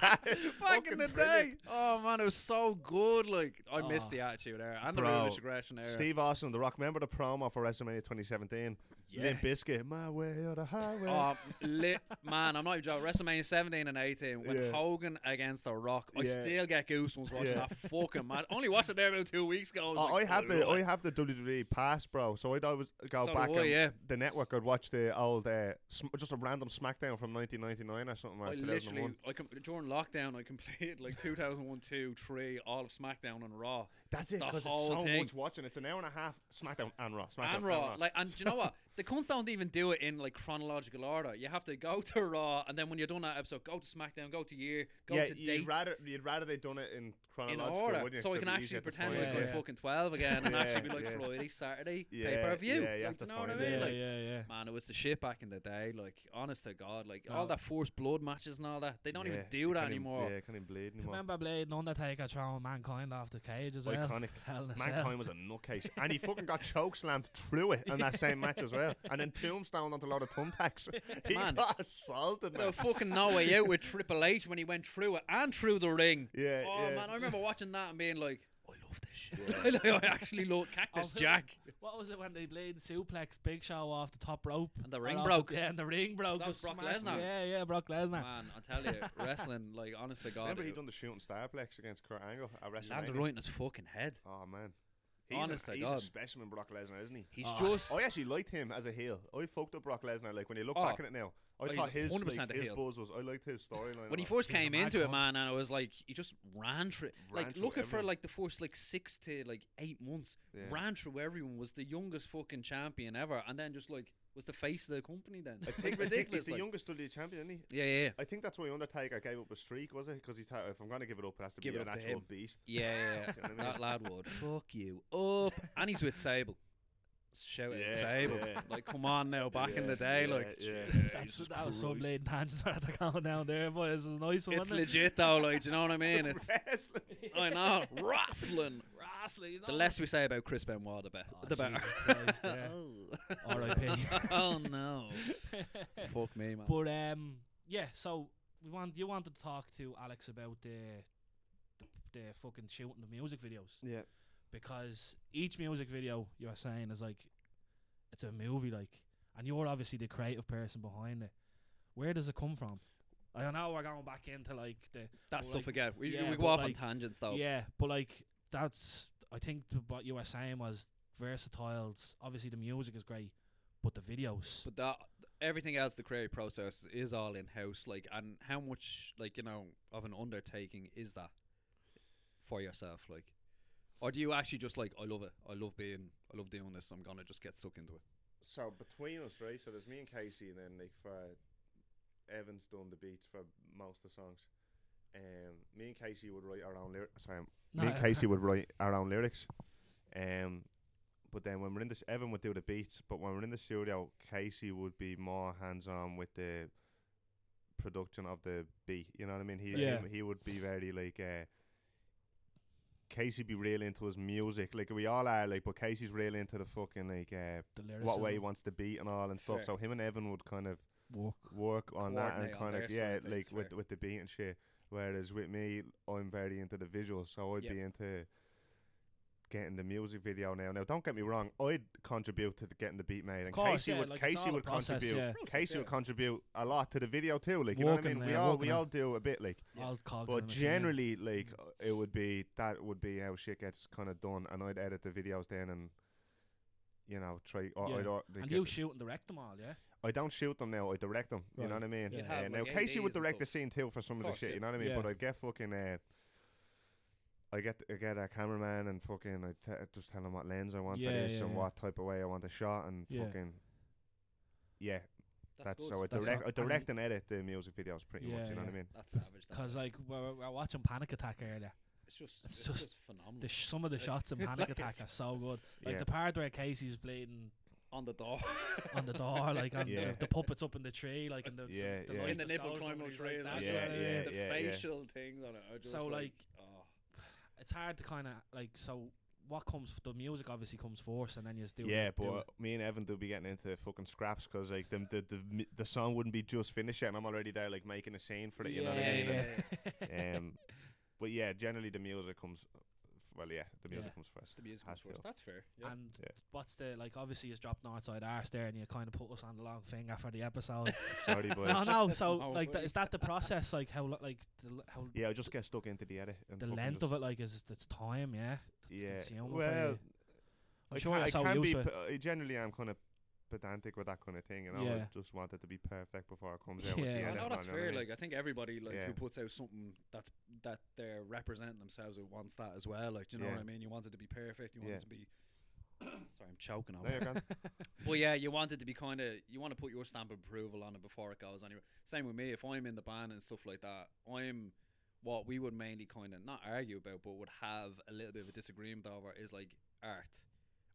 C: That is
B: back in
C: fucking
B: the day.
C: brilliant.
B: Oh man, it was so good. Like I missed
A: Oh.
B: the attitude era and the
C: Bro,
B: ruthless aggression era.
C: Steve Austin, The Rock. Remember the promo for WrestleMania 2017?
B: Yeah.
C: Limp Bizkit, my way or the highway.
B: Oh lit man, I'm not even joking. WrestleMania 17 and 18 when
C: Yeah.
B: Hogan against The Rock. I
C: Yeah.
B: still get goosebumps watching
C: Yeah.
B: that fucking match. Only watched it there about two weeks ago. I, was
C: Oh,
B: like,
C: I have the
B: "Lord."
C: I have the WWE pass, bro. So I'd always go
B: So
C: back
B: do I,
C: and
B: yeah.
C: the network. I'd watch the old uh, sm- just a random SmackDown from 1999 or something
B: I
C: like
B: literally,
C: 2001.
B: I com- during lockdown, I completed like 2001, 2, 3, all of SmackDown and Raw.
C: That's it
B: the
C: because it's
B: whole
C: so
B: thing.
C: much watching. It's an hour and a half SmackDown and Raw. SmackDown
B: and Raw. Like, and do you know what? The cunts don't even do it in like chronological order. You have to go to Raw, and then when you're done that episode, go to SmackDown, go to year, go
C: yeah,
B: to
C: you'd
B: date
C: rather you'd rather they done it in
B: in
C: chronological,
B: order,
C: wouldn't you?
B: so I
C: 'Cause
B: can
C: it'd be
B: actually
C: easier to
B: pretend
C: find
B: like
A: Yeah,
B: we're
A: yeah.
B: fucking twelve again, and actually be
C: Yeah,
B: like
C: yeah.
B: Friday, Saturday,
C: Yeah,
B: pay per view.
C: yeah, you have
B: like,
C: to
B: do you know what I
C: find
B: mean?
C: it.
A: yeah
B: Like,
A: yeah yeah
B: Man, it was the shit back in the day. Like, honest to God, like all
A: No.
B: that forced blood matches and all that. They don't
C: Yeah,
B: even
C: you
B: do that
C: can't even-
B: anymore.
C: Yeah, you can't even bleed anymore.
A: remember Blade and Undertaker throwing Mankind off the cage as well
C: Iconic.
A: Hell in a Cell.
C: Mankind was a nutcase, and he fucking got choke slammed through it in that same match as well, and then tombstone onto a lot of thumbtacks. he
B: Man.
C: got assaulted.
B: There
C: man.
B: was fucking no way out with Triple H when he went through it and through the ring.
C: Yeah,
B: Oh
C: yeah.
B: man, I remember watching that and being like, I love this shit.
C: Yeah.
B: like, I actually love Cactus
A: Oh, who-
B: Jack.
A: What was it when they played suplex Big Show off the top rope
B: And the
A: Or
B: ring
A: off
B: broke.
A: yeah, and the ring broke.
B: That was
A: just
B: Brock
A: smashed-
B: Lesnar.
A: Yeah, yeah, Brock Lesnar.
B: Man, I tell you, wrestling, like, honest to God,
C: Remember he
B: it-
C: done the shooting starplex against Kurt Angle at
B: landed
C: WrestleMania.
B: right in his fucking head.
C: Oh man, he's,
B: Honest
C: a,
B: to
C: he's a
B: God.
C: specimen, Brock Lesnar, isn't he?
B: He's
A: Ah.
B: just.
C: I actually liked him as a heel. I fucked up Brock Lesnar. Like when you look
B: Oh.
C: back at it now, I
B: he's
C: thought his
B: 100%
C: like,
B: a
C: his
B: heel.
C: buzz was. I liked his storyline.
B: when he
C: a lot.
B: first
A: He was a
B: came
A: mad
B: into it,
A: cunt.
B: man, and I was like, he just ran through,
C: Ran
B: like
C: through
B: looking for
C: everyone.
B: like the first like six to like eight months,
C: Yeah.
B: ran through everyone, was the youngest fucking champion ever, and then just like was the face of the company. Then
C: I think, I think
B: ridiculous.
C: he's the
B: like.
C: youngest WWE champion, isn't he?
B: yeah, yeah, yeah.
C: I think that's why Undertaker gave up a streak, was it? Because he thought, if I'm going to give it up, it has to
B: Give
C: be
B: it
C: an
B: up to
C: actual
B: him.
C: beast.
B: Yeah, yeah,
C: Do
B: yeah.
C: you know what I
B: that lad would fuck you up, and he's with Sable. Shout out
C: Yeah,
B: Sable!
C: yeah.
B: Like, come on now, back in the day,
C: yeah,
B: like,
C: yeah.
A: That's-
B: Jesus
A: that was some
B: Christ.
A: blatant tangent I had to go down there, but it was a nice one.
B: It's
A: wasn't it?
B: legit though, like, do you know what I mean? It's
C: Wrestling.
B: I know wrestling.
A: Wrestling, you
B: The
A: know?
B: less we say about Chris Benoit, the better.
A: Oh,
B: the better.
A: Jesus Christ, yeah. Oh, R.I.P..
B: oh no! Fuck me, man.
A: But um, yeah. So we want you wanted to talk to Alex about the the, the fucking shooting the music videos
C: Yeah.
A: because each music video you are saying is like it's a movie, like, and you're obviously the creative person behind it. Where does it come from? Like, I know we're going back into like the
B: That
A: Well,
B: stuff
A: like,
B: again. We,
A: yeah,
B: we
A: but
B: go off
A: like-
B: on tangents
C: Oh.
B: though.
A: Yeah, but like that's I think th- what you were saying was versatiles. Obviously, the music is great, but the videos.
B: But that everything else, the creative process is all in house. Like, and how much, like, you know, of an undertaking is that for yourself? Like, or do you actually just like, I love it. I love being. I love doing this. I'm gonna just get stuck into it.
C: So between us, right? So there's me and Casey, and then like for Evans done the beats for most of the songs. Um, me and Casey would write our own lyrics. Sorry,
A: No,
C: me and Casey would write our own lyrics. Um, but then when we're in this, Evan would do the beats. But when we're in the studio, Casey would be more hands-on with the production of the beat. You know what I mean? He
A: Yeah.
C: he, he would be very like. Uh, Casey be real into his music, like we all are, like. But Casey's real into the fucking like uh,
A: the lyrics.
C: what way he wants the beat and all and stuff.
B: Fair.
C: So him and Evan would kind of
A: Walk.
C: work on that and
B: Coordinate on
C: kind
B: their
C: of yeah,
B: side of
C: like
B: things,
C: with
B: fair.
C: with the beat and shit. Whereas with me, I'm very into the visuals, so I'd
B: Yep.
C: be into getting the music video now. Now, don't get me wrong, I'd contribute to the getting the beat made, and
A: Of course,
C: Casey
A: yeah,
C: would
A: like, it's
C: Casey
A: all a
C: would
A: process,
C: contribute.
A: yeah.
B: Process,
C: Casey would
B: yeah.
C: contribute a lot to the video too. Like you know what I
A: Walking
C: mean? We
A: there,
C: all
A: walking
C: we
A: there.
C: all do a bit, like.
A: All cogs. in
C: But
A: the machine.
C: generally, like it would be that would be how shit gets kind of done, and I'd edit the videos then, and you know try. Or
A: Yeah.
C: I'd, or, like,
A: and
C: get
A: you
C: the-
A: shoot and direct them all, yeah.
C: I don't shoot them now. I direct them. You
A: Right.
C: know what I mean?
B: You'd
C: Uh,
B: have,
C: now
B: like,
C: Casey would
B: ADs and
C: direct the
B: stuff.
C: scene too for some
B: Of
C: of, the
B: course,
C: shit.
B: yeah.
C: You know what I mean?
A: Yeah.
C: But I get fucking. Uh, I get I get a cameraman and fucking I, te- I just tell him what lens I want
A: Yeah,
C: for this
A: yeah,
C: and
A: yeah.
C: what type of way I want a shot and
A: Yeah.
C: fucking yeah. That's, so I
A: That's all-
C: direct I
A: I mean-
C: direct and edit the music videos pretty
A: Yeah,
C: much. You know what I
A: yeah.
C: mean?
B: That's savage. that
A: Because
B: guy.
A: like we're, we're watching Panic Attack earlier.
B: it's just
A: it's
B: it's,
A: just
B: just, phenomenal.
A: The sh- some of the
B: Like-
A: shots in Panic
B: like
A: Attack
B: it's-
A: are so good. Like
C: Hmm. yeah.
A: the part where Casey's bleeding
B: on the door.
A: on the door, like on
C: Yeah.
A: the, the puppets up in the tree, like in the
C: yeah,
A: the
C: yeah.
A: light
B: in the
A: just
B: nipple
A: goes
B: climbing
A: up
B: up
A: and
B: trees,
A: he's like,
B: and
C: Yeah,
A: "That's
B: just
A: what it
C: yeah,
A: is."
B: the
C: yeah, yeah.
B: facial things on it. Are just
A: So,
B: like,
A: like,
B: oh,
A: It's hard to kind of like so. What comes f- the music obviously comes first, and then you just do
C: yeah,
A: it, do
C: but
A: it.
C: me and Evan do be getting into fucking scraps because like them the, the mi- the song wouldn't be just finished yet, and I'm already there like making a scene for it. You know what I
B: Yeah,
C: mean?
B: yeah,
C: And, um, but yeah, generally the music comes. Well, yeah, the music
A: Yeah.
C: comes first.
B: the music
C: Has
B: was
C: to.
B: worse. That's fair. Yeah.
A: And
C: Yeah.
A: what's the like? Obviously, it's dropped Northside Arse there, and you kind of put us on the long finger for the episode.
C: Sorry, boys.
A: no, no.
B: That's
A: So
B: no
A: like, th-
B: worries.
A: is that the process? Like how lo- like the, l- how
C: Yeah, I just get stuck into the edit. And
A: the
C: fucking
A: length
C: just-
A: of it? Like is it- it's time? Yeah.
C: Yeah.
A: It's the only way.
C: Well,
A: I'm
C: I
A: sure
C: can, I
A: that's how
C: can
A: you
C: be.
A: feel.
C: P- I generally am kind of pedantic with that kind of thing, you know.
A: Yeah.
C: I just want it to be perfect before it comes out.
A: Yeah.
C: With the
A: I
B: I
C: edit
B: know
C: and
B: that's
C: all, you
B: fair.
C: what I mean?
B: Like I think everybody like
C: Yeah.
B: who puts out something that's that they're representing themselves who wants that as well. Like do you know
C: Yeah.
B: what I mean? You want it to be perfect. You want
C: Yeah.
B: it to be. Sorry, I'm choking.
C: No,
B: Over.
C: you're gone.
B: but yeah, you want it to be kind of you want to put your stamp of approval on it before it goes anywhere. Same with me. If I'm in the band and stuff like that, I'm what we would mainly kind of not argue about, but would have a little bit of a disagreement over is like art.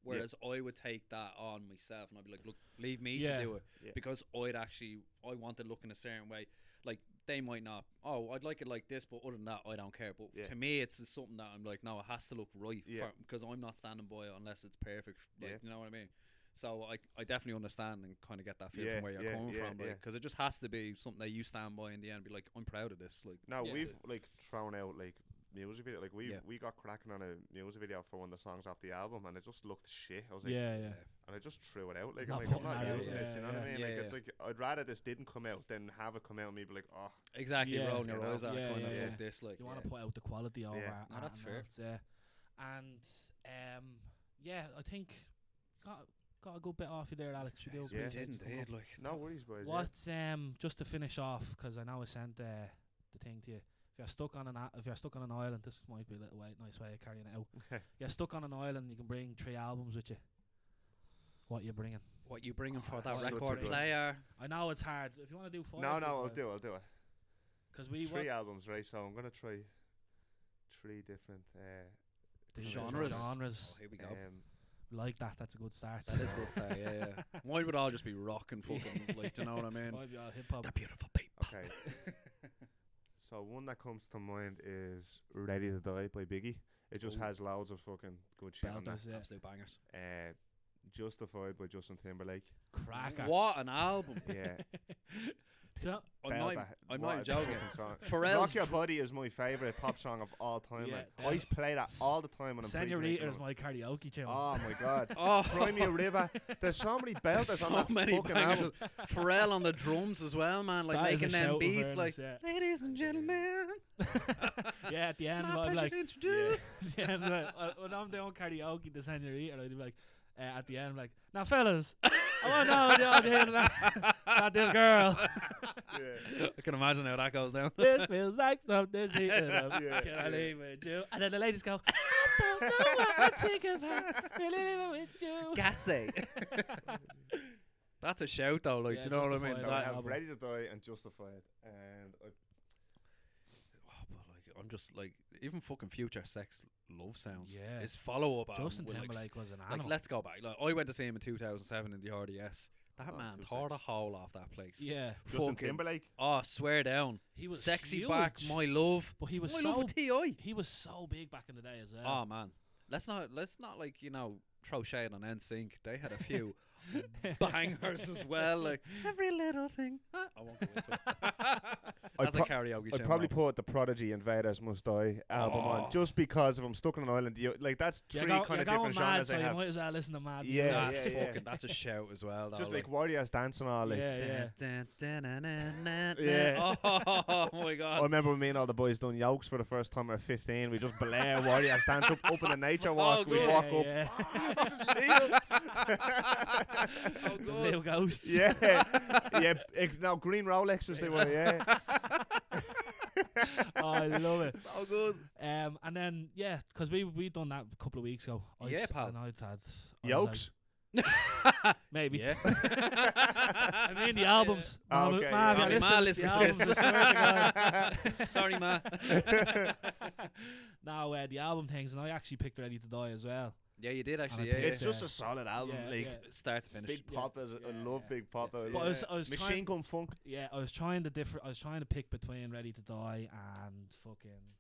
B: Whereas I would take that on myself and I'd be like, look, leave me
A: Yeah.
B: to do it
C: Yeah.
B: because I'd actually I want to look in a certain way. Like they might not. Oh, I'd like it like this, but other than that, I don't care. But
C: Yeah.
B: to me, it's something that I'm like, no, it has to look right
C: Yeah.
B: because I'm not standing by it unless it's perfect. Like,
C: Yeah.
B: You know what I mean? So I, I definitely understand and kind of get that feel
C: Yeah,
B: from where you're
C: yeah,
B: coming
C: yeah,
B: from,
C: yeah.
B: because it just has to be something that you stand by in the end. Be like, I'm proud of this. Like,
C: No,
B: yeah.
C: we've like thrown out like music video. Like we
B: Yeah.
C: have we got cracking on a music video for one of the songs off the album, and it just looked shit. I was like,
A: yeah, yeah.
C: and I just threw it out. Like,
A: Not
C: I'm, like, I'm
A: putting
C: not
A: that out,
C: using this. You know what I
A: yeah,
C: mean?
B: yeah.
C: like
B: Yeah,
C: it's like I'd rather this didn't come out than have it come out and me be like, oh,
B: exactly
A: Yeah.
B: rolling your
C: You know?
B: eyes out,
A: Yeah,
B: kind of
A: yeah.
B: like this. Like,
A: You want to
B: yeah.
A: put out the quality over.
C: Yeah.
B: No, that's
A: and
B: fair.
A: that, yeah. And um, yeah, I think got got a good bit off you there, Alex. We do
B: Jeez, we
A: appreciate you
B: didn't,
A: coming up.
B: did, like,
C: no worries, boys. yeah.
A: What's um just to finish off 'cause I know I sent uh, the thing to you. If you're stuck on an i- if you're stuck on an island, this might be a little way, nice way of carrying it out. you're stuck on an island, you can bring three albums with you. What you bringing?
B: what you bringing for
C: Oh,
B: that
A: that's such a
B: record
A: good-
B: player?
A: I know it's hard. If you want to do five,
C: No, no, I'll do it. I'll do it.
A: Because we
C: three
A: want
C: albums, right? So I'm gonna try three different. Uh,
A: the
C: different
B: genres.
A: Genres
B: Oh, here we go.
C: Um,
A: like that. That's a good start.
B: That is good stuff. Yeah, yeah. Mine would all just be rock and
A: Yeah.
B: fucking, like, do you know what I mean?
A: Might be all hip hop.
B: That beautiful beat.
C: okay. so one that comes to mind is "Ready to Die" by Biggie. It just
B: Ooh.
C: has loads of fucking good shit on that.
A: Belters, yeah.
B: Absolute bangers.
C: Uh, "Justified" by Justin Timberlake.
A: Cracker.
B: What an album!
A: Do
C: Yeah,
A: you know-
B: I'm not,
C: belter.
B: I'm
C: What
B: not
C: a
B: joking.
C: fucking song.
B: Pharrell's
C: "Rock Your
B: Dr-
C: Body" is my favorite pop song of all time.
A: Yeah,
C: man. I used to play that all the time when I'm
A: Senorita
C: pre-drinking
A: is
C: on it.
A: my karaoke tune.
C: Oh my god!
B: Oh,
C: Cry Me a River. There's so many belters
B: so
C: on that
B: many
C: fucking album.
B: bangers. Pharrell on the drums as well, man. Like
A: That is a
B: making
A: shout
B: them
A: in
B: beats,
A: fairness,
B: like
A: yeah.
B: ladies and gentlemen.
A: yeah, at the
B: It's
A: end,
B: my
A: I'm
B: pleasure
A: like,
B: to introduce.
A: yeah, I'm like, uh, when I'm doing karaoke, the senorita, I'd be like, uh, at the end, I'm like, now fellas, I want to know what y'all did about- about this girl.
C: Yeah.
B: I can imagine how that goes down.
A: this feels like something's heating up.
C: Yeah,
A: Can
C: yeah.
A: I leave with you? And then the ladies go, I don't know what I think about really leaving with you.
B: Gassy. That's a shout though, like
A: Yeah,
B: do you know what I mean?
A: justified.
C: So
B: That-
C: I
A: Right,
C: have
A: album.
C: "Ready to Die" and "Justified," and I
B: Oh, but like I'm just like even fucking future sex love sounds.
A: Yeah.
B: His follow up album.
A: Justin
B: with, like, s-
A: Timberlake was an
B: Like,
A: animal.
B: let's go back. Like, I went to see him in 2007 in the RDS. That
C: Oh,
B: man
C: two
B: tore the
C: six.
B: hole off that place.
A: yeah,
C: Justin
B: Fucking-
C: Timberlake.
B: Oh, swear down.
A: he was
B: Sexy
A: huge.
B: back, my love.
A: But he was
B: my
A: so-
B: love with Ti.
A: he was so big back in the day as well.
B: Oh man, let's not let's not like you know throw shade on NSYNC. They had a few
C: Oh,
B: bangers as well. Like every little thing. Huh? I won't go into it. That's
C: pro-
B: a karaoke.
C: I'd
B: show,
C: probably
B: Mark.
C: put the Prodigy Invaders Must Die album
B: Oh.
C: on just because if I'm stuck on an island, you, like that's 3
A: You're, go-
C: kind
A: you're
C: of
A: going
C: different
A: mad,
C: genres
A: so
C: I
A: you
C: have.
A: might as well listen to mad.
C: Yeah,
A: music.
B: That's
C: yeah, yeah.
B: fucking. That's a shout as well. Though,
C: Just like Warriors dancing all like.
A: yeah, yeah.
B: Dun, dun, dun, dun, dun, dun.
C: Yeah.
B: Oh my
C: I
A: Uh,
B: god.
C: remember when me and all the boys done yokes for the first time at 15. We just blare Warriors dance up, up in the nature
B: So
C: walk. We
B: good.
C: walk
A: yeah,
C: up.
A: yeah.
C: "Ah, this is legal."
B: oh
A: The
B: god.
A: Little ghosts.
C: yeah, yeah. Ex- no, green Rolexes they were. Yeah,
A: I love it.
B: so good.
A: Um, and then yeah, because we we done that a couple of weeks ago. I'd
B: Yeah,
A: s-
B: pal.
A: And I'd had I was
C: Yolks.
A: like, maybe.
B: Yeah.
A: I mean the albums.
C: Ah,
A: Mom-
C: okay,
A: Mom,
C: yeah.
A: you're
C: Only
B: Ma
A: listening to
B: listens to
A: the
B: this.
A: albums, I swear to God.
B: Sorry, ma.
A: now uh, the album things, and I actually picked Ready to Die as well.
B: yeah, you did actually.
A: I
B: Yeah,
A: picked
B: yeah.
C: It's just
A: Yeah.
C: a solid album.
A: Yeah,
C: like
A: yeah.
B: start to finish.
C: Big
A: Yeah,
C: Popper, is- I
A: yeah,
C: love
A: yeah.
C: Big Popper. I
B: But
A: But
C: love
A: I was, I was
C: Machine
A: trying,
C: Gun Funk.
A: yeah, I was trying to differ. I was trying to pick between Ready to Die and fucking.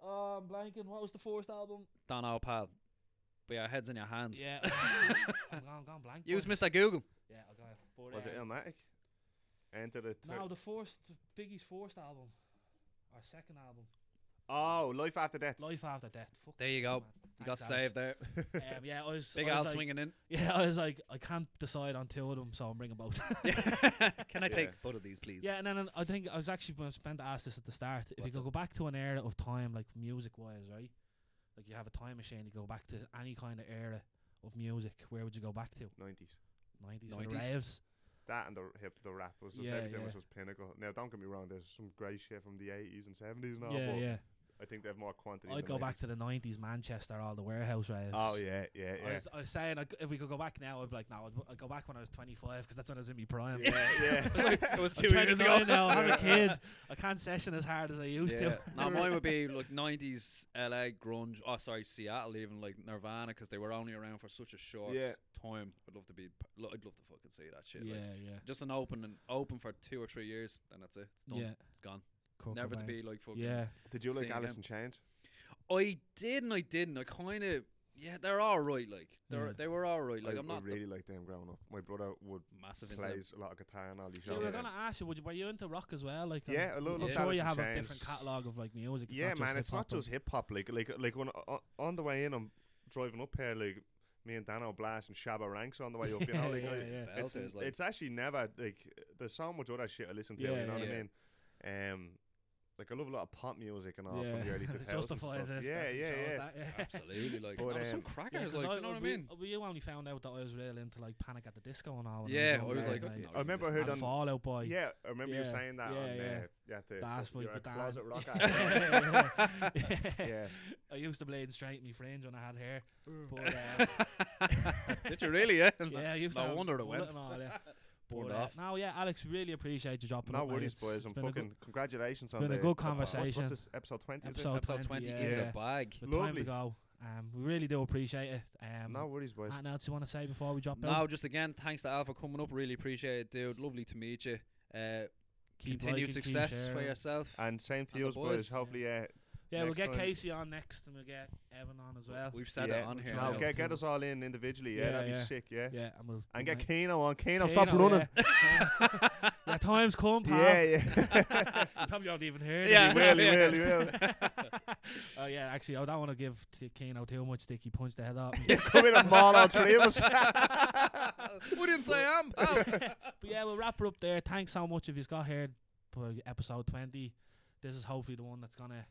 A: Oh, I'm blanking. What was the first album?
B: Don't know, pal. But your head's in your hands.
A: Yeah, I'm gone, I'm gone blank.
B: Use
A: boy.
B: Mr. Google.
A: Yeah, I'm gone. But,
C: Was it
A: um,
C: Illmatic? Enter the. Thir-
A: No, the first Biggie's first album, our second album,
C: oh, Life After Death.
A: Life After Death. Fuck's
B: There you
A: sake,
B: go.
A: man.
B: You got
A: Thanks,
B: saved there.
A: Alex. Um, yeah, I was.
B: Big
A: I was
B: Al
A: like,
B: swinging in.
A: Yeah, I was like, I can't decide on two of them, so I'm bringing both.
B: Can I
C: Yeah.
B: take both of these, please?
A: yeah, and then I think I was actually going to ask this at the start. If
B: What's
A: you
B: up?
A: could go back to an era of time, like music wise, right? Like you have a time machine, you go back to any kind of era of music. Where would you go back to?
C: 90s.
A: Nineties,
B: 90s.
A: raves.
C: That and the hip, the rap was just
A: Yeah,
C: everything
A: yeah.
C: was just pinnacle. Now, don't get me wrong, there's some great shit from the 80s and 70s now,
A: yeah,
C: but
A: yeah.
C: I think they have more quantity.
A: I'd
C: than
A: go
C: the
A: back to the nineties, Manchester, all the warehouse raves.
C: 80s. Oh, yeah, yeah,
A: I,
C: yeah.
A: was, I was saying I, if we could go back now, I'd be like, no, I'd, I'd go back when I was 25 because that's when I was in my prime.
C: Yeah, yeah.
B: it was, like, it was
A: I'm
B: two years ago.
A: 29 now, I'm
C: Yeah.
A: a kid. I can't session as hard as I used
B: Yeah.
A: to.
B: now mine would be like '90s LA grunge. Oh, sorry, Seattle even like Nirvana because they were only around for such a short
C: Yeah.
B: time. I'd love to be. p- lo- I'd love to fucking see that shit.
A: yeah,
B: Like,
A: yeah.
B: just an open and open for two or three years, and that's it. It's done.
A: Yeah.
B: It's gone.
A: Kurt
B: Never to
A: Cobain.
B: be like fucking.
A: Yeah,
C: Did you like
B: Same
C: Alice
B: again.
C: in Chains?
B: I did and I didn't. I kind of. Yeah, they're all right. Like they're
A: Yeah.
B: they were all right. Like
C: I,
B: I, am
C: I
B: not the
C: really like them growing up. My brother would
B: massive into them.
C: plays a lot of guitar and all these
A: yeah.
C: genres.
A: We're gonna ask you. Would you, were you into rock as well? Like, um,
C: Yeah, I lo-
A: I'm
B: loved
A: sure
C: Alice
A: you
C: in
A: have a
C: Chains.
A: different catalog of like music. It's
C: yeah,
A: not just
C: man, it's not
A: hip-hop and-
C: just hip hop. Like, like, like when o- on the way in, I'm driving up here. Like, me and Dan are blasting Shabba Ranks on the way up. You know, like, uh,
A: Yeah,
C: like,
A: yeah.
C: it's,
B: Belters, like,
C: it's actually never like there's so much other shit I listen to.
A: Yeah,
C: you know
B: yeah.
C: what I mean? Um, like I love a lot of pop music and all from the early
A: It's
C: 2000s.
A: justified
C: and stuff.
A: this,
C: Yeah,
A: that
C: yeah,
A: shows
C: yeah.
A: that, yeah.
B: absolutely like
C: But,
B: there was some
C: um,
A: Yeah,
B: crackers.
A: 'cause
B: like, do you know what I
A: we-
B: mean?
A: We only found out that I was real into like Panic at the Disco and all. when
B: Yeah, I
A: younger,
B: was like,
A: and,
B: I
C: I remember I
B: Who
C: heard
A: and
C: on.
A: Fall Out Boy.
C: Yeah, I remember you
A: Yeah,
C: saying that.
A: yeah,
C: on,
A: yeah.
C: Uh, yeah
A: Last week
C: you're a
A: with Dan.
C: closet rocker.
A: Yeah, yeah, yeah.
C: yeah.
A: I used to blade straight my fringe when I had hair. But, uh,
B: Did you really? Yeah.
A: yeah, I used
B: No
A: to. have
B: wonder it
A: mullet
B: went.
A: and all, yeah.
B: Burned
A: But, uh,
B: off.
A: Now, yeah, Alex, really appreciate you dropping.
C: No
A: up, mate.
C: worries,
A: It's-
C: boys.
A: it's
C: I'm
A: been a good
C: fucking congratulations on
A: been a
C: the
A: good
C: the pod-
A: conversation.
C: What's this episode twenty? is it?
A: Episode
B: Episode
A: 20,
B: twenty
A: yeah.
B: in the bag.
A: With time
C: Lovely.
A: to go. Um, we really do appreciate it. Um,
C: No worries, boys.
A: Anything else you want to say before we drop
B: Now, just again, thanks to Al for coming up. Really appreciate it, dude. Lovely to meet you. Uh,
A: Keep
B: continued
A: liking, keep
B: success for
A: sharing.
B: yourself.
C: And same
B: And
C: to
B: the
C: you, boys.
B: boys.
C: Hopefully, yeah.
A: Yeah, we'll
C: next
A: get
C: time.
A: Casey on next, and we'll get Evan on as well.
B: We've said
C: yeah.
B: it on here.
C: No,
B: now.
C: get, get us all in individually. Yeah,
A: Yeah,
C: that'd be
A: yeah.
C: sick. Yeah.
A: yeah, and we'll
C: And
A: we'll
C: get
A: make-
C: Keno on. Keno,
A: Kane
C: stop
A: on,
C: running.
A: Yeah, Yeah, time's come, pal.
C: Yeah, yeah.
A: You probably aren't even here.
B: Yeah.
C: he will, he will, he will.
A: oh yeah, actually, I don't want to give t- Kano too much stick. He punched the head off.
C: You come in and maul all three of us.
B: we didn't say I'm. pal.
A: But yeah, we'll wrap it up there. Thanks so much if you've got here for episode twenty. This is hopefully the one that's gonna,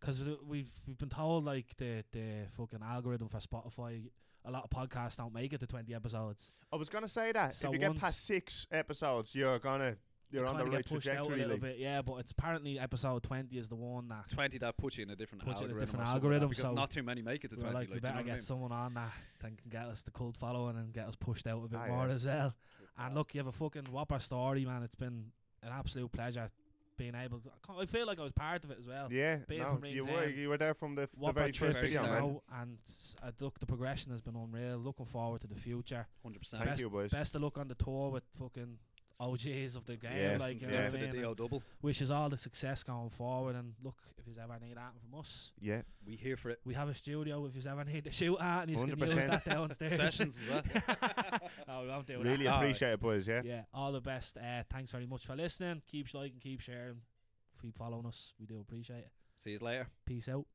A: because we've we've been told like the the fucking algorithm for Spotify. A lot of podcasts don't make it to twenty episodes.
C: I was gonna say that
A: So
C: if you get
A: once-
C: past six episodes, you're gonna you're on
A: Kinda
C: the
A: get
C: right
A: pushed out a
C: trajectory.
A: little
C: Like.
A: bit, yeah. But it's apparently episode twenty is the one that
B: 20 that puts you in a different
A: Puts you in a
B: algorithm.
A: different
B: or something
A: algorithm,
B: like that,
A: so
B: because not too many make it to
A: we're
B: 20.
A: like, we
B: like, do you
A: better
B: know
A: get
B: what I mean?
A: someone on that that can get us the cult following and get us pushed out a bit
B: Ah,
C: Aye,
A: more
C: aye.
A: as well. And look, you have a fucking whopper story, man. It's been an absolute pleasure being able. To, I can't- I feel like I was part Oh, of it as well.
C: Yeah,
A: Being
C: no,
A: from
C: you
A: Rings
C: were
A: End,
C: you were there from the, f- the
A: Whopper
C: very first
A: trip
B: trips
C: video, man.
A: now, and s- uh, look, the progression has been unreal. Looking forward to the future.
B: 100%.
C: Thank
A: Best-
C: you, boys.
A: Best of luck on the tour with fucking OGs of the game.
C: Yes,
A: like, you know
B: yeah,
A: what
B: to
A: I
B: the
A: mean?
B: DO double.
A: Wish us all the success going forward. And look, if you ever need anything from us,
C: Yeah,
B: We here for it.
A: we have a studio. If you ever need to shoot at, and you can use
C: 100%.
A: that downstairs.
B: Sessions as well.
A: no, we won't do
C: really
A: that.
B: All right.
C: appreciate it, boys. Yeah,
A: Yeah, all the best. Uh, thanks very much for listening. Keep liking, keep sharing, keep following us. We do appreciate it.
B: See you later.
A: Peace out.